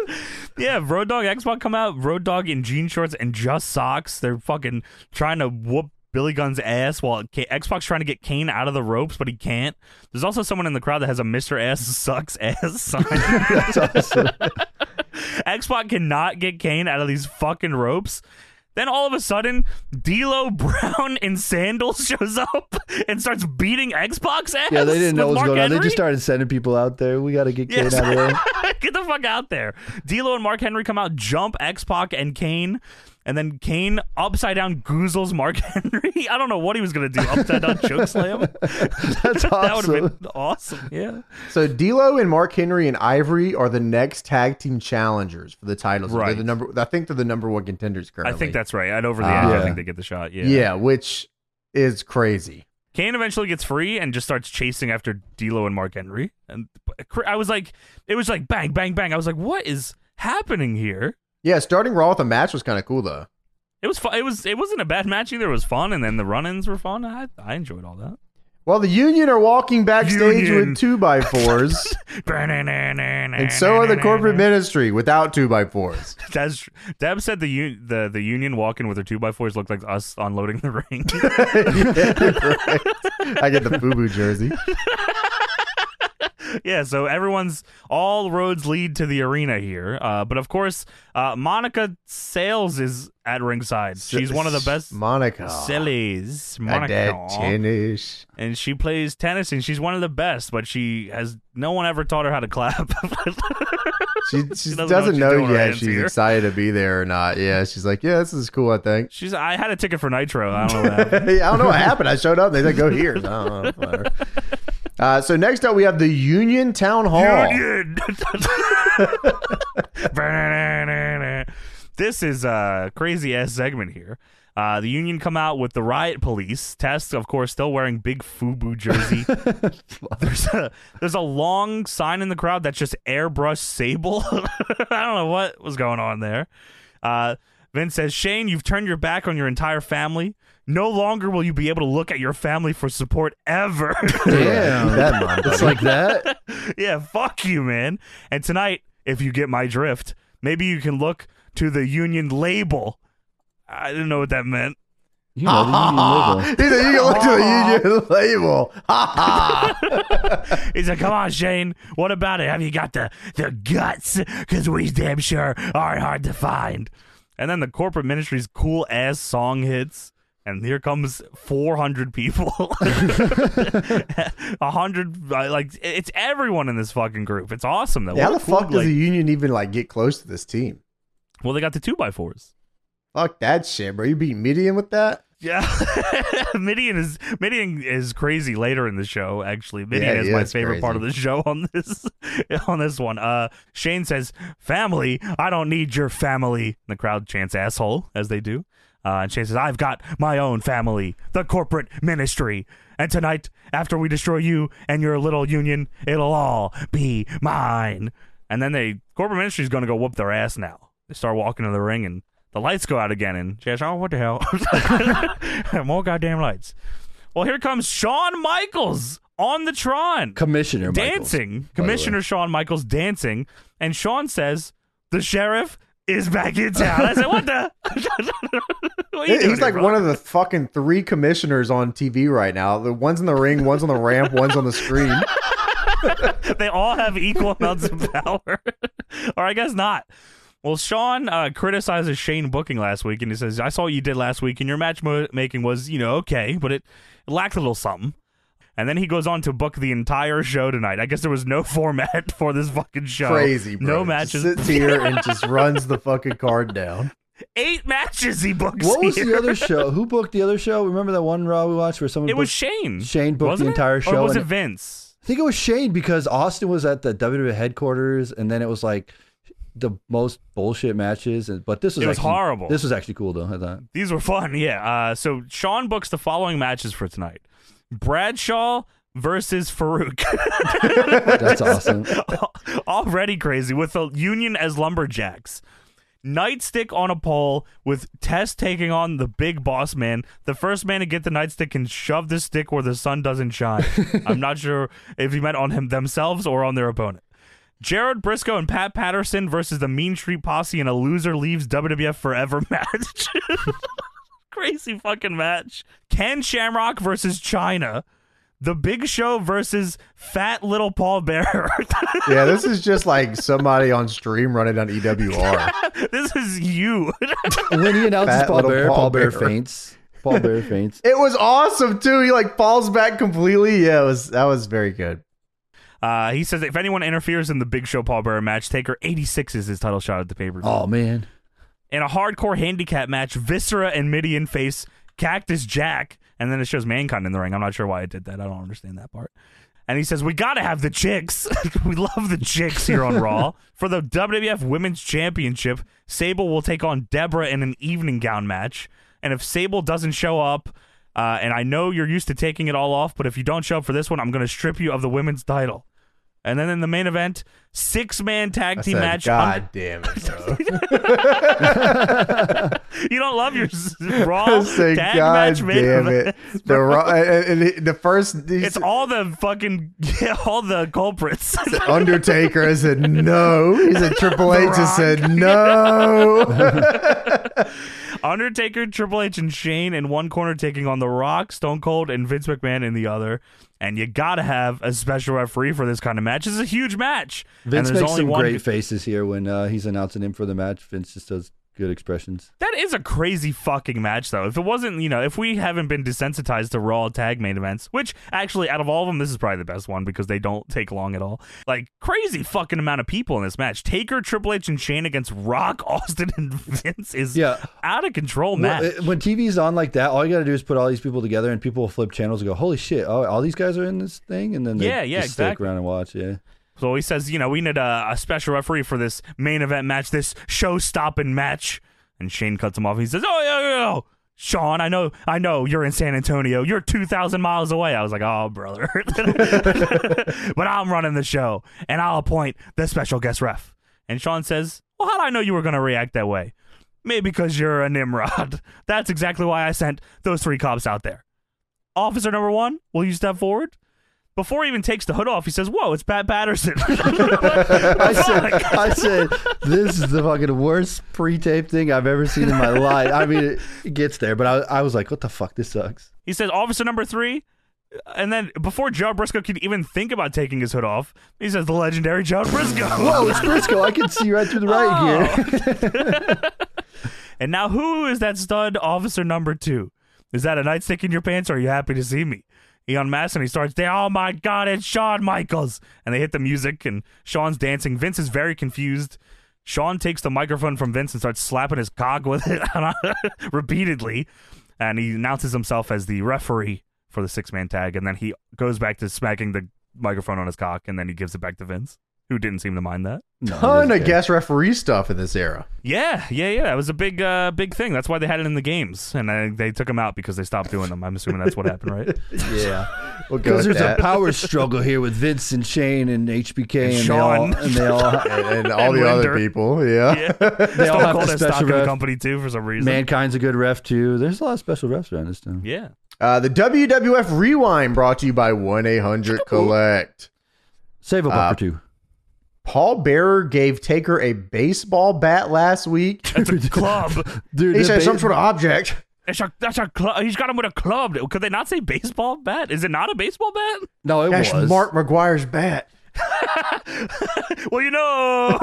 Speaker 2: Yeah, Road Dog Xbox come out. Road Dog in jean shorts and just socks. They're fucking trying to whoop Billy Gunn's ass while K- Xbox trying to get Kane out of the ropes, but he can't. There's also someone in the crowd that has a Mr. Ass (laughs) Sucks Ass sign. (laughs)
Speaker 3: That's awesome.
Speaker 2: Xbox cannot get Kane out of these fucking ropes. Then all of a sudden, D'Lo Brown in sandals (laughs) shows up and starts beating Xbox ass.
Speaker 3: Yeah, they didn't know
Speaker 2: with
Speaker 3: what
Speaker 2: Mark
Speaker 3: was going on. They
Speaker 2: Henry.
Speaker 3: just started sending people out there. We got to get Kane
Speaker 2: Yes.
Speaker 3: out of
Speaker 2: (laughs)
Speaker 3: there.
Speaker 2: Get the fuck out there. D'Lo and Mark Henry come out, jump X Pac and Kane, and then Kane upside down goozles Mark (laughs) Henry. I don't know what he was gonna do. Upside down chokeslam. (laughs)
Speaker 3: That's
Speaker 2: That would
Speaker 3: awesome.
Speaker 2: have been awesome. Yeah.
Speaker 1: So D'Lo and Mark Henry and Ivory are the next tag team challengers for the titles. They're
Speaker 2: Right.
Speaker 1: the number. I think they're the number one contenders
Speaker 2: I
Speaker 1: currently.
Speaker 2: think that's right. And over the
Speaker 1: Ah.
Speaker 2: edge, I
Speaker 3: Yeah.
Speaker 2: think they get the shot. Yeah.
Speaker 1: yeah. which is crazy.
Speaker 2: Kane eventually gets free and just starts chasing after D'Lo and Mark Henry. And I was like, it was like bang, bang, bang. I was like, what is happening here?
Speaker 1: Yeah, starting Raw with a match was kind of cool though.
Speaker 2: It was fun. It was. It wasn't a bad match either. It was fun, and then the run-ins were fun. I, I enjoyed all that.
Speaker 1: Well, the Union are walking backstage
Speaker 2: Union.
Speaker 1: with two by
Speaker 2: (laughs)
Speaker 1: fours, and
Speaker 2: and
Speaker 1: so are the corporate ministry without two by
Speaker 2: (laughs)
Speaker 1: fours.
Speaker 2: That's tr- Deb said the u- the the union walking with her two by fours looked like us unloading the ring.
Speaker 1: I get the boo boo jersey.
Speaker 2: yeah, so everyone's all roads lead to the arena here. Uh, but of course, uh, Monica Sales is at ringside. She's one of the best.
Speaker 1: Monica.
Speaker 2: Sales,
Speaker 1: I did
Speaker 2: Monica,
Speaker 1: tennis.
Speaker 2: and she plays tennis, and she's one of the best. But she has no one ever taught her how to clap. (laughs)
Speaker 1: She, she,
Speaker 2: doesn't know
Speaker 1: doesn't,
Speaker 2: what
Speaker 1: know,
Speaker 2: she's doing right
Speaker 1: yet
Speaker 2: into
Speaker 1: she's
Speaker 2: here.
Speaker 1: excited to be there or not. Yeah, she's like, yeah, this is cool. I
Speaker 2: (laughs)
Speaker 1: think. (laughs)
Speaker 2: she's. I had a ticket for Nitro. I don't know. What happened.
Speaker 1: I don't know what happened. I showed up. and They said, go here. (laughs) So, I don't know, whatever. Uh, so next up, we have the Union Town Hall. (laughs)
Speaker 2: Union. (laughs) this is a crazy ass segment here. Uh, the union come out with the riot police. Tess, of course, still wearing big FUBU jersey. there's a there's a long sign in the crowd that's just airbrush sable. (laughs) I don't know what was going on there. Uh, Vince says, Shane, you've turned your back on your entire family. No longer will you be able to look at your family for support ever. (laughs)
Speaker 1: Yeah,
Speaker 3: Damn.
Speaker 1: that mom,
Speaker 3: It's
Speaker 1: buddy.
Speaker 3: like that.
Speaker 2: yeah, fuck you, man. And tonight, if you get my drift, maybe you can look to the union label. I didn't know what that meant.
Speaker 3: You
Speaker 1: Ha,
Speaker 3: know, the
Speaker 1: ha,
Speaker 3: union
Speaker 1: ha.
Speaker 2: (laughs)
Speaker 1: He said, you can look to the
Speaker 3: label.
Speaker 1: Union label. (laughs) Ha ha.
Speaker 2: He said, "Come on, Shane. What about it? Have you got the the guts? Because we damn sure are hard to find." And then the corporate ministry's cool ass song hits, and here comes four hundred people. (laughs) A hundred, uh, like it's everyone in this fucking group. It's awesome though.
Speaker 1: Yeah, how
Speaker 2: What
Speaker 1: the
Speaker 2: a cool,
Speaker 1: fuck does
Speaker 2: like-
Speaker 1: the Union even like get close to this team?
Speaker 2: well, they got the two by fours.
Speaker 1: Fuck that shit, bro. You beat Midian with that?
Speaker 2: Yeah, (laughs) Midian is Midian is crazy later in the show. Actually, Midian
Speaker 1: Yeah,
Speaker 2: is
Speaker 1: he
Speaker 2: my
Speaker 1: is
Speaker 2: favorite part of
Speaker 1: crazy.
Speaker 2: the show on this (laughs) on this one. Uh, Shane says, "Family, I don't need your family." The crowd chants "asshole" as they do, uh, and Shane says, "I've got my own family, the corporate ministry." And tonight, after we destroy you and your little union, it'll all be mine. And then they corporate ministry is going to go whoop their ass. Now they start walking to the ring and. The lights go out again, and she goes, "Oh, what the hell? (laughs) More goddamn lights!" Well, here comes Shawn Michaels on the Tron,
Speaker 3: Commissioner Michaels.
Speaker 2: dancing.
Speaker 3: the way.
Speaker 2: Commissioner Shawn Michaels dancing, and Shawn says, "The sheriff is back in town." I said, "What the?" (laughs) What are you
Speaker 1: He-
Speaker 2: doing
Speaker 1: He's
Speaker 2: here,
Speaker 1: like
Speaker 2: bro?
Speaker 1: one of the fucking three commissioners on TV right now. The one's in the ring, one's on the ramp, one's on the screen.
Speaker 2: they all have equal amounts of power. (laughs) or I guess not. Well, Sean uh, criticizes Shane booking last week, and he says, "I saw what you did last week, and your matchmaking was, you know, okay, but it lacked a little something." And then he goes on to book the entire show tonight. I guess there was no (laughs) format for this fucking show.
Speaker 1: Crazy, bro.
Speaker 2: (laughs) No
Speaker 1: Just
Speaker 2: matches.
Speaker 1: sits here and just runs the fucking card down.
Speaker 2: Eight matches he books.
Speaker 3: What was
Speaker 2: here. (laughs)
Speaker 3: the other show? Who booked the other show? Remember that one Raw we watched where someone
Speaker 2: It was
Speaker 3: booked-
Speaker 2: Shane.
Speaker 3: Shane booked the
Speaker 2: wasn't it?
Speaker 3: entire
Speaker 2: Or
Speaker 3: show
Speaker 2: was it
Speaker 3: and-
Speaker 2: Vince?
Speaker 3: I think it was Shane because Austin was at the WWE headquarters, and then it was like the most bullshit matches. And but this was
Speaker 2: It was
Speaker 3: actually-
Speaker 2: horrible.
Speaker 3: This was actually cool though. I thought
Speaker 2: These were fun, (laughs) yeah. Uh, so Sean books the following matches for tonight: Bradshaw versus Farouk.
Speaker 3: that's awesome.
Speaker 1: (laughs)
Speaker 2: (laughs) Already crazy with the union as lumberjacks. Nightstick on a pole with Tess taking on the big boss man. The first man to get the nightstick can shove the stick where the sun doesn't shine. I'm not sure if he meant on him themselves or on their opponent. Jared Briscoe and Pat (laughs) Patterson versus the Mean Street Posse in a loser leaves WWF forever match. crazy fucking match. Ken Shamrock versus China. The Big Show versus Fat Little Paul (laughs) Bearer.
Speaker 1: Yeah, this is just like somebody on stream running on E EWR.
Speaker 2: (laughs) this is you. (laughs)
Speaker 3: When he announces
Speaker 1: Fat
Speaker 3: Paul
Speaker 1: little
Speaker 3: Bear,
Speaker 1: Paul
Speaker 3: Paul Bear
Speaker 1: Bear.
Speaker 3: faints. Paul Bear faints.
Speaker 1: It was awesome too. He like falls back completely. Yeah, it was that was very good.
Speaker 2: Uh, he says if anyone interferes in the Big Show Paul Bearer match, Taker 86 is his title shot at the pay per view.
Speaker 3: Oh man,
Speaker 2: In a hardcore handicap match, Viscera and Midian face Cactus Jack, and then it shows Mankind in the ring. I'm not sure why it did that. I don't understand that part. And he says, We gotta have the chicks. (laughs) we love the chicks here on
Speaker 1: (laughs)
Speaker 2: Raw. For the WWF Women's Championship, Sable will take on Deborah in an evening gown match. And if Sable doesn't show up, uh, and I know you're used to taking it all off, but if you don't show up for this one, I'm gonna strip you of the women's title. And then in the main event, six man tag
Speaker 1: I
Speaker 2: team
Speaker 1: said,
Speaker 2: match.
Speaker 1: God damn it.
Speaker 2: (laughs)
Speaker 1: bro."
Speaker 2: You don't love your s- raw
Speaker 1: I said,
Speaker 2: tag
Speaker 1: God
Speaker 2: match main (laughs)
Speaker 1: damn
Speaker 2: event."
Speaker 1: it. The, ro- and, and the first these-
Speaker 2: It's all the fucking (laughs) yeah, all the culprits.
Speaker 1: (laughs) Undertaker said no. He said Triple H
Speaker 2: Rock.
Speaker 1: just said (laughs) no.
Speaker 2: (laughs) Undertaker, Triple H, and Shane in one corner taking on The Rock, Stone Cold, and Vince McMahon in the other. And you gotta have a special referee for this kind of match. This is a huge match. and
Speaker 3: Vince
Speaker 2: there's
Speaker 3: makes
Speaker 2: only
Speaker 3: some
Speaker 2: one.
Speaker 3: great faces here when uh, he's announcing him for the match. Vince just does good expressions.
Speaker 2: That is a crazy fucking match, though. If it wasn't, you know, if we haven't been desensitized to Raw tag main events, which actually, out of all of them, this is probably the best one because they don't take long at all. Like, crazy fucking amount of people in this match. Taker, Triple H, and Shane against Rock, (laughs) Austin, and Vince is
Speaker 3: Yeah.
Speaker 2: out of control
Speaker 3: Well,
Speaker 2: match.
Speaker 3: uh, When TV's on like that, all you got to do is put all these people together, and people will flip channels and go, "Holy shit! Oh, all these guys are in this thing," and then they
Speaker 2: Yeah, yeah,
Speaker 3: just stick
Speaker 2: exactly.
Speaker 3: around and watch. Yeah,
Speaker 2: so he says, you know, we need a, a special referee for this main event match, this show stopping match. And Shane cuts him off. He says, oh, yeah, yeah. Sean, I know, I know you're in San Antonio. You're 2,000 miles away. I was like, oh,
Speaker 3: (laughs)
Speaker 2: brother. (laughs) but I'm running the show and I'll appoint the special guest ref. And Sean says, well, how do I know you were going to react that way? Maybe because you're a Nimrod. (laughs) That's exactly why I sent those three cops out there. Officer number one, will you step forward? Before he even takes the hood off, he says, "Whoa, it's Pat Patterson." (laughs)
Speaker 3: I said,
Speaker 2: Fuck.
Speaker 3: I said, this is the fucking worst pre-tape thing I've ever seen in my life. I mean, it, it gets there, but I, I was like, what the fuck? This sucks.
Speaker 2: He says, "Officer number three. And then before Joe Briscoe could even think about taking his hood off, he says, "The legendary Joe Briscoe."
Speaker 3: Oh, it's Briscoe. I can see right through the right here.
Speaker 2: And now, who is that stud officer number two? Is that a nightstick in your pants, or are you happy to see me? He unmasks and he starts, "They- Oh my God, it's Shawn Michaels. And they hit the music, and Shawn's dancing. Vince is very confused. Shawn takes the microphone from Vince and starts slapping his cog with it (laughs) repeatedly. And he announces himself as the referee for the six man tag. And then he goes back to smacking the microphone on his cock, and then he gives it back to Vince, who didn't seem to mind that.
Speaker 3: No,
Speaker 1: Ton
Speaker 3: it
Speaker 1: of
Speaker 3: doesn't
Speaker 1: guest referee stuff in this era.
Speaker 2: Yeah, yeah, yeah. That was a big, uh, big thing. That's why they had it in the games, and uh, they took them out because they stopped doing them. I'm assuming that's what happened, right?
Speaker 3: care. Yeah,
Speaker 1: (laughs) We'll go
Speaker 3: because
Speaker 1: with
Speaker 3: there's
Speaker 1: that.
Speaker 3: a power struggle here with Vince and Shane and HBK and,
Speaker 2: Sean.
Speaker 3: they all and
Speaker 1: (laughs)
Speaker 3: they all
Speaker 1: and, and all
Speaker 2: And
Speaker 1: the other
Speaker 2: Linder.
Speaker 1: people. Yeah.
Speaker 2: Yeah.
Speaker 3: they
Speaker 2: Stone
Speaker 3: all have
Speaker 2: Cold
Speaker 3: the
Speaker 2: has stock
Speaker 3: special
Speaker 2: in the
Speaker 3: ref.
Speaker 2: company too for some reason.
Speaker 3: Mankind's a good ref too. There's a lot of special refs around this town.
Speaker 2: Yeah.
Speaker 1: Uh, the WWF Rewind brought to you by 1 800 Collect.
Speaker 3: Save a
Speaker 1: Uh,
Speaker 3: buck or two.
Speaker 1: Paul Bearer gave Taker a baseball bat last
Speaker 3: (laughs)
Speaker 1: week.
Speaker 2: That's a club.
Speaker 3: Dude,
Speaker 1: He
Speaker 3: the
Speaker 1: said
Speaker 3: ba-
Speaker 1: some sort of object.
Speaker 2: It's a, that's a club. He's got him with a club. Could they not say baseball bat? Is it not a baseball bat? (laughs)
Speaker 3: no, it
Speaker 1: That's
Speaker 3: was
Speaker 1: Mark McGuire's
Speaker 3: (laughs)
Speaker 1: bat.
Speaker 2: Well, you know,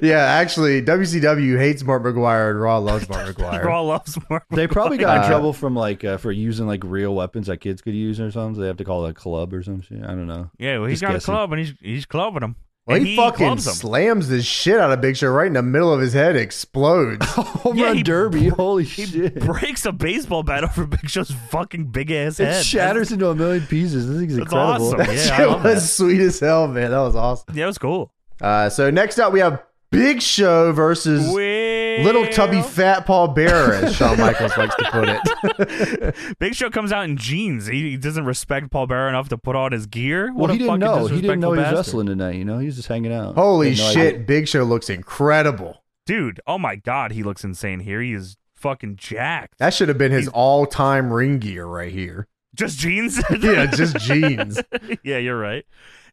Speaker 1: Yeah, actually, WCW hates Mark McGuire and Raw loves
Speaker 3: (laughs)
Speaker 1: Mark McGuire.
Speaker 2: Raw loves more.
Speaker 3: They probably got in trouble from like uh, for using like real weapons that kids could use or something. So they have to call it a club or some shit. I don't know.
Speaker 2: Yeah, well, he's
Speaker 3: Just
Speaker 2: got
Speaker 3: guessing.
Speaker 2: a club and he's he's clubbing him.
Speaker 1: Well,
Speaker 2: and
Speaker 1: he, fucking
Speaker 2: clubs 'em.
Speaker 1: slams the shit out of Big Show right in the middle of his head,
Speaker 2: (laughs)
Speaker 1: explodes.
Speaker 2: Oh,
Speaker 3: Home
Speaker 2: Yeah,
Speaker 3: run
Speaker 2: he-
Speaker 3: derby. Holy shit!
Speaker 2: (laughs) breaks a baseball bat over Big Show's fucking big ass
Speaker 3: it
Speaker 2: head.
Speaker 3: shatters into a million pieces. This thing's
Speaker 2: That's, that's
Speaker 3: incredible. (laughs)
Speaker 1: (laughs)
Speaker 2: awesome.
Speaker 1: That
Speaker 2: Yeah, I
Speaker 1: shit
Speaker 2: love
Speaker 1: was
Speaker 2: that.
Speaker 1: sweet as hell, man. That was awesome.
Speaker 2: Yeah, it was cool.
Speaker 1: Uh, so next up, we have Big Show versus Little Tubby
Speaker 2: Well-
Speaker 1: Fat Paul Bearer, as Shawn Michaels likes to put it.
Speaker 2: (laughs) Big Show comes out in jeans. He, he doesn't respect Paul Bearer enough to put on his gear. What
Speaker 3: Well,
Speaker 2: a
Speaker 3: he
Speaker 2: fucking
Speaker 3: didn't know. He
Speaker 2: disrespectful
Speaker 3: didn't know he was
Speaker 2: bastard.
Speaker 3: wrestling tonight. You know, he was just hanging out.
Speaker 1: Holy
Speaker 3: He had no
Speaker 1: shit,
Speaker 3: idea.
Speaker 1: Big Show looks incredible.
Speaker 2: Dude, oh my god, he looks insane here. He is fucking jacked.
Speaker 1: That should have been his
Speaker 2: He's-
Speaker 1: all-time ring gear right
Speaker 2: (laughs)
Speaker 1: here.
Speaker 2: Just jeans?
Speaker 3: (laughs)
Speaker 1: Yeah, just jeans.
Speaker 2: (laughs) yeah, you're right.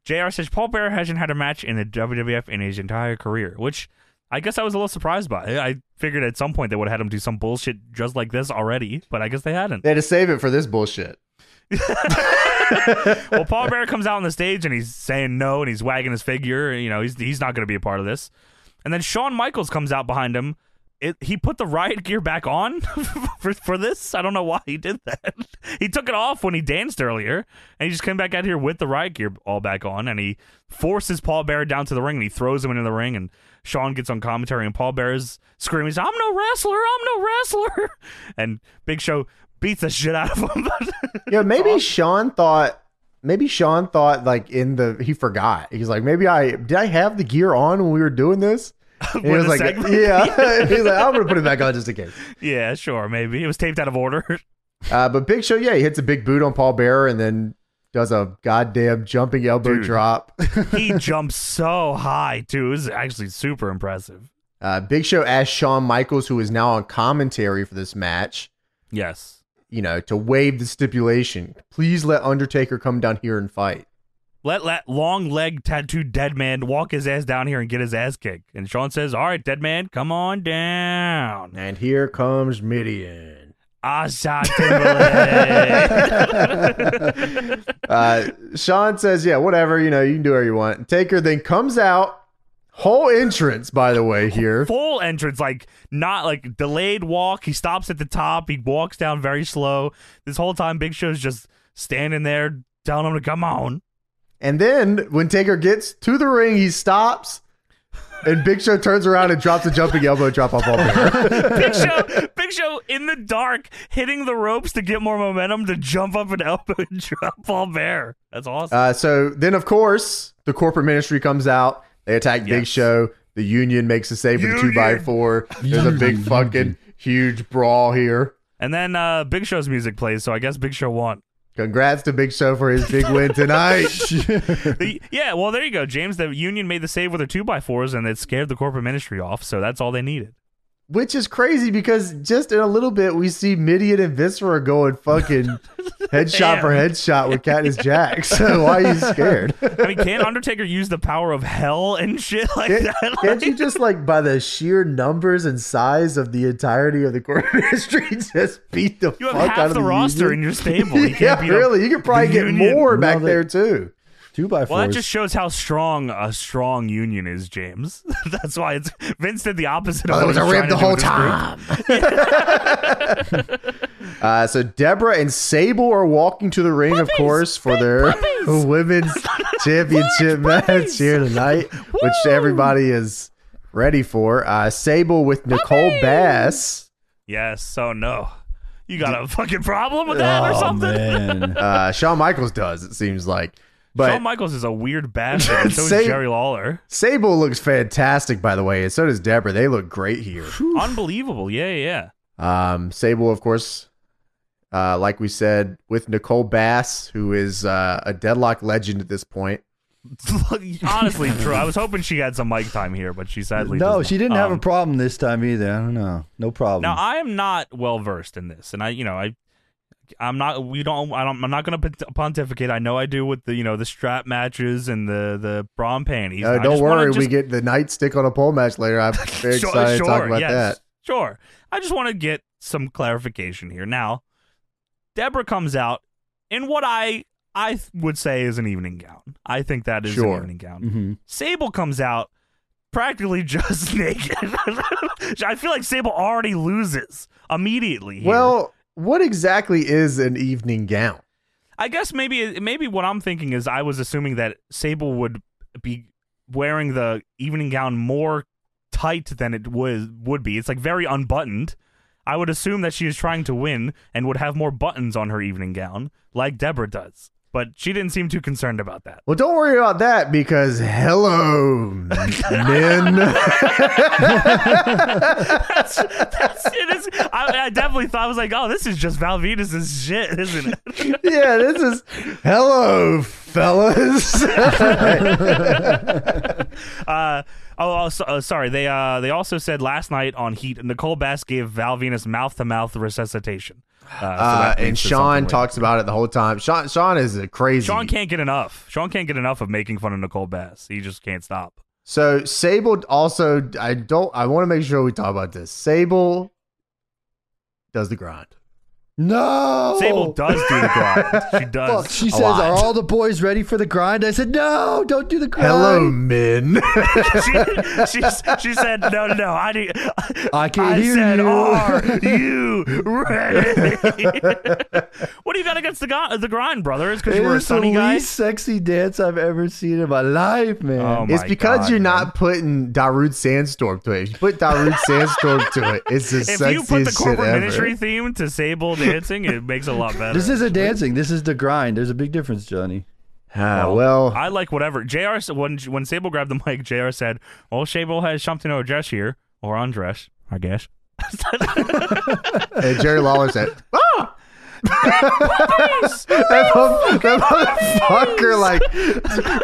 Speaker 2: JR says Paul Bearer hasn't had a match in the WWF in his entire career, which I guess I was a little surprised by it. I figured at some point they would have had him do some bullshit just like this already, but I guess they hadn't.
Speaker 1: They had to save it for this bullshit.
Speaker 2: well, Paul Bear comes out on the stage and he's saying no and he's wagging his figure. You know, he's he's not going to be a part of this. And then Shawn Michaels comes out behind him. It, he put the riot gear back on (laughs) for, for this. I don't know why he did that. he took it off when he danced earlier, and he just came back out here with the riot gear all back on. And he forces Paul Bear down to the ring and he throws him into the ring. And Sean gets on commentary, and Paul Bear's screaming, he's, "I'm no wrestler! I'm no wrestler!" (laughs) and Big Show beats the shit out of him. (laughs)
Speaker 1: Yeah, maybe Sean thought. Maybe Sean thought like in the he forgot. He's like, maybe I did I have the gear on when we were doing this. And he
Speaker 2: When
Speaker 1: was
Speaker 2: the
Speaker 1: like,
Speaker 2: segment-
Speaker 1: yeah. (laughs) He's like, I'm gonna put it back on just in case.
Speaker 2: yeah, sure, maybe it was taped out of order. (laughs)
Speaker 1: Uh, but Big Show, yeah, he hits a big boot on Paul Bearer and then does a goddamn jumping elbow
Speaker 2: Dude.
Speaker 1: drop.
Speaker 2: he jumps so high too. It was actually super impressive.
Speaker 1: Uh, Big Show asked Shawn Michaels, who is now on commentary for this match,
Speaker 2: Yes.
Speaker 1: you know, to waive the stipulation. Please let Undertaker come down here and fight.
Speaker 2: Let that long leg tattooed dead man walk his ass down here and get his ass kicked. And Sean says, All right, dead man, come on down.
Speaker 1: And here comes Midian.
Speaker 2: Asa Timberlake.
Speaker 1: (laughs) Uh, Sean says, yeah, whatever, you know, you can do whatever you want. Taker then comes out, whole entrance, by the way, here.
Speaker 2: Full entrance, like not like delayed walk. He stops at the top. He walks down very slow. This whole time, Big Show's just standing there telling him to come on.
Speaker 1: And then when Taker gets to the ring, he stops. And Big Show turns around and drops a jumping elbow drop off all there.
Speaker 2: (laughs) Big Show, Big Show in the dark, hitting the ropes to get more momentum to jump up and elbow (laughs) and drop Paul Bear. That's awesome.
Speaker 1: Uh, so then, of course, the corporate ministry comes out. They attack Big
Speaker 2: Yes.
Speaker 1: Show. The union makes a save with a two by
Speaker 2: Union.
Speaker 1: four. There's a big fucking huge brawl here.
Speaker 2: and then uh, Big Show's music plays, so I guess Big
Speaker 1: (laughs)
Speaker 2: Show won.
Speaker 1: Congrats to Big Show for his big win tonight.
Speaker 2: (laughs) The- yeah, well, there you go, James. The union made the save with their two by fours, and it scared the corporate ministry off. So that's all they needed.
Speaker 1: Which is crazy because just in a little bit we see Midian and Viscera going fucking
Speaker 2: (laughs)
Speaker 1: headshot for headshot with Katniss Jack.
Speaker 2: (laughs)
Speaker 1: So why are you scared?
Speaker 2: I
Speaker 1: (laughs)
Speaker 2: mean, can't Undertaker use the power of hell and shit like
Speaker 1: Can't,
Speaker 2: that?
Speaker 1: can't you just like by the sheer numbers and size of the entirety of the (laughs) corporate ministry just beat the
Speaker 2: You
Speaker 1: fuck
Speaker 2: have
Speaker 1: out
Speaker 2: half
Speaker 1: of
Speaker 2: the, roster in your
Speaker 1: (laughs)
Speaker 2: stable. You can't
Speaker 1: yeah,
Speaker 2: beat up
Speaker 1: really. You could probably
Speaker 2: the
Speaker 1: get
Speaker 2: union.
Speaker 1: more
Speaker 3: No,
Speaker 1: back
Speaker 3: they-
Speaker 1: there too.
Speaker 3: (laughs) Two by fours.
Speaker 2: Well, that just shows how strong a strong union is, James. (laughs) That's why it's Vince did the
Speaker 1: Oh,
Speaker 2: opposite. of what he was trying to do with his group.
Speaker 1: uh, so Deborah and Sable are walking to the ring, of course, for their (laughs) women's championship match here tonight, which everybody is ready for. Uh, Sable with Nicole Bass.
Speaker 2: Yes. So no, you got a fucking problem with that or something?
Speaker 3: Oh,
Speaker 2: (laughs)
Speaker 3: man.
Speaker 1: Uh, Shawn Michaels does, it seems like. But
Speaker 2: Shawn Michaels is a weird bastard.
Speaker 3: (laughs)
Speaker 2: and so is
Speaker 1: Say-
Speaker 2: Jerry Lawler.
Speaker 1: Sable looks fantastic, by the way, and so does Deborah. They look great here.
Speaker 2: Unbelievable. Yeah, yeah.
Speaker 1: Um, Sable, of course, uh, like we said, with Nicole Bass, who is uh, a deadlock legend at this point.
Speaker 3: (laughs)
Speaker 2: Honestly, true. I was hoping she had some mic time here, but she sadly
Speaker 3: No,
Speaker 2: does
Speaker 3: she
Speaker 2: not.
Speaker 3: didn't have a
Speaker 2: Um,
Speaker 3: problem this time either. I don't know. No problem.
Speaker 2: Now I am not well versed in this, and I, you know, I, I'm not. We don't. I don't I'm not going to pontificate. I know I do with the, you know, the strap matches and the the bra and panties.
Speaker 1: Uh,
Speaker 2: and I
Speaker 1: don't
Speaker 2: just wanna
Speaker 1: worry, we
Speaker 2: just-
Speaker 1: get the nightstick on a pole match later.
Speaker 2: (laughs)
Speaker 1: I'm very excited to talk about that.
Speaker 2: Sure. I just want to get some clarification here. Now, Deborah comes out in what I I th- would say is an evening gown. I think that is
Speaker 1: Sure. Mm.
Speaker 2: an evening gown.
Speaker 3: Mhm.
Speaker 2: Sable comes out practically (laughs) just naked. (laughs) I feel like Sable already loses immediately. here.
Speaker 1: Well, what exactly is an evening gown?
Speaker 2: I guess maybe maybe what I'm thinking is I was assuming that Sable would be wearing the evening gown more tight than it was would be. It's like very unbuttoned. I would assume that she is trying to win and would have more buttons on her evening gown, like Deborah does. But she didn't seem too concerned about that.
Speaker 1: Well, don't worry about that because
Speaker 2: (laughs)
Speaker 1: hello, men. (laughs)
Speaker 2: That's, that's, it is, I, I definitely thought I was like, oh, this is just Val Venus's shit, isn't it?
Speaker 1: yeah, this is hello,
Speaker 2: (laughs)
Speaker 1: fellas.
Speaker 2: Uh, oh, oh, so, uh, sorry. They uh, they also said last night on Heat, Nicole Bass gave Val Venus mouth to mouth resuscitation. Uh, so
Speaker 1: Uh,
Speaker 2: that
Speaker 1: and
Speaker 2: leads to
Speaker 1: Sean
Speaker 2: something later.
Speaker 1: talks about it the whole time. Sean, Sean is a crazy.
Speaker 2: Sean can't get enough. Sean can't get enough of making fun of Nicole Bass. He just can't stop.
Speaker 1: So Sable also I don't I want to make sure we talk about this. Sable does the grind.
Speaker 3: No.
Speaker 2: Sable does do
Speaker 3: (laughs)
Speaker 2: the grind. She does.
Speaker 3: Oh. Fuck, she
Speaker 2: a
Speaker 3: says,
Speaker 2: lot.
Speaker 3: "Are all the boys ready for the grind?" I said, "No, don't do the grind."
Speaker 1: Hello men. (laughs)
Speaker 2: she,
Speaker 3: (laughs)
Speaker 2: she, she said, "No, no, no. I need.
Speaker 3: I can't
Speaker 2: I
Speaker 3: hear
Speaker 2: said,
Speaker 3: you.
Speaker 2: are you ready? (laughs) what do you got against the go- the grind, brother? Is because
Speaker 3: (laughs) It
Speaker 2: you were a
Speaker 3: is the
Speaker 2: sunny
Speaker 3: least
Speaker 2: guy.
Speaker 3: sexy dance I've ever seen in my life, man.
Speaker 2: Oh my
Speaker 1: it's because
Speaker 2: God,
Speaker 1: you're
Speaker 2: man.
Speaker 1: not putting Darude Sandstorm to it. If you put
Speaker 2: (laughs)
Speaker 1: Darude Sandstorm to it, it's the
Speaker 2: If
Speaker 1: sexiest
Speaker 2: you put the
Speaker 1: shit
Speaker 2: corporate
Speaker 1: ever.
Speaker 2: ministry theme to Sable dancing, it makes it a
Speaker 1: (laughs)
Speaker 2: lot better.
Speaker 3: This isn't dancing. This is the grind. There's a big difference, Johnny.
Speaker 1: Ah, well,
Speaker 2: (laughs) I like whatever. JR, s- when, when Sable grabbed the mic, JR said, Well, Sable has something to address here, or undress, I guess.
Speaker 1: and Jerry Lawler said, "Ah." (laughs) that, mother- that motherfucker like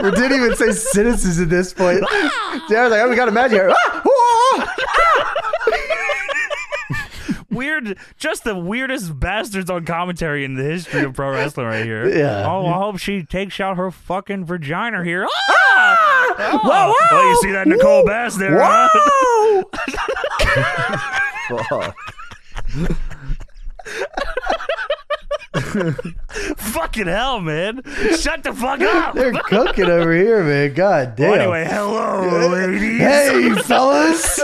Speaker 1: we didn't even say sentences at this point.
Speaker 2: Ah!
Speaker 1: (laughs) Jerry's like, "Oh, we got a magic." here." Ah! Ah!
Speaker 2: Weird, just the weirdest bastards on commentary in the history of pro wrestling right here.
Speaker 1: Yeah.
Speaker 2: Oh, I hope she takes out her fucking vagina here. Ah! Oh. Well, you see that Nicole Bass there, huh?
Speaker 1: Whoa!
Speaker 3: Fuck.
Speaker 2: (laughs) Fucking hell, man. Shut the fuck up. (laughs)
Speaker 1: They're cooking over here, man. God damn.
Speaker 2: Well, anyway, hello, ladies.
Speaker 1: Hey,
Speaker 2: (laughs)
Speaker 1: fellas.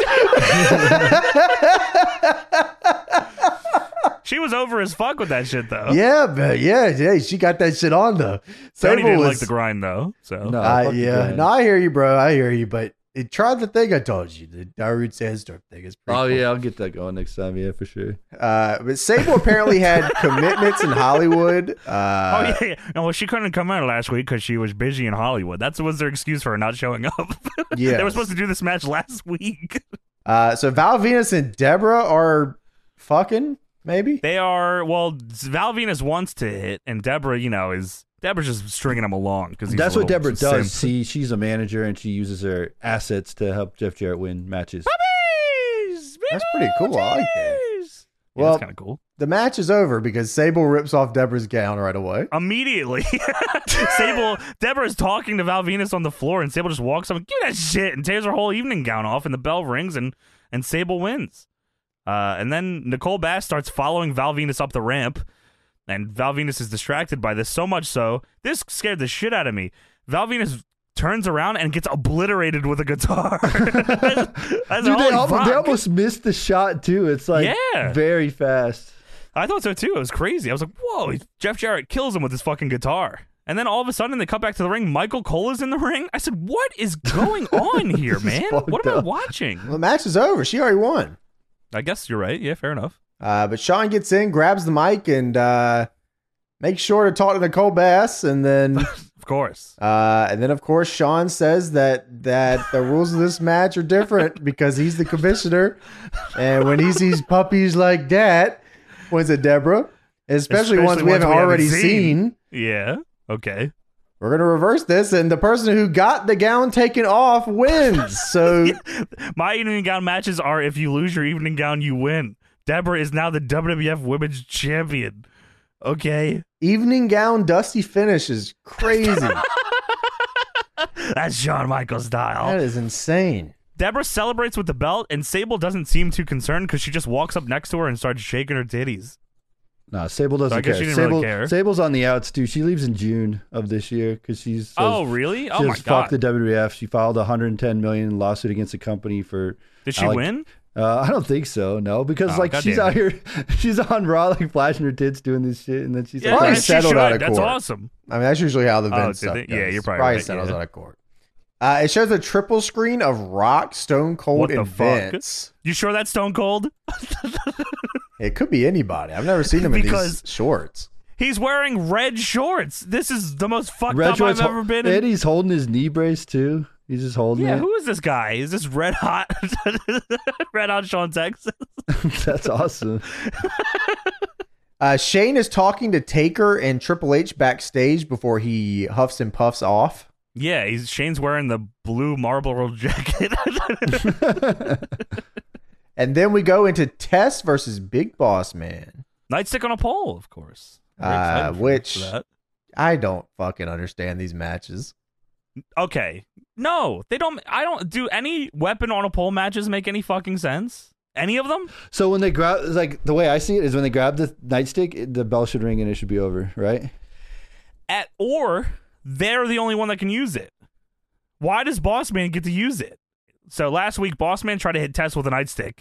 Speaker 2: She was over as fuck with that shit, though.
Speaker 1: yeah, man. Yeah, yeah. She got that shit on though.
Speaker 2: Tony
Speaker 1: Sable
Speaker 2: didn't
Speaker 1: was,
Speaker 2: like the Oh, grind, though. So
Speaker 3: No,
Speaker 1: I-
Speaker 3: fuck the
Speaker 1: yeah,
Speaker 3: grind.
Speaker 1: no, I hear you, bro. I hear you, but it tried the thing I told you. The Darude Sandstorm thing is pretty.
Speaker 3: Oh
Speaker 1: cool.
Speaker 3: yeah, I'll get that going next time. Yeah, for sure.
Speaker 1: Uh, but Sable apparently
Speaker 2: (laughs)
Speaker 1: had commitments in Hollywood.
Speaker 2: Oh
Speaker 1: Uh,
Speaker 2: yeah, yeah. No, well, she couldn't come out last week because she was busy in Hollywood. That was their excuse for not showing up. (laughs)
Speaker 1: Yes.
Speaker 2: they were supposed to do this match last (laughs) week.
Speaker 1: uh, so Val Venus and Deborah are fucking maybe.
Speaker 2: They are well. Val Venus wants to hit, and Deborah, you know, is Deborah's just stringing him along because
Speaker 3: That's what Deborah
Speaker 2: Deborah
Speaker 3: does. See, she's a manager and she uses her assets to help Jeff Jarrett win matches.
Speaker 1: That's pretty cool. I like that.
Speaker 2: Yeah,
Speaker 1: Well-
Speaker 2: that's kind of cool.
Speaker 1: The match is over because Sable rips off Deborah's gown right away.
Speaker 2: Immediately, (laughs) Sable, Deborah's talking to Val Venus on the floor, and Sable just walks up, and give me that shit, and tears her whole evening gown off, and the bell rings, and and Sable wins. Uh, and then Nicole Bass starts following Val Venus up the ramp, and Val Venus is distracted by this so much so this scared the shit out of me. Val Venus turns around and gets obliterated with a guitar. (laughs) That's
Speaker 3: Dude, they almost, they almost missed the shot too. It's like
Speaker 2: Yeah.
Speaker 3: very fast.
Speaker 2: I thought so too. It was crazy. I was like, whoa, Jeff Jarrett kills him with his fucking guitar. And then all of a sudden they come back to the ring. Michael Cole is in the ring. I said, what is going on here, man?
Speaker 3: fucked
Speaker 2: What am I
Speaker 3: up.
Speaker 2: watching?
Speaker 1: The match is over. She already won.
Speaker 2: I guess you're right. Yeah, fair enough.
Speaker 1: Uh, but Sean gets in, grabs the mic, and uh, makes sure to talk to Nicole Bass, and then
Speaker 2: Of course.
Speaker 1: uh, and then of course Sean says that that the rules of this match are
Speaker 2: (laughs)
Speaker 1: different because he's the commissioner, and when he sees puppies like that, when's it Deborah? Especially, ones we haven't already seen.
Speaker 2: Yeah. Okay. (laughs)
Speaker 1: We're gonna reverse this, and the person who got the gown taken off
Speaker 2: (laughs)
Speaker 1: wins. So
Speaker 2: My evening gown matches are if you lose your evening gown, you win. Deborah is now the WWF Women's Champion. Okay.
Speaker 1: evening gown dusty finish is
Speaker 2: (laughs)
Speaker 1: crazy.
Speaker 2: Oh. That's Shawn Michaels style.
Speaker 1: that is insane.
Speaker 2: Deborah celebrates with the belt, and Sable doesn't seem too concerned because she just walks up next to her and starts shaking her titties.
Speaker 3: No, Sable doesn't
Speaker 2: So I guess
Speaker 3: care.
Speaker 2: she didn't
Speaker 3: Sable,
Speaker 2: really care.
Speaker 3: Sable's on the outs too. She leaves in June of this year because she's says-
Speaker 2: oh, really?
Speaker 3: she
Speaker 2: Oh my
Speaker 3: says,
Speaker 2: god!
Speaker 3: fuck the WWF. She filed a 110 million lawsuit against the company for.
Speaker 2: Did she
Speaker 3: Alec-
Speaker 2: win?
Speaker 3: Uh, I don't think so. No, because
Speaker 2: Oh,
Speaker 3: like
Speaker 2: God
Speaker 3: she's
Speaker 2: damn
Speaker 3: out here, (laughs) she's on Raw like flashing her tits doing this shit, and then she's
Speaker 2: Yeah,
Speaker 3: like,
Speaker 1: Probably
Speaker 2: and she
Speaker 1: settled
Speaker 2: should.
Speaker 1: out of
Speaker 2: That's
Speaker 1: court.
Speaker 2: awesome.
Speaker 1: I mean, that's usually how the
Speaker 2: Oh,
Speaker 1: Vince
Speaker 2: did
Speaker 1: stuff
Speaker 2: they-
Speaker 1: goes.
Speaker 2: yeah, you're probably
Speaker 1: probably
Speaker 2: right,
Speaker 1: settles
Speaker 2: yeah.
Speaker 1: out of court. Uh, it shows a triple screen of Rock, Stone Cold,
Speaker 2: What the
Speaker 1: and
Speaker 2: fuck?
Speaker 1: Vince.
Speaker 2: You sure that's Stone Cold?
Speaker 1: It could be anybody. I've never seen him in
Speaker 2: Because-
Speaker 1: these shorts.
Speaker 2: He's wearing red shorts. This is the most fucked
Speaker 3: Red
Speaker 2: up
Speaker 3: shorts
Speaker 2: I've
Speaker 3: hol-
Speaker 2: ever been.
Speaker 3: And
Speaker 2: in.
Speaker 3: he's holding his knee brace too. He's just holding
Speaker 2: Yeah,
Speaker 3: it.
Speaker 2: who is this guy? Is this Red Hot? (laughs) red Hot Sean Texas?
Speaker 3: (laughs) That's awesome.
Speaker 1: Uh, Shane is talking to Taker and Triple H backstage before he huffs and puffs off.
Speaker 2: Yeah, he's Shane's wearing the blue Marlboro (laughs) jacket.
Speaker 1: And then we go into Test versus Big Boss Man.
Speaker 2: Nightstick on a pole, of course. Very
Speaker 1: Uh,
Speaker 2: excited for-
Speaker 1: which-
Speaker 2: for that.
Speaker 1: I don't fucking understand these matches.
Speaker 2: Okay. No, they don't. I don't. Do any weapon on a pole matches make any fucking sense? Any of them?
Speaker 3: So when they grab, like the way I see it is when they grab the nightstick, it- the bell should ring and it should be over, right?
Speaker 2: At or they're the only one that can use it. Why does Boss Man get to use it? So last week, Boss Man tried to hit Tess with a nightstick.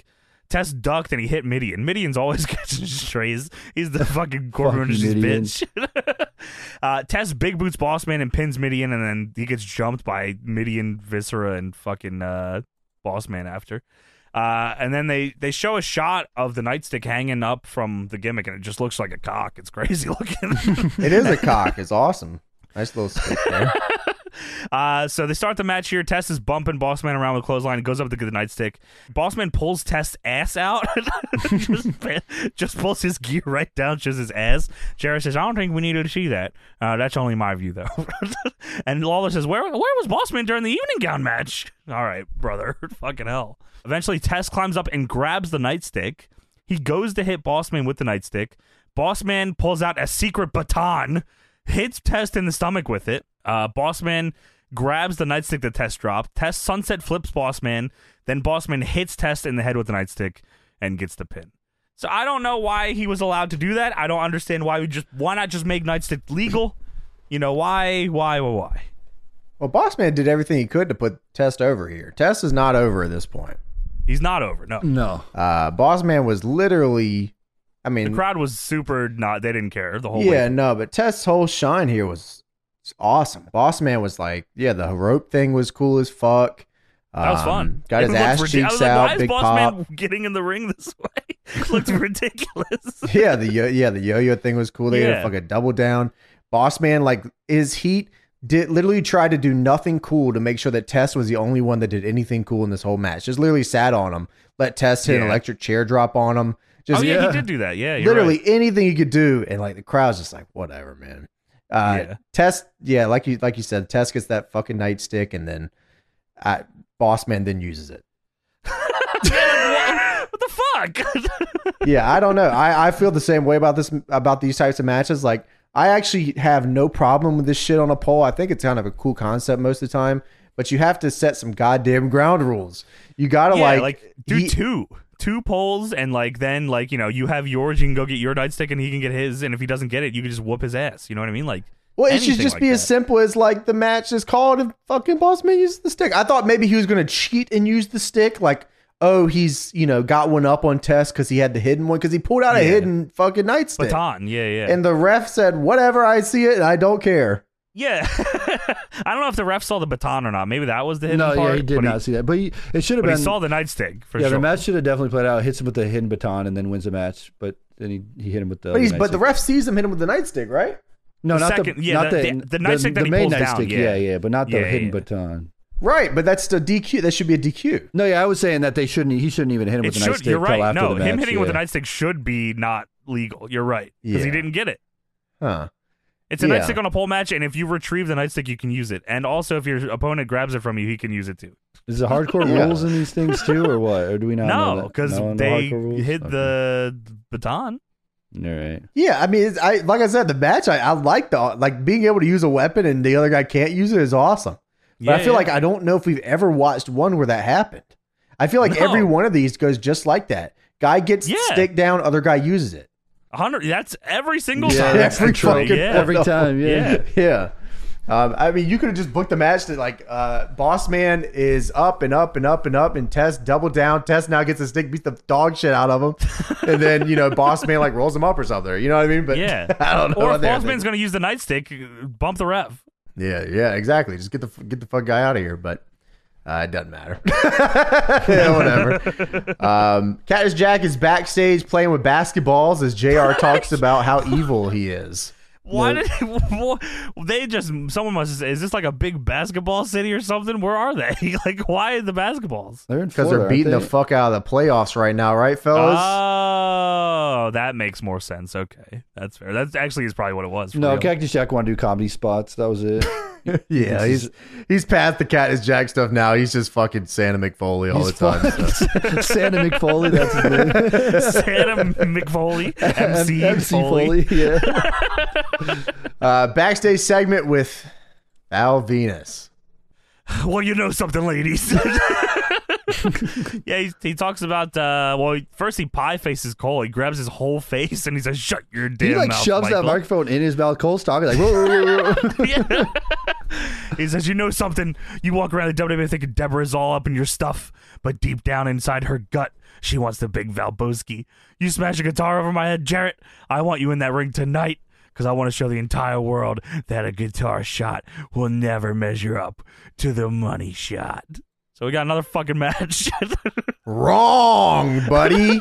Speaker 2: Tess ducked and he hit Midian. Midian's always (laughs) catching strays. He's the fucking Corbin
Speaker 3: Fucking
Speaker 2: Rogers
Speaker 3: Midian.
Speaker 2: bitch. (laughs) uh, Tess big boots Boss Man and pins Midian, and then he gets jumped by Midian, Viscera, and fucking uh, Boss Man after. Uh, and then they, they show a shot of the nightstick hanging up from the gimmick, and it just looks like a cock. It's (laughs) crazy looking.
Speaker 1: It
Speaker 2: (laughs)
Speaker 1: is a cock. It's awesome. Nice little stick there.
Speaker 2: Uh, so they start the match here. Tess is bumping Bossman around with clothesline. Goes up to get the nightstick. Bossman pulls Tess' ass out. (laughs) just, just pulls his gear right down, just his ass. Jared says, "I don't think we needed to see that. Uh, that's only my view, though." (laughs) and Lawler says, "Where where was Bossman during the evening gown match?" (laughs) All right, brother, (laughs) fucking hell. Eventually, Tess climbs up and grabs the nightstick. He goes to hit Bossman with the nightstick. Bossman pulls out a secret baton, hits Test in the stomach with it. Uh, Bossman grabs the nightstick that Test dropped. Test sunset flips Bossman. Then Bossman hits Test in the head with the nightstick and gets the pin. So I don't know why he was allowed to do that. I don't understand why we just why not just make nightstick legal? You know why? Why? Why? Why?
Speaker 1: Well, Boss Man did everything he could to put Test over here. Test is not over at this point.
Speaker 2: He's not over. No,
Speaker 3: No.
Speaker 1: Uh, Boss Man was literally, I
Speaker 2: the
Speaker 1: mean,
Speaker 2: crowd was super not. They didn't care the whole
Speaker 1: yeah,
Speaker 2: way.
Speaker 1: no, but Test's whole shine here was was awesome. Boss Man was like, yeah, the rope thing was cool as fuck.
Speaker 2: That was
Speaker 1: Um,
Speaker 2: fun.
Speaker 1: Got
Speaker 2: It
Speaker 1: his
Speaker 2: looked
Speaker 1: ass
Speaker 2: ridic- I
Speaker 1: cheeks
Speaker 2: was like, Why
Speaker 1: out,
Speaker 2: is
Speaker 1: big
Speaker 2: Bossman
Speaker 1: pop.
Speaker 2: (laughs) getting in the ring this (laughs) way? It looked ridiculous.
Speaker 1: yeah, the yo- yeah the yo-yo thing was cool. They had
Speaker 2: Yeah.
Speaker 1: a fucking double down. Boss man, like his heat did literally tried to do nothing cool to make sure that Tess was the only one that did anything cool in this whole match. Just literally sat on him, let Tess hit an
Speaker 2: Yeah.
Speaker 1: electric chair drop on him.
Speaker 2: Oh
Speaker 1: Just
Speaker 2: yeah,
Speaker 3: Yeah.
Speaker 2: he did do that. Yeah, you're
Speaker 1: literally
Speaker 2: right.
Speaker 1: anything you could do, and like the crowd's just like whatever, man. Uh,
Speaker 2: Yeah.
Speaker 1: Tess, yeah, like you like you said, Tess gets that fucking nightstick, and then uh, Boss man then uses it.
Speaker 2: Yeah, like, (laughs) what, what the fuck?
Speaker 1: yeah, I don't know. I, I feel the same way about this about these types of matches. Like I actually have no problem with this shit on a pole. I think it's kind of a cool concept most of the time, but you have to set some goddamn ground rules. You gotta
Speaker 2: yeah,
Speaker 1: like,
Speaker 2: like, do
Speaker 1: he-
Speaker 2: two two polls and like then like you know you have yours you can go get your nightstick and he can get his and if he doesn't get it you can just whoop his ass you know what i mean like
Speaker 1: Well, it should
Speaker 2: anything
Speaker 1: just
Speaker 2: like
Speaker 1: be as
Speaker 2: that.
Speaker 1: simple as like the match is called and fucking boss man uses the stick. I thought maybe he was gonna cheat and use the stick, like oh he's you know got one up on Tess because he had the hidden one because he pulled out a
Speaker 2: Yeah.
Speaker 1: hidden fucking nightstick,
Speaker 2: baton yeah yeah
Speaker 1: and the ref said whatever I see it, I don't care.
Speaker 2: yeah (laughs) i don't know if the ref saw the baton or not maybe that was the hidden
Speaker 3: No,
Speaker 2: part
Speaker 3: yeah, he did
Speaker 2: but
Speaker 3: not
Speaker 2: he,
Speaker 3: see that. But he, it should have
Speaker 2: but he
Speaker 3: been.
Speaker 2: saw the nightstick for
Speaker 3: yeah,
Speaker 2: sure
Speaker 3: the match should have definitely played out. Hits him with the hidden baton and then wins the match. But then he, he hit him with the.
Speaker 1: But he's
Speaker 3: other
Speaker 1: but the
Speaker 3: nightstick.
Speaker 1: ref sees him hit him with the nightstick, right?
Speaker 3: No,
Speaker 2: the
Speaker 3: not
Speaker 2: second-
Speaker 3: the
Speaker 2: yeah,
Speaker 3: not
Speaker 2: the-
Speaker 3: the,
Speaker 2: the- the nightstick that he
Speaker 3: main
Speaker 2: pulls down,
Speaker 3: nightstick,
Speaker 2: yeah.
Speaker 3: yeah, but not the
Speaker 2: Yeah,
Speaker 3: hidden
Speaker 2: yeah.
Speaker 3: baton.
Speaker 1: Right, but that's the DQ. That should be a DQ.
Speaker 3: No, yeah, I was saying that they shouldn't. He shouldn't even hit him
Speaker 2: it
Speaker 3: with the
Speaker 2: should
Speaker 3: nightstick
Speaker 2: you're
Speaker 3: till
Speaker 2: right
Speaker 3: after
Speaker 2: no
Speaker 3: the match.
Speaker 2: him hitting
Speaker 3: yeah.
Speaker 2: with the nightstick should be not legal you're right because he
Speaker 1: Yeah.
Speaker 2: didn't get it
Speaker 1: Huh.
Speaker 2: it's a
Speaker 1: Yeah.
Speaker 2: nightstick on a pole match and if you retrieve the nightstick you can use it and also if your opponent grabs it from you he can use it too
Speaker 3: Is it hardcore
Speaker 1: Yeah.
Speaker 3: rules in these things too, or what? Or do we not? know
Speaker 2: no
Speaker 3: that?
Speaker 2: because
Speaker 3: No, no
Speaker 2: they
Speaker 3: hardcore rules?
Speaker 2: hit
Speaker 3: Okay.
Speaker 2: the baton
Speaker 3: All right.
Speaker 1: Yeah, I mean, it's, I like I said, the match. I, I like the like being able to use a weapon and the other guy can't use it is awesome. But I
Speaker 2: Yeah,
Speaker 1: feel
Speaker 2: yeah.
Speaker 1: like I don't know if we've ever watched one where that happened. I feel like
Speaker 2: No.
Speaker 1: every one of these goes just like that. Guy gets the
Speaker 2: Yeah.
Speaker 1: stick down, other guy uses it. (laughs)
Speaker 2: hundred. That's every single
Speaker 3: Yeah,
Speaker 2: time.
Speaker 3: that's
Speaker 1: every
Speaker 2: true.
Speaker 1: fucking
Speaker 2: yeah.
Speaker 1: every-
Speaker 3: (laughs) Every time, yeah.
Speaker 2: Yeah.
Speaker 1: Yeah. Um, I mean, you could have just booked a match that like uh, Boss Man is up and up and up and up, and Tess double down. Tess now gets a stick, beats the dog shit out of him, and then you know Boss Man like rolls him up or something. You know what I mean? But
Speaker 2: Yeah.
Speaker 1: (laughs) I don't know.
Speaker 2: Or
Speaker 1: what
Speaker 2: if
Speaker 1: they're
Speaker 2: Bossman's going to use the nightstick, bump the ref.
Speaker 1: Yeah, yeah, exactly. Just get the get the fuck guy out of here. But uh, it doesn't matter. (laughs) yeah, whatever.
Speaker 3: (laughs)
Speaker 1: Um, Cactus Jack is backstage playing with basketballs as Jr. talks about how evil he is.
Speaker 2: Why did (laughs) wh- they just? Someone must say, is this like a big basketball city or something? Where are they? (laughs) like, why the basketballs?
Speaker 3: They're in
Speaker 1: Because
Speaker 3: Florida, Ah,
Speaker 1: they're
Speaker 3: aren't
Speaker 1: beating the
Speaker 3: they?
Speaker 1: fuck out of the playoffs right now, right, fellas?
Speaker 2: Oh, that makes more sense. Okay, that's fair. That actually is probably what it was. for
Speaker 3: no,
Speaker 2: real.
Speaker 3: Cactus Jack wanted to do comedy spots. That was it.
Speaker 1: yeah,
Speaker 3: this
Speaker 1: he's he's past the Cactus Jack stuff now. He's just fucking Santa McFoley all the
Speaker 3: He's
Speaker 1: time. (laughs) so.
Speaker 3: fucking- Santa McFoley. That's his
Speaker 2: (laughs)
Speaker 3: name.
Speaker 2: Santa
Speaker 3: (laughs)
Speaker 2: McFoley, MC,
Speaker 3: MC
Speaker 2: Foley.
Speaker 3: Foley. Yeah.
Speaker 1: Uh, backstage segment with Al Venus.
Speaker 2: well, you know something,
Speaker 3: (laughs)
Speaker 2: ladies. (laughs) yeah, he, he talks about. Uh, well, he- first he pie faces Cole. He grabs his whole face and he says, "Shut your damn
Speaker 3: He like
Speaker 2: mouth."
Speaker 3: shoves that
Speaker 2: Michael."
Speaker 3: microphone in his mouth. Cole's talking like, whoa, whoa, whoa, whoa.
Speaker 2: Yeah. he says, "You know something? You walk around the WWE thinking Deborah's all up in your stuff, but deep down inside her gut, she wants the big Valboski. You smash a guitar over my head, Jarrett. I want you in that ring tonight." Because I want to show the entire world that a guitar shot will never measure up to the money shot. So we got another fucking match. (laughs)
Speaker 1: Wrong,
Speaker 3: (laughs)
Speaker 1: buddy.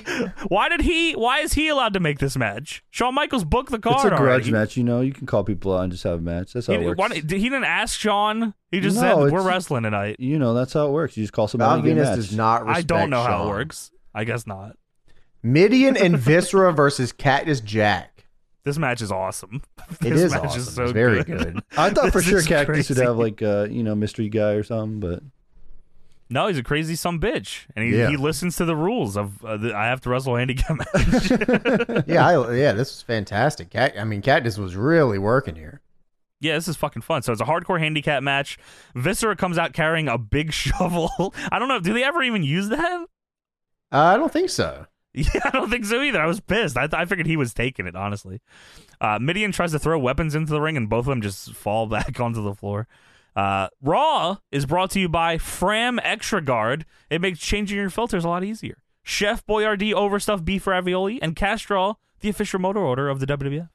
Speaker 2: why did he? Why is he allowed to make this match? Shawn Michaels booked the card.
Speaker 3: it's a
Speaker 2: already.
Speaker 3: grudge match, you know. You can call people out and just have a match. That's how
Speaker 2: He,
Speaker 3: it works.
Speaker 2: why did- he didn't ask Shawn. He just
Speaker 3: No,
Speaker 2: said,
Speaker 3: it's-
Speaker 2: "We're wrestling tonight."
Speaker 3: you know, that's how it works. You just call somebody. and get a
Speaker 1: Alvinus
Speaker 3: match.
Speaker 1: does not respect
Speaker 2: I don't know how it
Speaker 1: Sean.
Speaker 2: works. I guess not.
Speaker 1: Midian and Viscera versus Cactus Jack.
Speaker 2: This match is awesome. (laughs)
Speaker 1: It
Speaker 2: this
Speaker 1: is
Speaker 2: match
Speaker 1: awesome.
Speaker 2: is so
Speaker 1: it's very
Speaker 2: good.
Speaker 1: good.
Speaker 3: I (laughs) thought for
Speaker 2: This
Speaker 3: sure
Speaker 2: is
Speaker 3: Cactus
Speaker 2: crazy.
Speaker 3: would have like uh, you know mystery guy or something, but
Speaker 2: (laughs) No, he's a crazy some bitch, and he,
Speaker 1: Yeah.
Speaker 2: he listens to the rules of uh, the, I have to wrestle a handicap (laughs) match.
Speaker 1: yeah, I, yeah, this was fantastic. Cat, I mean, Cactus was really working here.
Speaker 2: yeah, this is fucking fun. So it's a hardcore handicap match. Viscera comes out carrying a big (laughs) shovel. I don't know. Do they ever even use that?
Speaker 1: Uh, I don't think so.
Speaker 2: (laughs) Yeah, I don't think so either. I was pissed. I, th- I figured he was taking it, honestly. Uh, Midian tries to throw weapons into the ring, and both of them just fall (laughs) back onto the floor. Uh, Raw is brought to you by Fram Extra Guard. It makes changing your filters a lot easier. Chef Boyardee overstuffed beef ravioli, and Castrol, the official motor order of the WWF.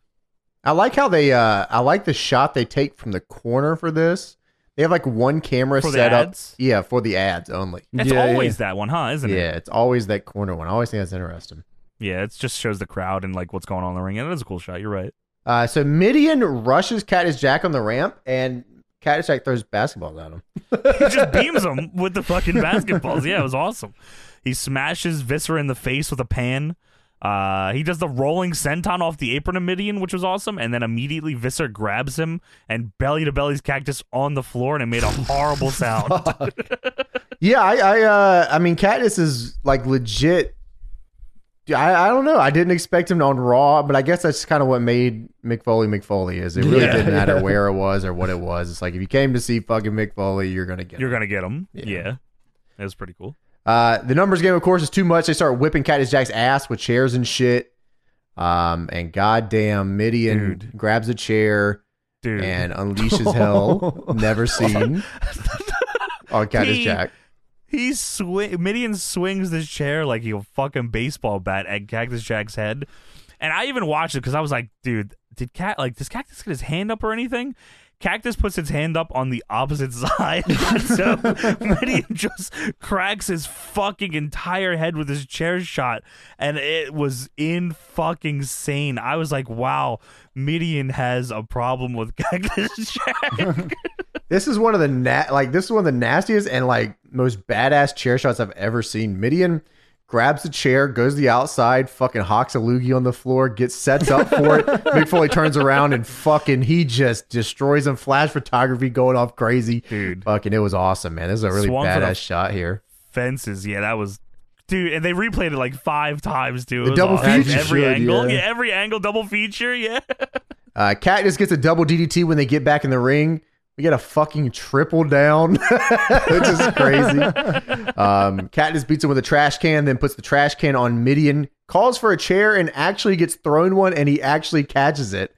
Speaker 1: I like how they. Uh, I like the shot they take from the corner for this. They have like one camera
Speaker 2: For the
Speaker 1: set up.
Speaker 2: ads?
Speaker 1: Yeah, for the ads only.
Speaker 2: It's
Speaker 3: Yeah,
Speaker 2: always that one, huh? Isn't it?
Speaker 1: Yeah, it's always that corner one. I always think that's interesting.
Speaker 2: Yeah, it just shows the crowd and like what's going on in the ring, and it is a cool shot. You're right.
Speaker 1: Uh, so Midian rushes Cactus Jack on the ramp, and Cactus Jack throws basketballs at him.
Speaker 2: he just beams him with the fucking basketballs. Yeah, it was awesome. He smashes Viscera in the face with a pan. Uh, he does the rolling senton off the apron of Midian, which was awesome, and then immediately Viscera grabs him and belly to bellies cactus on the floor, and it made a horrible sound.
Speaker 1: Yeah, I, I, uh, I mean, Cactus is like legit. I, I don't know. I didn't expect him on Raw, but I guess that's kind of what made McFoley McFoley is. It really
Speaker 3: Yeah.
Speaker 1: didn't matter
Speaker 2: (laughs)
Speaker 3: Yeah.
Speaker 1: where it was or what it was. It's like if you came to see fucking McFoley, you're gonna get.
Speaker 2: You're
Speaker 1: It.
Speaker 2: gonna get him. Yeah. That was pretty cool.
Speaker 1: Uh, the numbers game, of course, is too much. They start whipping Cactus Jack's ass with chairs and shit. Um, and goddamn, Midian
Speaker 2: Dude.
Speaker 1: grabs a chair
Speaker 2: Dude.
Speaker 1: and unleashes
Speaker 2: (laughs)
Speaker 1: hell, never seen on Cactus
Speaker 2: He-
Speaker 1: Jack.
Speaker 2: He swi Midian swings this chair like he'll fucking baseball bat at Cactus Jack's head, and I even watched it because I was like, dude, did cat like does Cactus get his hand up or anything? Cactus puts his hand up on the opposite (laughs) side, so Midian just cracks his fucking entire head with his chair shot, and it was in fucking sane. I was like, wow, Midian has a problem with (laughs) Cactus Jack.
Speaker 1: This is one of the na- like this is one of the nastiest and like most badass chair shots I've ever seen. Midian grabs the chair, goes to the outside, fucking hawks a loogie on the floor, gets sets up for
Speaker 2: (laughs)
Speaker 1: it. Mick Foley turns around and fucking he just destroys him. Flash photography going off crazy.
Speaker 2: Dude.
Speaker 1: Fucking it was awesome, man. This is a really
Speaker 2: Swung for the-
Speaker 1: badass shot here.
Speaker 2: fences. Yeah, that was. Dude, and they replayed it like five times too. It
Speaker 1: The
Speaker 2: was
Speaker 1: double
Speaker 2: awesome.
Speaker 1: feature
Speaker 2: every
Speaker 3: should,
Speaker 2: angle,
Speaker 3: yeah.
Speaker 2: yeah. every angle, double feature, yeah.
Speaker 1: Uh, Cactus gets a double DDT when they get back in the ring. We get a fucking triple down, (laughs) which is crazy. Um, Cactus beats him with a trash can, then puts the trash can on Midian, calls for a chair, and actually gets thrown one, and he actually catches it.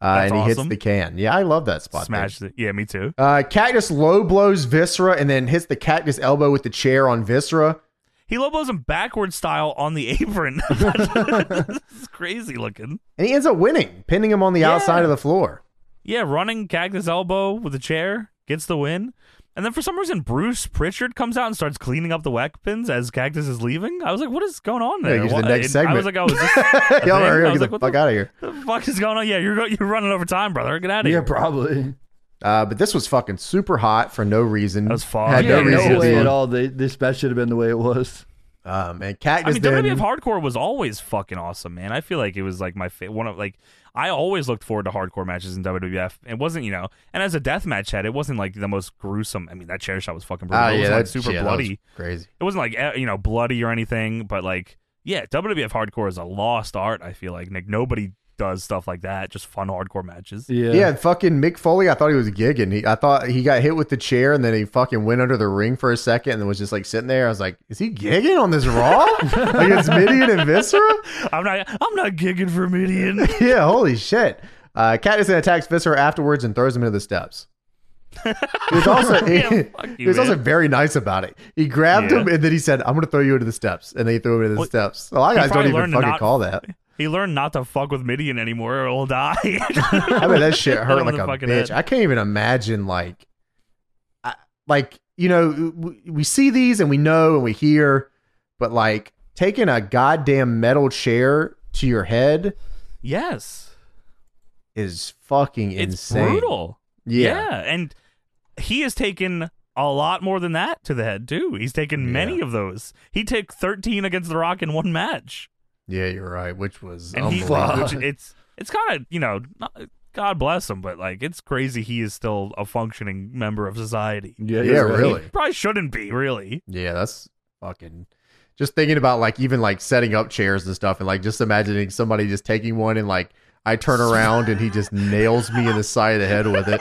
Speaker 1: Uh,
Speaker 2: That's
Speaker 1: and he
Speaker 2: awesome.
Speaker 1: hits the can. Yeah, I love that spot. there.
Speaker 2: Smashed it. Yeah, me too.
Speaker 1: Uh, Cactus low blows Viscera and then hits the Cactus elbow with the chair on Viscera.
Speaker 2: He lobos him backward style on the (laughs) apron. this is crazy looking.
Speaker 1: And he ends up winning, pinning him on the
Speaker 2: Yeah.
Speaker 1: outside of the floor. (laughs)
Speaker 2: Yeah, running cactus elbow with a chair gets the win. And then for some reason, Bruce Pritchard comes out and starts cleaning up the weapons as Cactus is leaving. I was like, "What is going on there?"
Speaker 1: Yeah, here's the
Speaker 2: What-
Speaker 1: next
Speaker 2: I was
Speaker 1: segment.
Speaker 2: like, "Oh, is this (laughs) a thing?"
Speaker 1: Y'all
Speaker 2: I
Speaker 1: are here.
Speaker 2: was
Speaker 1: Get
Speaker 2: like,
Speaker 1: the
Speaker 2: what
Speaker 1: fuck out of here.
Speaker 2: the fuck is going on?" Yeah, you're go- you're running over time, brother. Get out of
Speaker 3: yeah,
Speaker 2: here.
Speaker 3: probably.
Speaker 1: Uh, but this was fucking super hot for no reason.
Speaker 2: That was fun.
Speaker 1: Had
Speaker 2: Yeah,
Speaker 1: no
Speaker 3: Yeah,
Speaker 1: reason.
Speaker 3: no
Speaker 1: to be.
Speaker 3: way at all. They, this match should have been the way it was.
Speaker 1: Um, and
Speaker 2: I
Speaker 1: Cactus
Speaker 2: mean,
Speaker 1: then.
Speaker 2: WWF Hardcore was always fucking awesome, man. I feel like it was like my fa- one of like I always looked forward to hardcore matches in WWF. It wasn't, you know, and as a deathmatch head, it wasn't like the most gruesome. I mean, that chair shot was fucking brutal.
Speaker 1: Ah,
Speaker 2: it was
Speaker 1: yeah,
Speaker 2: like
Speaker 1: that-
Speaker 2: super
Speaker 1: yeah, that was
Speaker 2: bloody.
Speaker 1: crazy.
Speaker 2: It wasn't like eh, you know bloody or anything, but like yeah, WWF Hardcore is a lost art. I feel like Nick nobody does stuff like that, just fun hardcore matches.
Speaker 1: Yeah. fucking Mick Foley. I thought he was gigging. He, I thought he got hit with the chair and then he fucking went under the ring for a second and was just like sitting there. I was like, is he gigging on this
Speaker 2: (laughs)
Speaker 1: Raw against Midian and Viscera?
Speaker 2: I'm not I'm not gigging
Speaker 1: (laughs)
Speaker 2: for Midian.
Speaker 1: Yeah, holy shit. Uh, Katniss attacks Viscera afterwards and throws him into the steps. He was also he,
Speaker 2: (laughs) Yeah, fuck you,
Speaker 1: he was also
Speaker 2: man.
Speaker 1: very nice about it. He grabbed
Speaker 2: Yeah.
Speaker 1: him and then he said, "I'm going to throw you into the steps," and then he threw him into the
Speaker 2: Well,
Speaker 1: steps. A lot of guys don't
Speaker 2: probably
Speaker 1: even
Speaker 2: learned to
Speaker 1: fucking
Speaker 2: not-
Speaker 1: call
Speaker 2: (laughs)
Speaker 1: that.
Speaker 2: He learned not to fuck with Midian anymore or he'll die. (laughs)
Speaker 1: I bet that shit
Speaker 2: Hit
Speaker 1: hurt
Speaker 2: him
Speaker 1: like
Speaker 2: in the
Speaker 1: a
Speaker 2: fucking
Speaker 1: bitch.
Speaker 2: head.
Speaker 1: I can't even imagine like, I, like you know, we, we see these and we know and we hear, but like taking a goddamn metal chair to your head
Speaker 2: yes.
Speaker 1: is fucking
Speaker 2: It's
Speaker 1: insane.
Speaker 2: brutal.
Speaker 1: Yeah.
Speaker 2: And he has taken a lot more than that to the head too. He's taken many of those. He took 13 against The Rock in one match.
Speaker 1: yeah, you're right. Which was
Speaker 2: And he,
Speaker 1: unbelievable. (laughs)
Speaker 2: which it's it's kind of, you know, not, God bless him, but like it's crazy he is still a functioning member of society.
Speaker 3: Yeah,
Speaker 1: yeah,
Speaker 3: you're right.
Speaker 1: really.
Speaker 2: Probably shouldn't be, really.
Speaker 1: Yeah, that's fucking. Just thinking about like even like setting up chairs and stuff, and like just imagining somebody just taking one and like I turn around and he just nails me in the side of the head with it.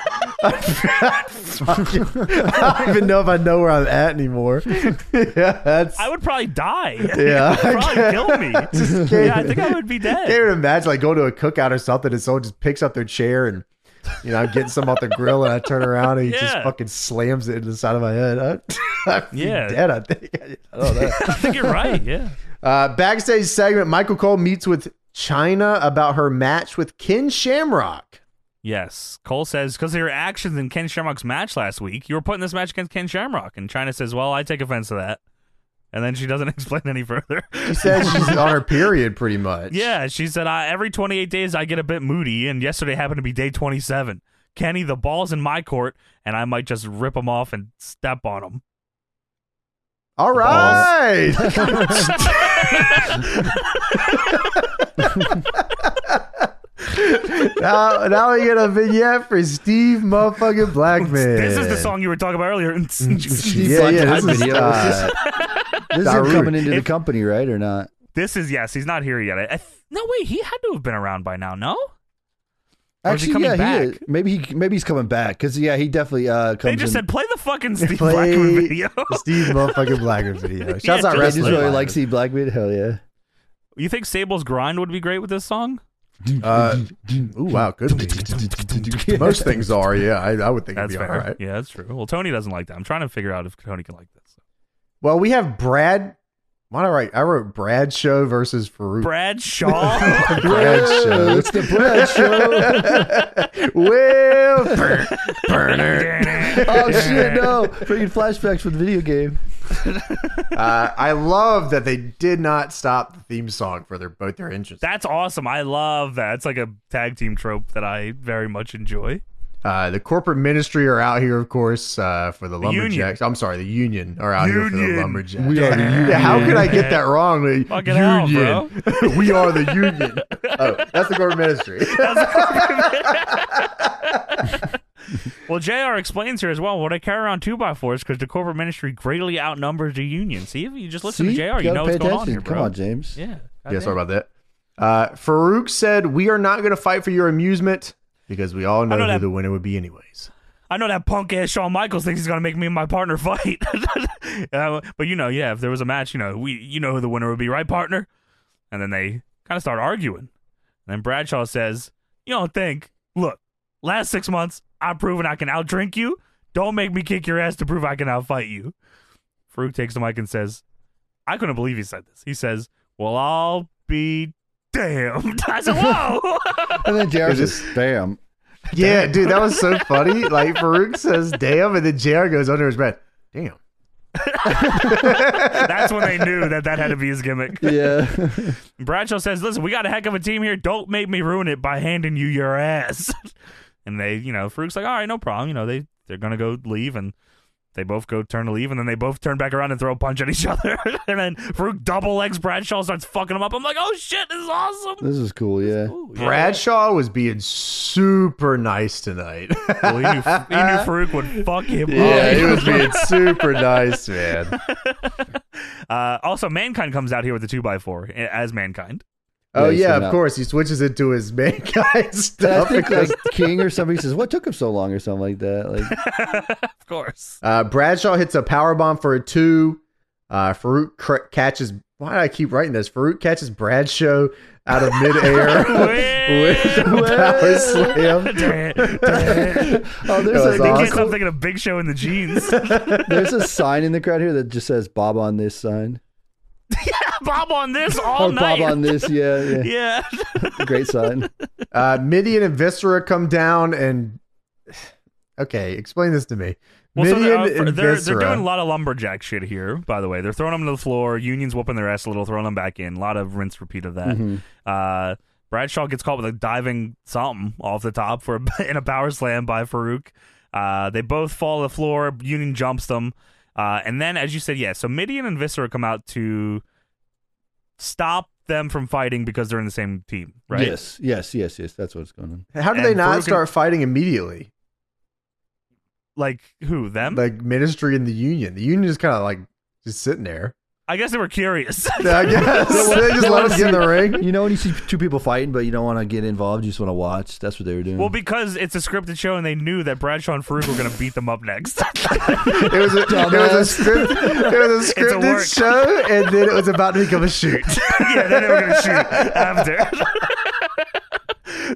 Speaker 1: (laughs) I, don't even know if I know where I'm at anymore. (laughs) yeah, that's.
Speaker 2: I would probably die. (laughs)
Speaker 1: yeah,
Speaker 2: probably
Speaker 1: can't-
Speaker 2: kill
Speaker 1: (laughs)
Speaker 2: me.
Speaker 1: Just
Speaker 2: yeah, I
Speaker 1: can't-
Speaker 2: think I would be
Speaker 1: can't
Speaker 2: dead.
Speaker 1: even imagine like going to a cookout or something, and someone just picks up their chair and you know I'm getting some off the grill, and I turn around and he just
Speaker 2: Yeah.
Speaker 1: fucking slams it into the side of my head. (laughs) I, I'd be
Speaker 2: Yeah.
Speaker 1: dead. I think. I don't know.
Speaker 2: I think you're right. Yeah.
Speaker 1: Uh, backstage segment: Michael Cole meets with China about her match with Ken Shamrock.
Speaker 2: Yes. Cole says, because of your actions in Ken Shamrock's match last week, you were putting this match against Ken Shamrock. And China says, well, I take offense to that. And then she doesn't (laughs) explain any further.
Speaker 1: She says she's on her period, pretty much.
Speaker 2: yeah, she said, I, every 28 days I get a bit moody, and yesterday happened to be day 27. Kenny, the ball's in my court, and I might just rip him off and step
Speaker 1: (laughs)
Speaker 2: on him.
Speaker 1: All right. (laughs) now, now we get a vignette for Steve motherfucking Blackman.
Speaker 2: This is the song you were talking about earlier.
Speaker 1: Mm,
Speaker 2: (laughs)
Speaker 1: Yeah, yeah. This
Speaker 3: Fuck,
Speaker 1: is,
Speaker 3: video.
Speaker 1: uh,
Speaker 3: (laughs) This is
Speaker 1: Darude.
Speaker 3: him coming into the
Speaker 2: If-
Speaker 3: company, right, or not?
Speaker 2: This is, yes, he's not here yet. I, I, no, wait, he had to have been around by now, no? Or is he
Speaker 3: Actually,
Speaker 2: coming
Speaker 3: yeah, he
Speaker 2: back?
Speaker 3: is. Maybe he maybe he's coming back because yeah, he definitely uh comes.
Speaker 2: They just
Speaker 3: in-
Speaker 2: said, play the fucking Steve
Speaker 1: Play
Speaker 2: Blackman video.
Speaker 1: the Steve motherfucking Blackman video. Shouts
Speaker 2: (laughs) Yeah,
Speaker 1: out
Speaker 2: just-
Speaker 3: I
Speaker 1: wrestling.
Speaker 3: just really
Speaker 1: Blackman.
Speaker 3: like see Blackbeard. Hell yeah.
Speaker 2: You think Sable's grind would be great with this song?
Speaker 1: Uh, (clears throat) ooh, wow,
Speaker 2: (laughs)
Speaker 1: good. be. Most things are. Yeah, I, I would think it'd be
Speaker 2: That's fair.
Speaker 1: all right.
Speaker 2: Yeah, that's true. Well, Tony doesn't like that. I'm trying to figure out if Tony can like
Speaker 3: (laughs)
Speaker 2: this.
Speaker 1: Well, we have Brad. Why not write? I wrote Brad Show versus Farouk.
Speaker 2: Brad
Speaker 3: (laughs)
Speaker 2: Shaw.
Speaker 1: Brad
Speaker 3: (laughs) Yeah,
Speaker 1: Show.
Speaker 3: It's the bread show.
Speaker 1: (laughs) Well, (laughs) burn, burner.
Speaker 3: (laughs)
Speaker 2: (laughs)
Speaker 3: Oh shit, no! Freaking flashbacks with video game.
Speaker 1: Uh, I love that they did not stop the theme song for their both their entrances.
Speaker 2: That's awesome. I love that. It's like a tag team trope that I very much enjoy.
Speaker 1: Uh, the corporate ministry are out here, of course, uh, for the
Speaker 2: union.
Speaker 1: lumberjacks. I'm sorry, the union are out here for the
Speaker 2: Union.
Speaker 1: lumberjacks.
Speaker 3: We are the
Speaker 1: (laughs) Yeah, how
Speaker 3: union.
Speaker 1: could I get that wrong? The
Speaker 2: Fucking hell,
Speaker 1: union. (laughs) we are the
Speaker 2: (laughs)
Speaker 1: union. Oh, that's the corporate ministry.
Speaker 2: Well, JR explains here as well what I carry around 2 by 4s because the corporate ministry greatly outnumbers the union. See, if you just listen to
Speaker 3: See?
Speaker 2: JR, you
Speaker 3: Gotta
Speaker 2: know
Speaker 3: pay
Speaker 2: what's going on
Speaker 3: attention.
Speaker 2: here, bro.
Speaker 3: Come on, James.
Speaker 2: Yeah.
Speaker 1: yeah, sorry about that. Uh, Farouk said, "We are not going to fight for your amusement because we all know,
Speaker 2: know
Speaker 1: who
Speaker 2: that-
Speaker 1: the winner would be, (laughs) anyways."
Speaker 2: I know that punk ass Shawn Michaels thinks he's gonna make me and my partner fight. (laughs) Uh, but you know, yeah, if there was a match, you know, we you know who the winner would be, right, partner? And then they kind of start arguing. And then Bradshaw says, "You don't think? Look, last six months, I've proven I can outdrink you. Don't make me kick your ass to prove I can outfight you." Farouk takes the mic and says, "I couldn't believe he said this." He says, "Well, I'll be damned." (laughs) I said, "Whoa."
Speaker 3: And then JR
Speaker 1: Is
Speaker 3: just damn.
Speaker 1: Yeah, dude, that was so funny. Like Farouk says, "Damn," and then Jr. goes under his breath, "Damn."
Speaker 2: That's when they knew that that had to be his gimmick.
Speaker 3: (laughs) Yeah.
Speaker 2: Bradshaw says, "Listen, we got a heck of a team here. Don't make me ruin it by handing you your ass." (laughs) and they, you know, Farouk's like, "All right, no problem." You know, they they're gonna go leave, and they both go turn to leave, and then they both turn back around and throw a punch at each (laughs) other. and then Farouk double legs Bradshaw, starts fucking him up. I'm like, "Oh shit, this is awesome."
Speaker 3: (laughs) This is cool. Yeah.
Speaker 2: Ooh, yeah.
Speaker 1: Bradshaw was being super nice tonight. (laughs)
Speaker 2: Well, he, knew, he knew Farouk would fuck him
Speaker 1: yeah,
Speaker 2: up.
Speaker 1: he was being (laughs) super nice, man. (laughs)
Speaker 2: Uh, also, Mankind (laughs) comes out here with the two by four a- as Mankind.
Speaker 1: Oh
Speaker 3: he
Speaker 1: yeah,
Speaker 3: sent
Speaker 1: of
Speaker 3: out-
Speaker 1: course. He switches it to his main (laughs) guy
Speaker 3: And I
Speaker 1: stuff.
Speaker 3: think
Speaker 1: because-
Speaker 3: like King or somebody says, "What took him so long?" or something like that. Like,
Speaker 2: (laughs)
Speaker 3: (laughs)
Speaker 2: of course.
Speaker 1: Uh, Bradshaw hits a power bomb for a two. Uh, Farouk cr- catches. Why do I keep writing this? Farouk catches Bradshaw out of
Speaker 2: (laughs)
Speaker 1: midair (laughs) with a power slam. (laughs)
Speaker 2: Damn it, damn it.
Speaker 3: oh,
Speaker 1: That
Speaker 3: there's
Speaker 1: was
Speaker 3: a,
Speaker 2: They
Speaker 1: awesome.
Speaker 2: can't stop thinking of Big Show in the jeans.
Speaker 3: (laughs) there's a sign in the crowd here that just says "Bob on this" sign.
Speaker 2: (laughs) Bob on this all
Speaker 3: or
Speaker 2: night.
Speaker 3: Bob on this, yeah, yeah,
Speaker 2: (laughs) yeah.
Speaker 3: great sign.
Speaker 1: Uh, Midian and Viscera come down and. Okay, explain this to me.
Speaker 2: Well, so
Speaker 1: Midian
Speaker 2: they're, uh,
Speaker 1: and
Speaker 2: they're, they're
Speaker 1: Viscera.
Speaker 2: doing a lot of lumberjack shit here, by the way. They're throwing them to the floor. Union's whooping their ass a little, throwing them back in. A lot of rinse, repeat of that.
Speaker 1: Mm-hmm.
Speaker 3: Mhm.
Speaker 2: Uh, Bradshaw gets caught with a diving something off the top for a, (laughs) in a power slam by Farouk. Uh, they both fall to the floor. Union jumps them, uh, and then, as you said, yeah. So Midian and Viscera come out to stop them from fighting because they're in the same team, (laughs) right?
Speaker 3: Yes, yes, yes, yes. That's what's going on.
Speaker 1: How do
Speaker 2: and
Speaker 1: they not
Speaker 2: Farouk-
Speaker 1: start fighting immediately?
Speaker 2: Like who them?
Speaker 1: Like Ministry and the Union. The Union is kind of like just sitting
Speaker 2: (laughs)
Speaker 1: there.
Speaker 2: I guess they were curious.
Speaker 1: I guess (laughs) they just let us get in the ring.
Speaker 3: You know when you see two people fighting, but you don't want to get involved. You just want to watch. That's what they were doing.
Speaker 2: Well, because it's a scripted show, and they knew that Bradshaw and Farouk were going to beat them up next. (laughs)
Speaker 1: It was a, it was a script, it was a
Speaker 2: a work.
Speaker 1: scripted show, and then it was about to
Speaker 2: (laughs)
Speaker 1: become a shoot.
Speaker 2: yeah, then they were going to shoot after.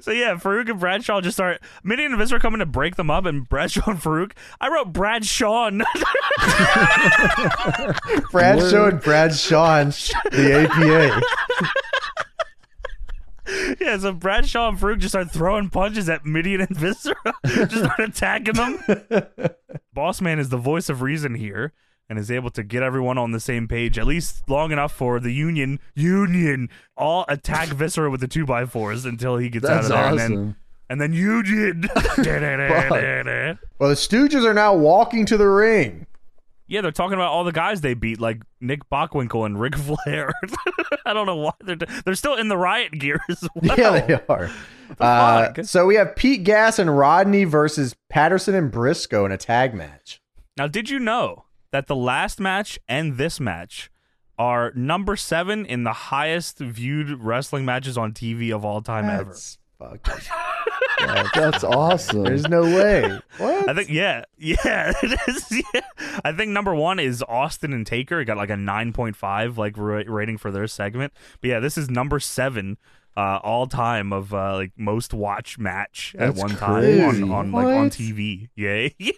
Speaker 2: (laughs) so yeah, Farouk and Bradshaw just start. Minnie and Vince are coming to break them up, and Bradshaw and Farouk. I wrote Bradshaw.
Speaker 1: Bradshaw and Brad Sean,
Speaker 2: (laughs)
Speaker 1: the APA.
Speaker 2: yeah, so Bradshaw and Farouk just start throwing punches at Midian and Viscera. (laughs) just start attacking
Speaker 3: (laughs)
Speaker 2: them. Boss Man is the voice of reason here and is able to get everyone on the same page, at least long enough for the Union, Union, all attack Viscera with the 2 by 4s until he gets
Speaker 3: that's
Speaker 2: out of there.
Speaker 3: awesome.
Speaker 2: And then, and then
Speaker 3: (laughs)
Speaker 2: (laughs) Union.
Speaker 1: Well, the Stooges are now walking to the ring.
Speaker 2: Yeah, they're talking about all the guys they beat, like Nick Bockwinkel and Ric Flair. (laughs) I don't know why they're they're still in the riot gear (laughs) as well.
Speaker 1: Yeah, they are. Uh,
Speaker 2: Oh. fuck?
Speaker 1: so we have Pete Gas and Rodney versus Patterson and Briscoe in a tag match.
Speaker 2: Now, did you know that the last match and this match are number seven in the highest viewed wrestling matches on TV of all time ever?
Speaker 1: That's fucking.
Speaker 3: (laughs) Yeah, that's awesome.
Speaker 1: There's no
Speaker 2: (laughs)
Speaker 1: way. What?
Speaker 2: I think yeah, (laughs) yeah, it is. Yeah. I think number one is Austin and Taker. It got like a nine point five like ra- rating for their segment. But yeah, this is number seven uh, all time of uh, like most watch match at
Speaker 3: That's
Speaker 2: one
Speaker 3: crazy.
Speaker 2: time on, on like on
Speaker 1: What?
Speaker 2: TV. Yeah, yeah,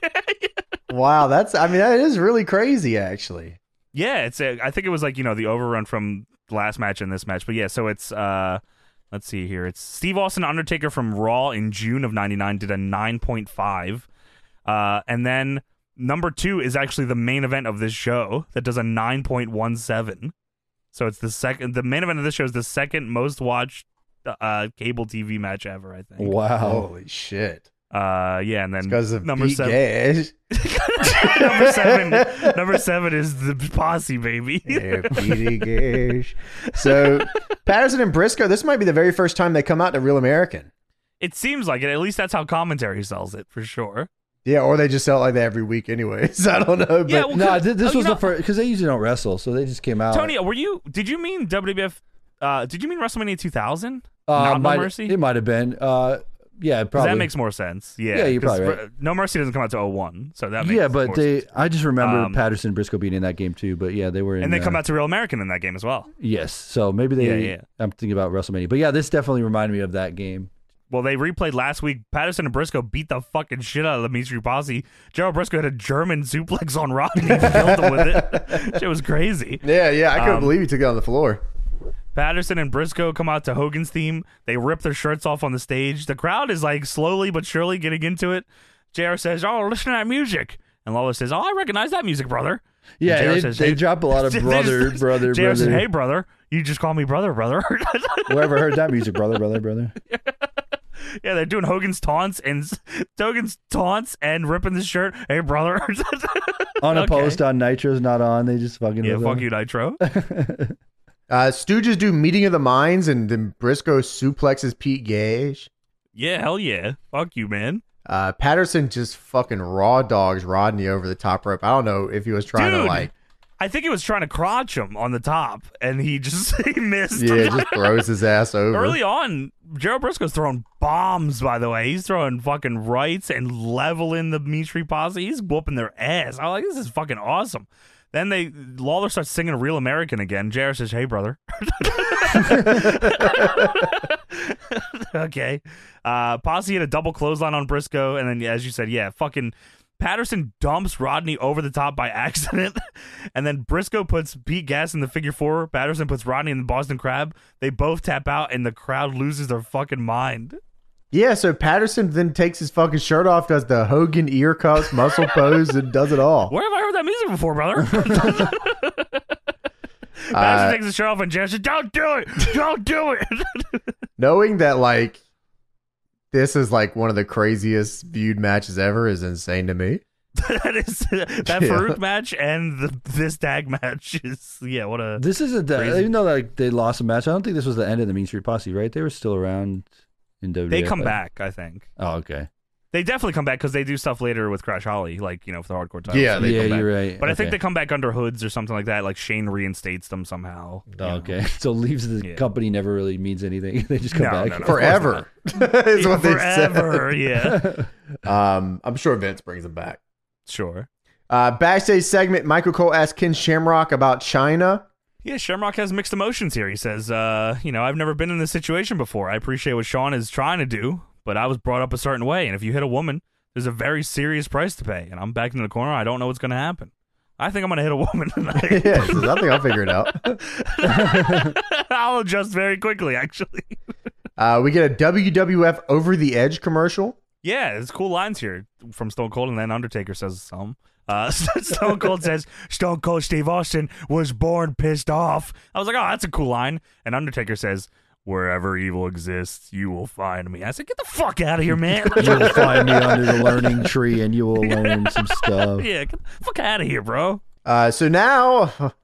Speaker 1: Wow, that's. I mean, that is really crazy, actually.
Speaker 2: yeah. It's a, I think it was like you know the overrun from the last match and this match. But yeah, so it's. uh Let's see here. It's Steve Austin Undertaker from Raw in June of 99 did a 9.5. Uh, and then number two is actually the main event of this show that does a 9.17. So it's the second, the main event of this show is the second most watched uh, cable TV match ever, I think.
Speaker 3: wow.
Speaker 1: Holy shit!
Speaker 2: Uh, yeah, and then
Speaker 1: Because of
Speaker 2: number
Speaker 1: Pete
Speaker 2: seven, (laughs)
Speaker 1: Gas.
Speaker 2: number seven, number seven is the posse baby.
Speaker 1: Yeah, Pete Gas. So Patterson and Briscoe. This might be the very first time they come out to Real American.
Speaker 2: it seems like it. At least that's how commentary sells it for sure.
Speaker 1: Yeah, or they just sell it like that every week, anyways. (laughs) I don't know. But
Speaker 2: yeah, (laughs) well,
Speaker 3: No,
Speaker 2: could-
Speaker 3: th- this
Speaker 2: oh, you
Speaker 3: was
Speaker 2: know-
Speaker 3: the first because they usually don't wrestle, so they just came out.
Speaker 2: Tony, were you? Did you mean WWF? Uh, did you mean WrestleMania 2000?
Speaker 3: uh,
Speaker 2: not
Speaker 3: might-
Speaker 2: No Mercy.
Speaker 3: It might have been. Uh, yeah, probably.
Speaker 2: That makes more sense. Yeah,
Speaker 3: Yeah, you're
Speaker 2: 'cause
Speaker 3: probably
Speaker 2: Re- No Mercy doesn't come out to 01, so that makes
Speaker 3: yeah, but
Speaker 2: more
Speaker 3: they.
Speaker 2: sense.
Speaker 3: I just remember
Speaker 2: Um,
Speaker 3: Patterson and Briscoe being in that game too. But yeah, they were. in
Speaker 2: and they
Speaker 3: uh,
Speaker 2: come out to Real American in that game as well.
Speaker 3: Yes, so maybe they.
Speaker 2: Yeah, yeah.
Speaker 3: I'm thinking about WrestleMania, but yeah, this definitely reminded me of that game.
Speaker 2: Well, they replayed last week. Patterson and Briscoe beat the fucking shit out of Dimitri Posse. Gerald Briscoe had a German (laughs) suplex on Rodney, killed him with
Speaker 3: (laughs)
Speaker 2: it. Shit was crazy.
Speaker 1: Yeah, yeah, I couldn't
Speaker 2: Um,
Speaker 1: believe he took it on the floor.
Speaker 2: Patterson and Briscoe come out to Hogan's theme. They rip their shirts off on the stage. The crowd is like slowly but surely getting into it. JR says, "Oh, listen to that music," and Lawler says, "Oh, I recognize that music, brother."
Speaker 3: Yeah,
Speaker 2: JR
Speaker 3: they,
Speaker 2: says,
Speaker 3: they
Speaker 2: "Hey."
Speaker 3: drop
Speaker 2: (laughs)
Speaker 3: a lot of brother, brother,
Speaker 2: JR says,
Speaker 3: brother.
Speaker 2: "Hey, brother, you just call me brother, brother." (laughs)
Speaker 3: Whoever heard that music, brother, brother, brother.
Speaker 2: yeah, they're doing Hogan's taunts and (laughs) Hogan's taunts and ripping the shirt. Hey, brother. (laughs)
Speaker 3: Unopposed on Nitro's not on. They just fucking.
Speaker 2: yeah,
Speaker 3: rip
Speaker 2: fuck
Speaker 3: them.
Speaker 2: you,
Speaker 3: (laughs)
Speaker 2: Nitro.
Speaker 1: Uh, Stooges do meeting of the minds, and then Briscoe suplexes Pete Gage.
Speaker 2: yeah, hell yeah, fuck you, man.
Speaker 1: Uh, Patterson just fucking raw dogs Rodney over the top rope. I don't know if he was trying
Speaker 2: Dude,
Speaker 1: to like.
Speaker 2: I I think he was trying to crotch him on the top, and he just (laughs) he missed.
Speaker 1: Yeah, just throws his ass over.
Speaker 2: Early on, Gerald Briscoe's throwing bombs. By the way, he's throwing fucking rights and leveling the Meat Street Posse. He's whooping their ass. I'm like, this is fucking awesome. Then they Lawler starts singing "Real American" again. Jarrett says, "Hey, brother." (laughs) okay. Uh, Posse hit a double clothesline on Briscoe, and then yeah, as you said, yeah, fucking Patterson dumps Rodney over the top by (laughs) accident, and then Briscoe puts Pete Gas in the figure four. Patterson puts Rodney in the Boston Crab. They both tap out, and the crowd loses their fucking mind.
Speaker 1: Yeah, so Patterson then takes his fucking shirt off, does the Hogan ear cuffs, muscle pose, and does it all.
Speaker 2: (laughs) Where have I heard that music
Speaker 1: (laughs)
Speaker 2: before, brother?
Speaker 1: Uh,
Speaker 2: Patterson takes his shirt off, and Jarrett says, "Don't do it! Don't do it!" (laughs)
Speaker 1: Knowing that like this is like one of the craziest viewed matches ever is insane to me.
Speaker 2: that is that
Speaker 1: Yeah.
Speaker 2: Farouk match and the, this tag match is yeah, what a
Speaker 3: This isn't the,
Speaker 2: Crazy.
Speaker 3: even though like they lost a match. I don't think this was the end of the Mean Street Posse, right? They were still around in WWE.
Speaker 2: they come back. I think
Speaker 3: Oh, okay.
Speaker 2: they definitely come back because they do stuff later with Crash Holly, like you know for the hardcore title.
Speaker 1: Yeah,
Speaker 2: So
Speaker 1: they
Speaker 3: yeah,
Speaker 1: come back.
Speaker 3: you're right.
Speaker 2: But I think they
Speaker 3: Okay.
Speaker 2: come back under hoods or something like that. Like Shane reinstates them somehow.
Speaker 3: Oh, okay, (laughs) so leaves the
Speaker 2: Yeah.
Speaker 3: company never really means anything. (laughs) they just come
Speaker 2: No,
Speaker 3: back.
Speaker 2: no, no.
Speaker 1: Forever (laughs) is what they said.
Speaker 2: Forever,
Speaker 1: (laughs)
Speaker 2: yeah.
Speaker 1: Um, I'm sure Vince brings him back.
Speaker 2: Sure.
Speaker 1: Uh, backstage segment: Michael Cole asks Ken Shamrock about China. (laughs)
Speaker 2: Yeah, Shamrock has mixed emotions here. He says, uh, you know, I've never been in this situation before. I appreciate what Sean is trying to do, but I was brought up a certain way, and if you hit a woman, there's a very serious price to pay, and I'm back in the corner. I don't know what's going to happen. I think I'm going to hit a woman (laughs)
Speaker 1: (laughs) Yeah,
Speaker 2: tonight.
Speaker 1: he says, I think I'll figure it out.
Speaker 2: I'll adjust very quickly, actually.
Speaker 1: Uh, we get a WWF Over the Edge commercial.
Speaker 2: Yeah, there's cool lines here from Stone Cold, and then Undertaker says some. Uh, (laughs) Stone Cold says, Stone Cold Steve Austin was born pissed off. I was like, oh, that's a cool line. And Undertaker says, wherever evil exists, you will find me. I said, get the fuck out of here, man. (laughs)
Speaker 3: You'll find me under the learning tree, and you will learn
Speaker 2: (laughs)
Speaker 3: some stuff.
Speaker 2: yeah, get the fuck out of here, bro.
Speaker 1: Uh, so now, (laughs)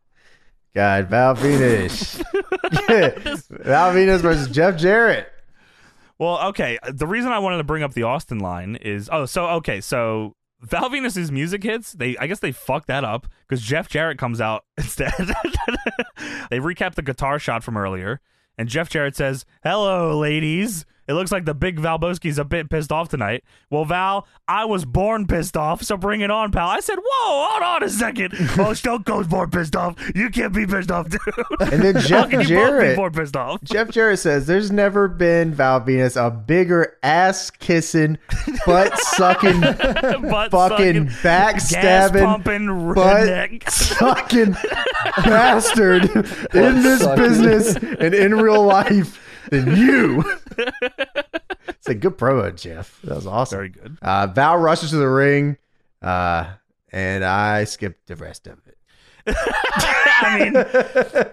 Speaker 1: God, Val
Speaker 2: (laughs)
Speaker 1: Venus, (laughs) Val Venus versus Jeff Jarrett.
Speaker 2: Well, okay. uh, The reason I wanted to bring up the Austin line is oh, so okay, so Val Venus's music hits. They I guess they fucked that up because Jeff Jarrett comes out (laughs) instead. they recap the guitar shot from earlier, and Jeff Jarrett says, "Hello, ladies." It looks like the big Valboski's a bit pissed off tonight. Well, Val, I was born pissed off, so bring it on, pal. I said, "Whoa, hold on
Speaker 1: (laughs)
Speaker 2: a second. Oh, Stone Cold's born pissed off. You can't be pissed off, dude."
Speaker 1: And then
Speaker 2: How
Speaker 1: Jeff
Speaker 2: can (laughs) you both be
Speaker 1: Jarrett.
Speaker 2: born pissed off? (laughs)
Speaker 1: Jeff Jarrett says, "There's never been Val Venus a bigger ass kissing, butt sucking,
Speaker 2: Butt
Speaker 1: fucking
Speaker 2: sucking. gas
Speaker 1: backstabbing, (laughs)
Speaker 2: pumping
Speaker 1: butt
Speaker 2: redneck.
Speaker 1: sucking (laughs) bastard in this
Speaker 3: sucking.
Speaker 1: business and in real life than you." (laughs) it's a good promo, Jeff. That was awesome.
Speaker 2: Very good.
Speaker 1: Uh, Val rushes to the ring, uh, and I skipped the rest of it.
Speaker 2: (laughs) I mean,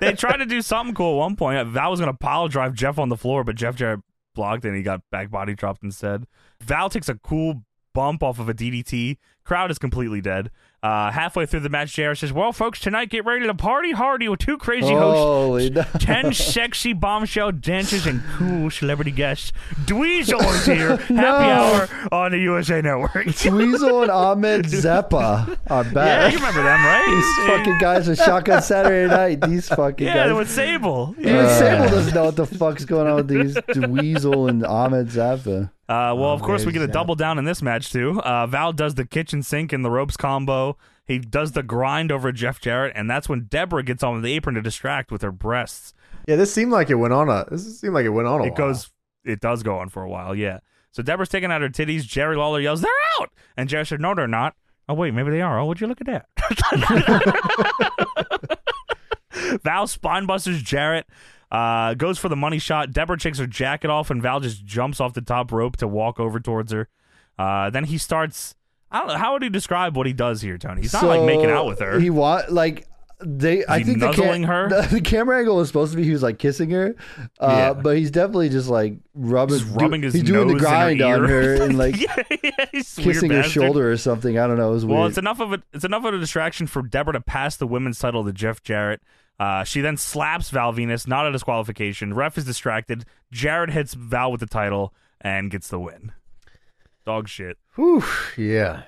Speaker 2: they tried to do something cool at one point. Val was going to pile drive Jeff on the floor, but Jeff Jarrett blocked and he got back body dropped instead. Val takes a cool bump off of a DDT. Crowd is completely dead. Uh, halfway through the match, Jarrett says, Well, folks, tonight get ready to party hardy with two crazy hosts.
Speaker 3: Holy
Speaker 2: (laughs)
Speaker 3: no.
Speaker 2: 10 sexy bombshell dancers and cool celebrity guests. Dweezil's here. Happy hour on the USA Network. (laughs)
Speaker 3: Tweezle and Ahmed Zeppa are
Speaker 2: yeah,
Speaker 3: back.
Speaker 2: you remember them, right?
Speaker 3: (laughs) These fucking guys are shotgun Saturday night.
Speaker 2: (laughs)
Speaker 3: These fucking
Speaker 2: Yeah,
Speaker 3: guys.
Speaker 1: (laughs)
Speaker 2: with Sable.
Speaker 3: Even
Speaker 2: Yeah.
Speaker 3: Sable doesn't know what the fuck's going on with these (laughs) Dweezil and Ahmed Zappa.
Speaker 2: Uh, well, of course, we get a
Speaker 1: Oh, there's that.
Speaker 2: double down in this match, too. Uh, Val does the kitchen sink and the ropes combo. He does the grind over Jeff Jarrett, and that's when Deborah gets on the apron to distract with her breasts.
Speaker 1: Yeah, this seemed like it went on a. This seemed like it went on a.
Speaker 2: It
Speaker 1: while.
Speaker 2: goes, it does go on for a while, yeah. So Deborah's taking out her titties. Jerry Lawler yells, "They're out!" And Jerry said, "No, they're not." Oh wait, maybe they are. Oh, would you look at that? (laughs) Val spinebusters Jarrett. Uh, goes for the money shot. Deborah takes her jacket off, and Val just jumps off the top rope to walk over towards her. Uh, then he starts. I don't know. How would you describe what he does here, Tony? He's not like
Speaker 3: So,
Speaker 2: making out with her.
Speaker 3: He want like they. I
Speaker 2: he
Speaker 3: think the,
Speaker 2: nuzzling her?
Speaker 3: (laughs) the, the camera angle was supposed to be he was like kissing her,
Speaker 2: Yeah.
Speaker 3: uh, but he's definitely just like rubbing,
Speaker 2: Just rubbing his
Speaker 3: he's doing
Speaker 2: nose
Speaker 3: the
Speaker 2: in her
Speaker 3: grind on
Speaker 2: ear. (laughs)
Speaker 3: her and like
Speaker 2: (laughs) yeah, yeah, he's a weird
Speaker 3: kissing her
Speaker 2: bastard.
Speaker 3: shoulder or something. I don't know. It was
Speaker 2: Well,
Speaker 3: weird.
Speaker 2: it's enough of a it's enough of a distraction for Deborah to pass the women's title to Jeff Jarrett. Uh, she then slaps Val Venus, not a disqualification. Ref is distracted. Jarrett hits Val with the title and gets the win. Dog shit.
Speaker 1: Whew, yeah.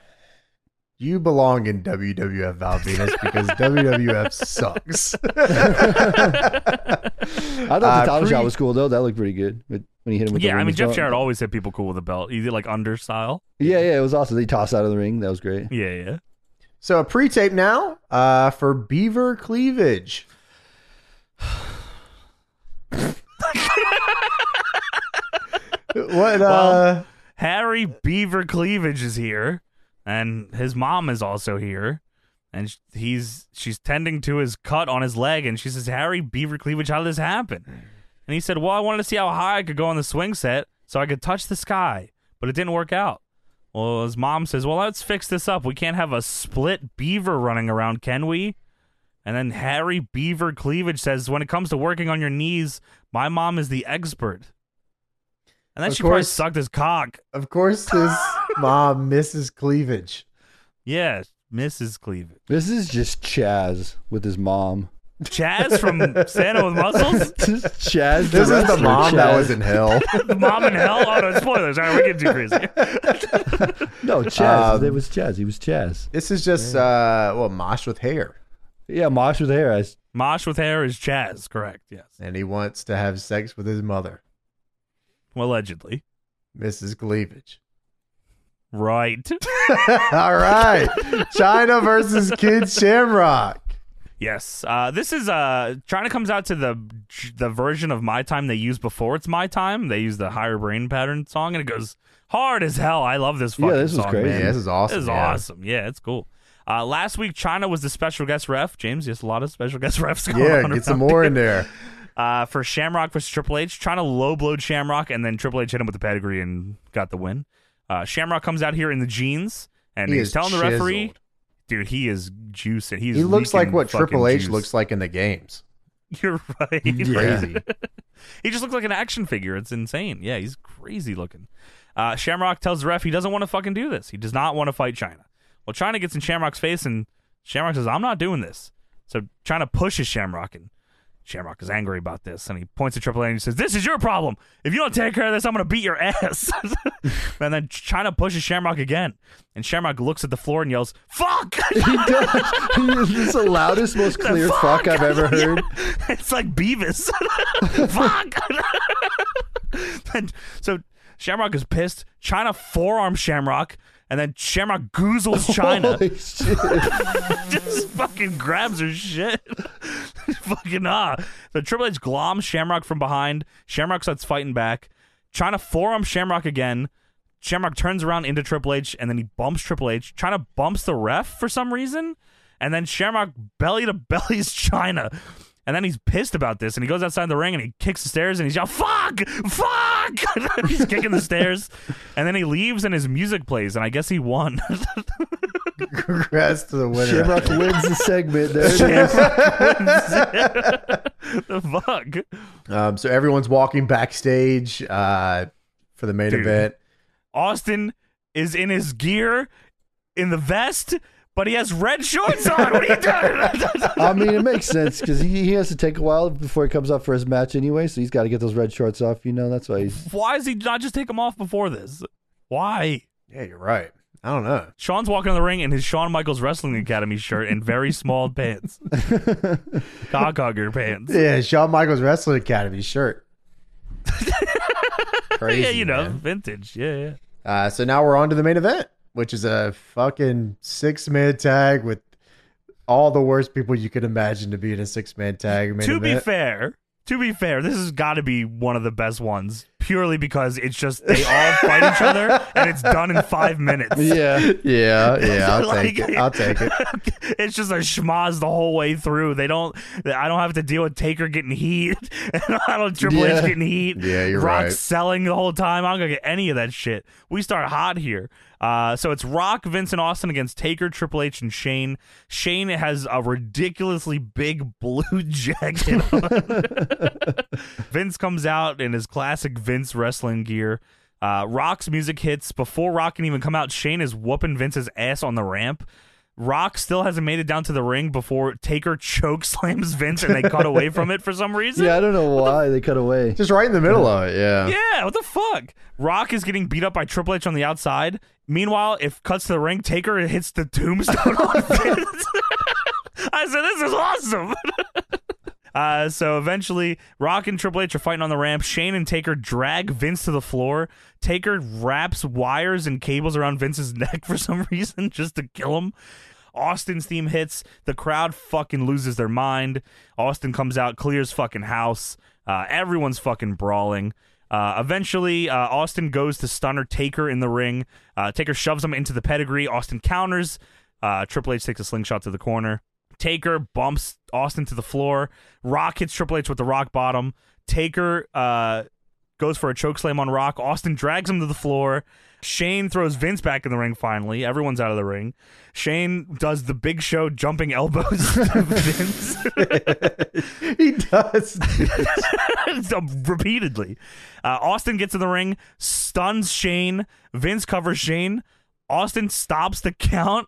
Speaker 1: You belong in WWF Val Venus (laughs) because WWF sucks.
Speaker 3: I thought the
Speaker 1: Uh,
Speaker 3: title
Speaker 1: pre-
Speaker 3: shot was cool though. That looked pretty good. But when he hit him with the
Speaker 2: yeah, I
Speaker 3: ring
Speaker 2: mean
Speaker 3: as
Speaker 2: Jeff
Speaker 3: well.
Speaker 2: Jarrett always hit people cool with a belt. He did like under style.
Speaker 3: Yeah, yeah, it was awesome. They tossed out of the ring. That was great.
Speaker 2: Yeah, yeah.
Speaker 1: so a pre-tape now uh, for Beaver Cleavage. what? Uh,
Speaker 2: Well- Harry Beaver Cleavage is here, and his mom is also here, and sh- he's she's tending to his cut on his leg, and she says, "Harry Beaver Cleavage, how did this happen?" And he said, "Well, I wanted to see how high I could go on the swing set, so I could touch the sky, but it didn't work out." Well, his mom says, "Well, let's fix this up. We can't have a split beaver running around, can we?" And then Harry Beaver Cleavage says, "When it comes to working on your knees, my mom is the expert." And then
Speaker 1: Of
Speaker 2: she probably
Speaker 1: course.
Speaker 2: sucked his cock.
Speaker 1: of course, his mom misses cleavage.
Speaker 2: Yeah, Mrs. Cleavage.
Speaker 3: This is just Chaz with his mom. (laughs)
Speaker 2: Chaz from Santa with Muscles?
Speaker 3: Just Chaz.
Speaker 1: This is the
Speaker 3: wrestler,
Speaker 1: mom that
Speaker 3: Chaz.
Speaker 1: was in
Speaker 2: (laughs)
Speaker 1: hell.
Speaker 2: Mom in Hell? Oh, no, spoilers. All right, we're getting too crazy.
Speaker 3: No, Chaz.
Speaker 1: Um,
Speaker 3: it was Chaz. He was Chaz.
Speaker 1: this is just uh, well, Mosh with hair,
Speaker 3: Yeah, Mosh was there. I, s-
Speaker 2: Mosh with hair is Chaz, correct, yes.
Speaker 1: and he wants to have sex with his mother,
Speaker 2: Allegedly.
Speaker 1: Mrs. Cleavage. (laughs)
Speaker 2: Right.
Speaker 1: All right, China versus Kid Shamrock.
Speaker 2: Yes. Uh, this is uh, China comes out to the the version of My Time they used before it's My Time. They use the Higher Brain Pattern song, and it goes hard as hell. I love this
Speaker 3: Yeah,
Speaker 2: fucking
Speaker 3: this was
Speaker 2: song,
Speaker 3: crazy.
Speaker 2: man.
Speaker 1: Man, this is awesome.
Speaker 2: This is
Speaker 1: yeah.
Speaker 2: awesome. Yeah, it's cool. Uh, last week, China was the special guest ref. James, yes, a lot of special guest refs going (laughs)
Speaker 1: Yeah,
Speaker 2: on
Speaker 1: get some
Speaker 2: around
Speaker 1: more
Speaker 2: here.
Speaker 1: in there.
Speaker 2: uh, for Shamrock versus Triple H, trying to low blow Shamrock, and then Triple H hit him with the pedigree and got the win. Uh, Shamrock comes out here in the jeans, and
Speaker 1: He
Speaker 2: he's
Speaker 1: is
Speaker 2: telling the referee,
Speaker 1: chiseled.
Speaker 2: "Dude, he is juicing. He's
Speaker 1: He looks like
Speaker 2: leaking
Speaker 1: what
Speaker 2: fucking
Speaker 1: Triple H
Speaker 2: juice."
Speaker 1: looks like in the games.
Speaker 2: (laughs) You're right.
Speaker 1: Crazy.
Speaker 2: He just looks like an action figure. It's insane. Yeah, he's crazy looking. Uh, Shamrock tells the ref he doesn't want to fucking do this. He does not want to fight China. Well, China gets in Shamrock's face, and Shamrock says, "I'm not doing this." So China pushes Shamrock, and Shamrock is angry about this, and he points at Triple H and he says, "This is your problem. If you don't take care of this, I'm gonna beat your ass." (laughs) and then China pushes Shamrock again, and Shamrock looks at the floor and yells, "Fuck!" (laughs)
Speaker 3: he does. He is the loudest, most clear fuck, I've ever heard.
Speaker 2: (laughs) it's like Beavis. (laughs) Fuck. (laughs) and so Shamrock is pissed. China forearm Shamrock, and then Shamrock goozles China.
Speaker 3: (laughs) Holy
Speaker 2: (laughs)
Speaker 3: shit.
Speaker 2: just fucking grabs her shit. (laughs) fucking ah. So Triple H gloms Shamrock from behind. Shamrock starts fighting back. China forearm Shamrock again. Shamrock turns around into Triple H and then he bumps Triple H. China bumps the ref for some reason. And then Shamrock belly to bellies China. And then he's pissed about this and he goes outside the ring and he kicks the stairs and he's yelling, fuck, fuck. (laughs) he's kicking the stairs. And then he leaves and his music plays and I guess he won.
Speaker 1: (laughs)
Speaker 2: (laughs)
Speaker 1: Congrats to the winner. (laughs)
Speaker 3: Shamrock wins the segment.
Speaker 2: (laughs)
Speaker 3: There it is.
Speaker 2: the fuck.
Speaker 1: Um, so everyone's walking backstage uh, for the main
Speaker 2: Dude.
Speaker 1: event.
Speaker 2: Austin is in his gear, in the vest, but he has red shorts on. What are you doing? (laughs)
Speaker 3: I mean, it makes sense because he, he has to take a while before he comes up for his match anyway. So he's got to get those red shorts off. You know, that's why he's.
Speaker 2: Why does he not just take them off before this? Why?
Speaker 1: Yeah, you're right. I don't know.
Speaker 2: Sean's walking in the ring in his Shawn Michaels Wrestling Academy shirt and very
Speaker 1: (laughs)
Speaker 2: small pants. Cock hugger pants.
Speaker 1: Yeah, Shawn Michaels Wrestling Academy shirt. Crazy.
Speaker 2: (laughs) yeah, you know,
Speaker 1: man.
Speaker 2: vintage. Yeah, yeah.
Speaker 1: Uh, so now we're on to the main event, which is a fucking six man tag with all the worst people you could imagine to be in a six man tag. Main
Speaker 2: to be
Speaker 1: event.
Speaker 2: fair, to be fair, this has got to be one of the best ones purely because
Speaker 1: (laughs)
Speaker 2: it's just they all fight each other and it's done in five minutes. (laughs)
Speaker 3: Yeah.
Speaker 1: yeah, Uh, yeah, I'll
Speaker 2: Like-
Speaker 1: take it. I'll take
Speaker 2: (laughs)
Speaker 1: it.
Speaker 2: it's just a schmoz the whole way through. They don't. I don't have to deal with Taker getting heat, (laughs) and I don't Triple
Speaker 3: Yeah.
Speaker 2: H getting heat.
Speaker 1: Yeah, you're
Speaker 2: Rock
Speaker 1: right.
Speaker 2: selling the whole time. I'm gonna get any of that shit. We start hot here. Uh, so it's Rock, Vince, and Austin against Taker, Triple H, and Shane. Shane has a ridiculously big (laughs) blue jacket on. Vince comes out in his classic Vince wrestling gear. Uh, Rock's music hits. Before Rock can even come out, Shane is whooping Vince's ass on the ramp. Rock still hasn't made it down to the ring before Taker (laughs) choke slams Vince and they cut away from it for some reason.
Speaker 3: Yeah, I don't know why they cut
Speaker 2: (laughs)
Speaker 3: away.
Speaker 1: Just right in the middle of it. Yeah.
Speaker 2: Yeah, what the fuck? Rock is getting beat up by Triple H on the outside. Meanwhile, if cuts to the ring, Taker hits the tombstone on Vince. (laughs) I said, this is awesome. (laughs) Uh, so eventually, Rock and Triple H are fighting on the ramp. Shane and Taker drag Vince to the floor. Taker wraps wires and cables around Vince's (laughs) neck for some reason just to kill him. Austin's theme hits. The crowd fucking loses their mind. Austin comes out, clears fucking house. Uh, everyone's fucking brawling. Uh, eventually, uh, Austin goes to stunner Taker in the ring. Uh, Taker shoves him into the pedigree. Austin counters. Uh, Triple H takes a slingshot to the corner. Taker bumps Austin to the floor. Rock hits Triple H with the rock bottom. Taker uh, goes for a chokeslam on Rock. Austin drags him to the floor. Shane throws Vince back in the ring finally. Everyone's out of the ring. Shane does the big show jumping elbows (laughs) to Vince.
Speaker 1: (laughs) he does.
Speaker 2: repeatedly. Uh, Austin gets in the ring, stuns Shane. Vince covers Shane. Austin stops the count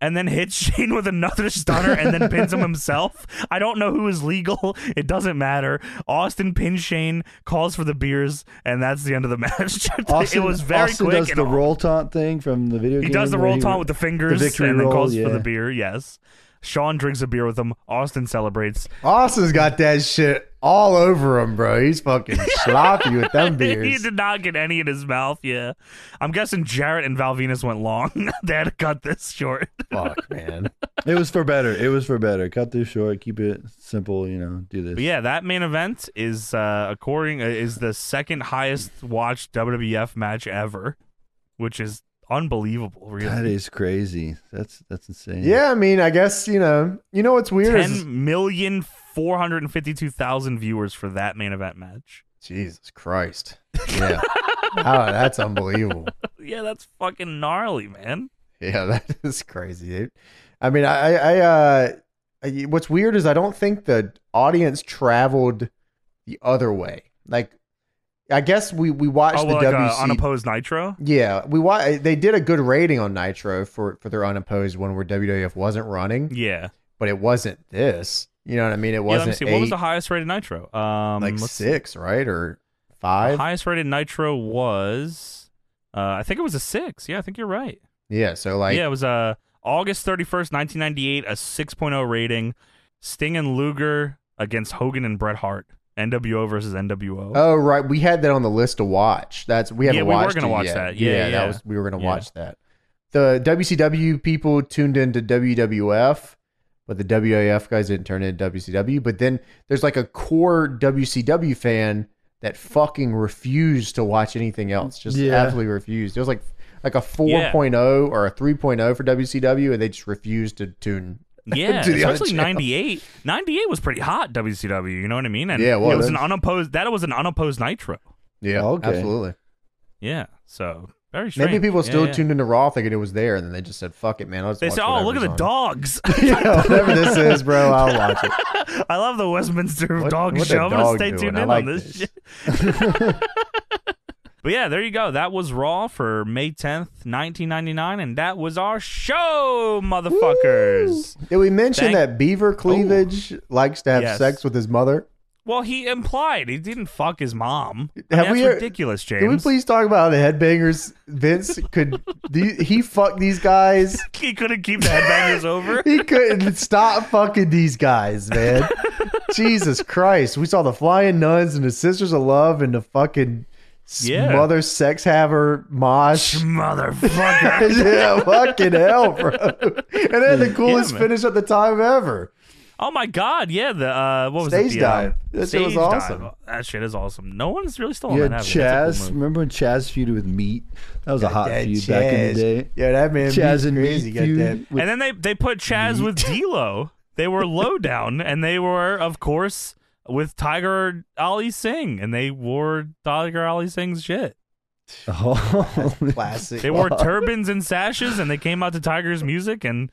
Speaker 2: and then hits Shane with another stunner and then
Speaker 3: (laughs)
Speaker 2: pins him himself. I don't know who is legal. (laughs) It doesn't matter. Austin pins Shane, calls for the beers, and that's the (laughs) end of the match. it was very
Speaker 3: Austin
Speaker 2: quick.
Speaker 3: does
Speaker 2: and
Speaker 3: the roll taunt thing from the video
Speaker 2: he
Speaker 3: game.
Speaker 2: does the
Speaker 3: where
Speaker 2: roll
Speaker 3: he-
Speaker 2: taunt with the fingers
Speaker 3: victory
Speaker 2: and then
Speaker 3: roll,
Speaker 2: calls for
Speaker 3: yeah.
Speaker 2: the beer. Yes. Sean drinks a beer with him. Austin celebrates. (laughs)
Speaker 1: Austin's got that shit all over him, bro. He's fucking sloppy with them
Speaker 2: (laughs) He
Speaker 1: beers.
Speaker 2: did not get any in his mouth. Yeah, I'm guessing Jarrett and Valvinus went long. (laughs) they had to cut this short.
Speaker 1: Fuck, man.
Speaker 3: It was for better. It was for better. Cut this short. Keep it simple. You know, do this.
Speaker 2: But yeah, that main event is uh, according uh, is the second highest watched WWF match ever, which is unbelievable.
Speaker 3: That
Speaker 2: Really,
Speaker 3: is crazy. That's that's insane.
Speaker 1: Yeah, I mean, I guess you know. You know what's weird is
Speaker 2: ten million four hundred and fifty two thousand viewers for that main event match. (laughs)
Speaker 1: Jesus Christ. Yeah. (laughs) oh, that's unbelievable.
Speaker 2: Yeah, that's fucking gnarly, man.
Speaker 1: Yeah, (laughs) that is crazy, dude. I mean, I, I, uh, I- what's weird is I don't think the audience traveled the other way. Like, I guess we we watched
Speaker 2: oh, well,
Speaker 1: the
Speaker 2: like uh,
Speaker 1: WC.
Speaker 2: unopposed Nitro.
Speaker 1: yeah, we wa- They did a good rating on Nitro for for their unopposed one where WWF wasn't running,
Speaker 2: Yeah,
Speaker 1: but it wasn't this. You know what I mean? It
Speaker 2: yeah. Let me
Speaker 1: wasn't
Speaker 2: see.
Speaker 1: eight,
Speaker 2: What was the highest rated Nitro? Um,
Speaker 1: like
Speaker 2: let's
Speaker 1: six, right, or
Speaker 2: The
Speaker 1: five?
Speaker 2: highest rated Nitro was, uh, I think it was a six. Yeah, I think you're right.
Speaker 1: yeah. So like,
Speaker 2: yeah, it was uh, August 31st, 1998, a 6.0 rating. Sting and Luger against Hogan and Bret Hart. NWO versus NWO.
Speaker 1: oh (laughs) right, we had that on the list to watch. That's we haven't
Speaker 2: Yeah, we were
Speaker 1: watched.
Speaker 2: gonna
Speaker 1: it
Speaker 2: watch
Speaker 1: yet.
Speaker 2: that. Yeah, yeah.
Speaker 1: that was we were gonna
Speaker 2: Yeah.
Speaker 1: watch that. The WCW people tuned into WWF, but the WAF guys didn't turn into WCW. But then there's like a core WCW fan that fucking refused to watch anything else. Just
Speaker 3: Yeah.
Speaker 1: absolutely refused. It was like like a 4.0
Speaker 2: Yeah.
Speaker 1: or a 3.0 for WCW, and they just refused to tune.
Speaker 2: yeah,
Speaker 1: to the other
Speaker 2: especially
Speaker 1: channel.
Speaker 2: 98. 98 was pretty hot, WCW. You know what I mean? And
Speaker 1: Yeah, it was.
Speaker 2: an unopposed, that was an unopposed Nitro.
Speaker 1: Yeah,
Speaker 3: Okay.
Speaker 1: absolutely.
Speaker 2: Yeah, so very strange.
Speaker 1: Maybe people
Speaker 2: Yeah,
Speaker 1: still
Speaker 2: yeah.
Speaker 1: tuned into Raw thinking it was there, and then they just said, "Fuck it, man." I'll just
Speaker 2: They
Speaker 1: watch
Speaker 2: say, oh, look
Speaker 1: whatever's
Speaker 2: at the
Speaker 1: on."
Speaker 2: dogs. (laughs)
Speaker 1: (laughs) yeah, whatever this is, bro, I'll watch it.
Speaker 2: I love the Westminster
Speaker 1: What-
Speaker 2: (laughs) Dog
Speaker 1: what the
Speaker 2: Show. I'm going
Speaker 1: dog
Speaker 2: to stay
Speaker 1: doing?
Speaker 2: tuned
Speaker 1: I
Speaker 2: in
Speaker 1: like
Speaker 2: on this,
Speaker 1: this.
Speaker 2: shit. but yeah, there you go. That was Raw for May 10th, 1999. And that was our show, motherfuckers.
Speaker 1: Did we mention
Speaker 2: Thank-
Speaker 1: that Beaver Cleavage likes to have
Speaker 2: Yes.
Speaker 1: sex with his mother?
Speaker 2: Well, he implied he didn't fuck his mom. I mean,
Speaker 1: Have
Speaker 2: that's
Speaker 1: we-
Speaker 2: ridiculous, James.
Speaker 1: Can we please talk about how the headbangers? Vince could the, he fucked these guys.
Speaker 2: (laughs) He couldn't keep the
Speaker 1: (laughs)
Speaker 2: headbangers over.
Speaker 1: He couldn't stop fucking these guys, man. Jesus Christ! We saw the flying nuns and the sisters of love and the fucking s-
Speaker 2: Yeah.
Speaker 1: mother sex haver mosh. (laughs)
Speaker 2: Motherfucker.
Speaker 1: yeah, fucking hell, bro. And then the coolest
Speaker 2: man.
Speaker 1: finish at the time ever.
Speaker 2: Oh my god, yeah, the uh what was it?
Speaker 1: Stage
Speaker 2: The,
Speaker 1: dive.
Speaker 2: um,
Speaker 1: That shit was
Speaker 2: stage dive.
Speaker 1: awesome.
Speaker 2: That shit is awesome. No one's really still on
Speaker 3: Yeah,
Speaker 2: Oh, that. avenue. That's a cool
Speaker 3: Chaz.
Speaker 2: move.
Speaker 3: Remember when Chaz feuded with Meat? That was a hot
Speaker 1: That
Speaker 3: feud back in
Speaker 1: Chaz.
Speaker 3: the day.
Speaker 1: Yeah, that man
Speaker 3: Chaz
Speaker 1: Chaz
Speaker 3: and
Speaker 1: crazy.
Speaker 3: Meat
Speaker 1: Got
Speaker 3: feud
Speaker 1: that.
Speaker 3: with
Speaker 2: and then they they put Chaz with D'Lo. They were low down, and they were, of course, with Tiger Ali Singh, and they wore Tiger Ali Singh's shit. (laughs)
Speaker 3: Oh,
Speaker 1: Classic. (laughs)
Speaker 2: They wore turbans and sashes, and they came out to Tiger's music, and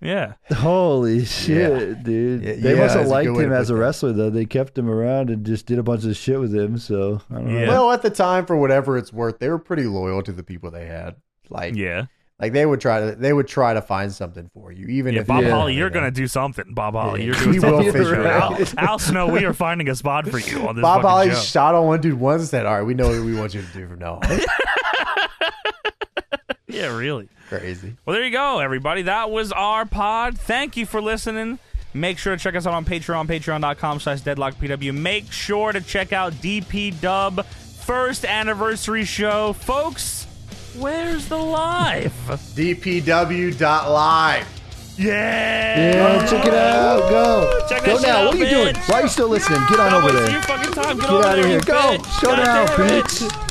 Speaker 2: yeah,
Speaker 3: (laughs) Holy shit, dude!
Speaker 1: Yeah,
Speaker 3: they
Speaker 1: yeah,
Speaker 3: must have
Speaker 1: that's a good
Speaker 3: liked
Speaker 1: way
Speaker 3: him
Speaker 1: to
Speaker 3: as a
Speaker 1: put that.
Speaker 3: wrestler, though. They kept him around and just did a bunch of shit with him. So I don't know.
Speaker 2: Yeah.
Speaker 1: Well, at the time, for whatever it's worth, they were pretty loyal to the people they had. Like,
Speaker 2: yeah,
Speaker 1: like they would try to they would try to find something for you, even
Speaker 2: yeah.
Speaker 1: if
Speaker 2: Bob
Speaker 1: you-
Speaker 2: Holly,
Speaker 1: (laughs)
Speaker 2: you're gonna do something, Bob Holly.
Speaker 1: Yeah. (laughs)
Speaker 2: You're doing
Speaker 1: We will
Speaker 2: something.
Speaker 1: figure
Speaker 2: for
Speaker 1: it
Speaker 2: sure.
Speaker 1: out.
Speaker 2: Al, Al Snow, we are finding a spot for you on this.
Speaker 1: Bob
Speaker 2: fucking
Speaker 1: Holly
Speaker 2: show.
Speaker 1: shot on one dude once and said, "All right, we know what we want you to do from now on."
Speaker 2: Yeah, really.
Speaker 1: (laughs) Crazy.
Speaker 2: Well, there you go, everybody. That was our pod. Thank you for listening. Make sure to check us out on Patreon, patreon.com slash deadlockpw. Make sure to check out DP Dub first anniversary show. Folks, where's the live?
Speaker 1: DPW.live.
Speaker 2: yeah!
Speaker 3: Yeah, check it out. Go.
Speaker 2: Check
Speaker 3: go
Speaker 2: that shit
Speaker 3: now.
Speaker 2: out,
Speaker 3: what are you doing?
Speaker 2: bitch.
Speaker 3: Why are you still listening? Get on
Speaker 2: Don't
Speaker 3: over
Speaker 2: waste
Speaker 3: there.
Speaker 2: your fucking time. Get,
Speaker 3: Get
Speaker 2: over
Speaker 3: out of
Speaker 2: there,
Speaker 3: here.
Speaker 2: you
Speaker 3: Go.
Speaker 2: bitch.
Speaker 3: Go
Speaker 2: God
Speaker 3: now,
Speaker 2: damn it.
Speaker 3: bitch.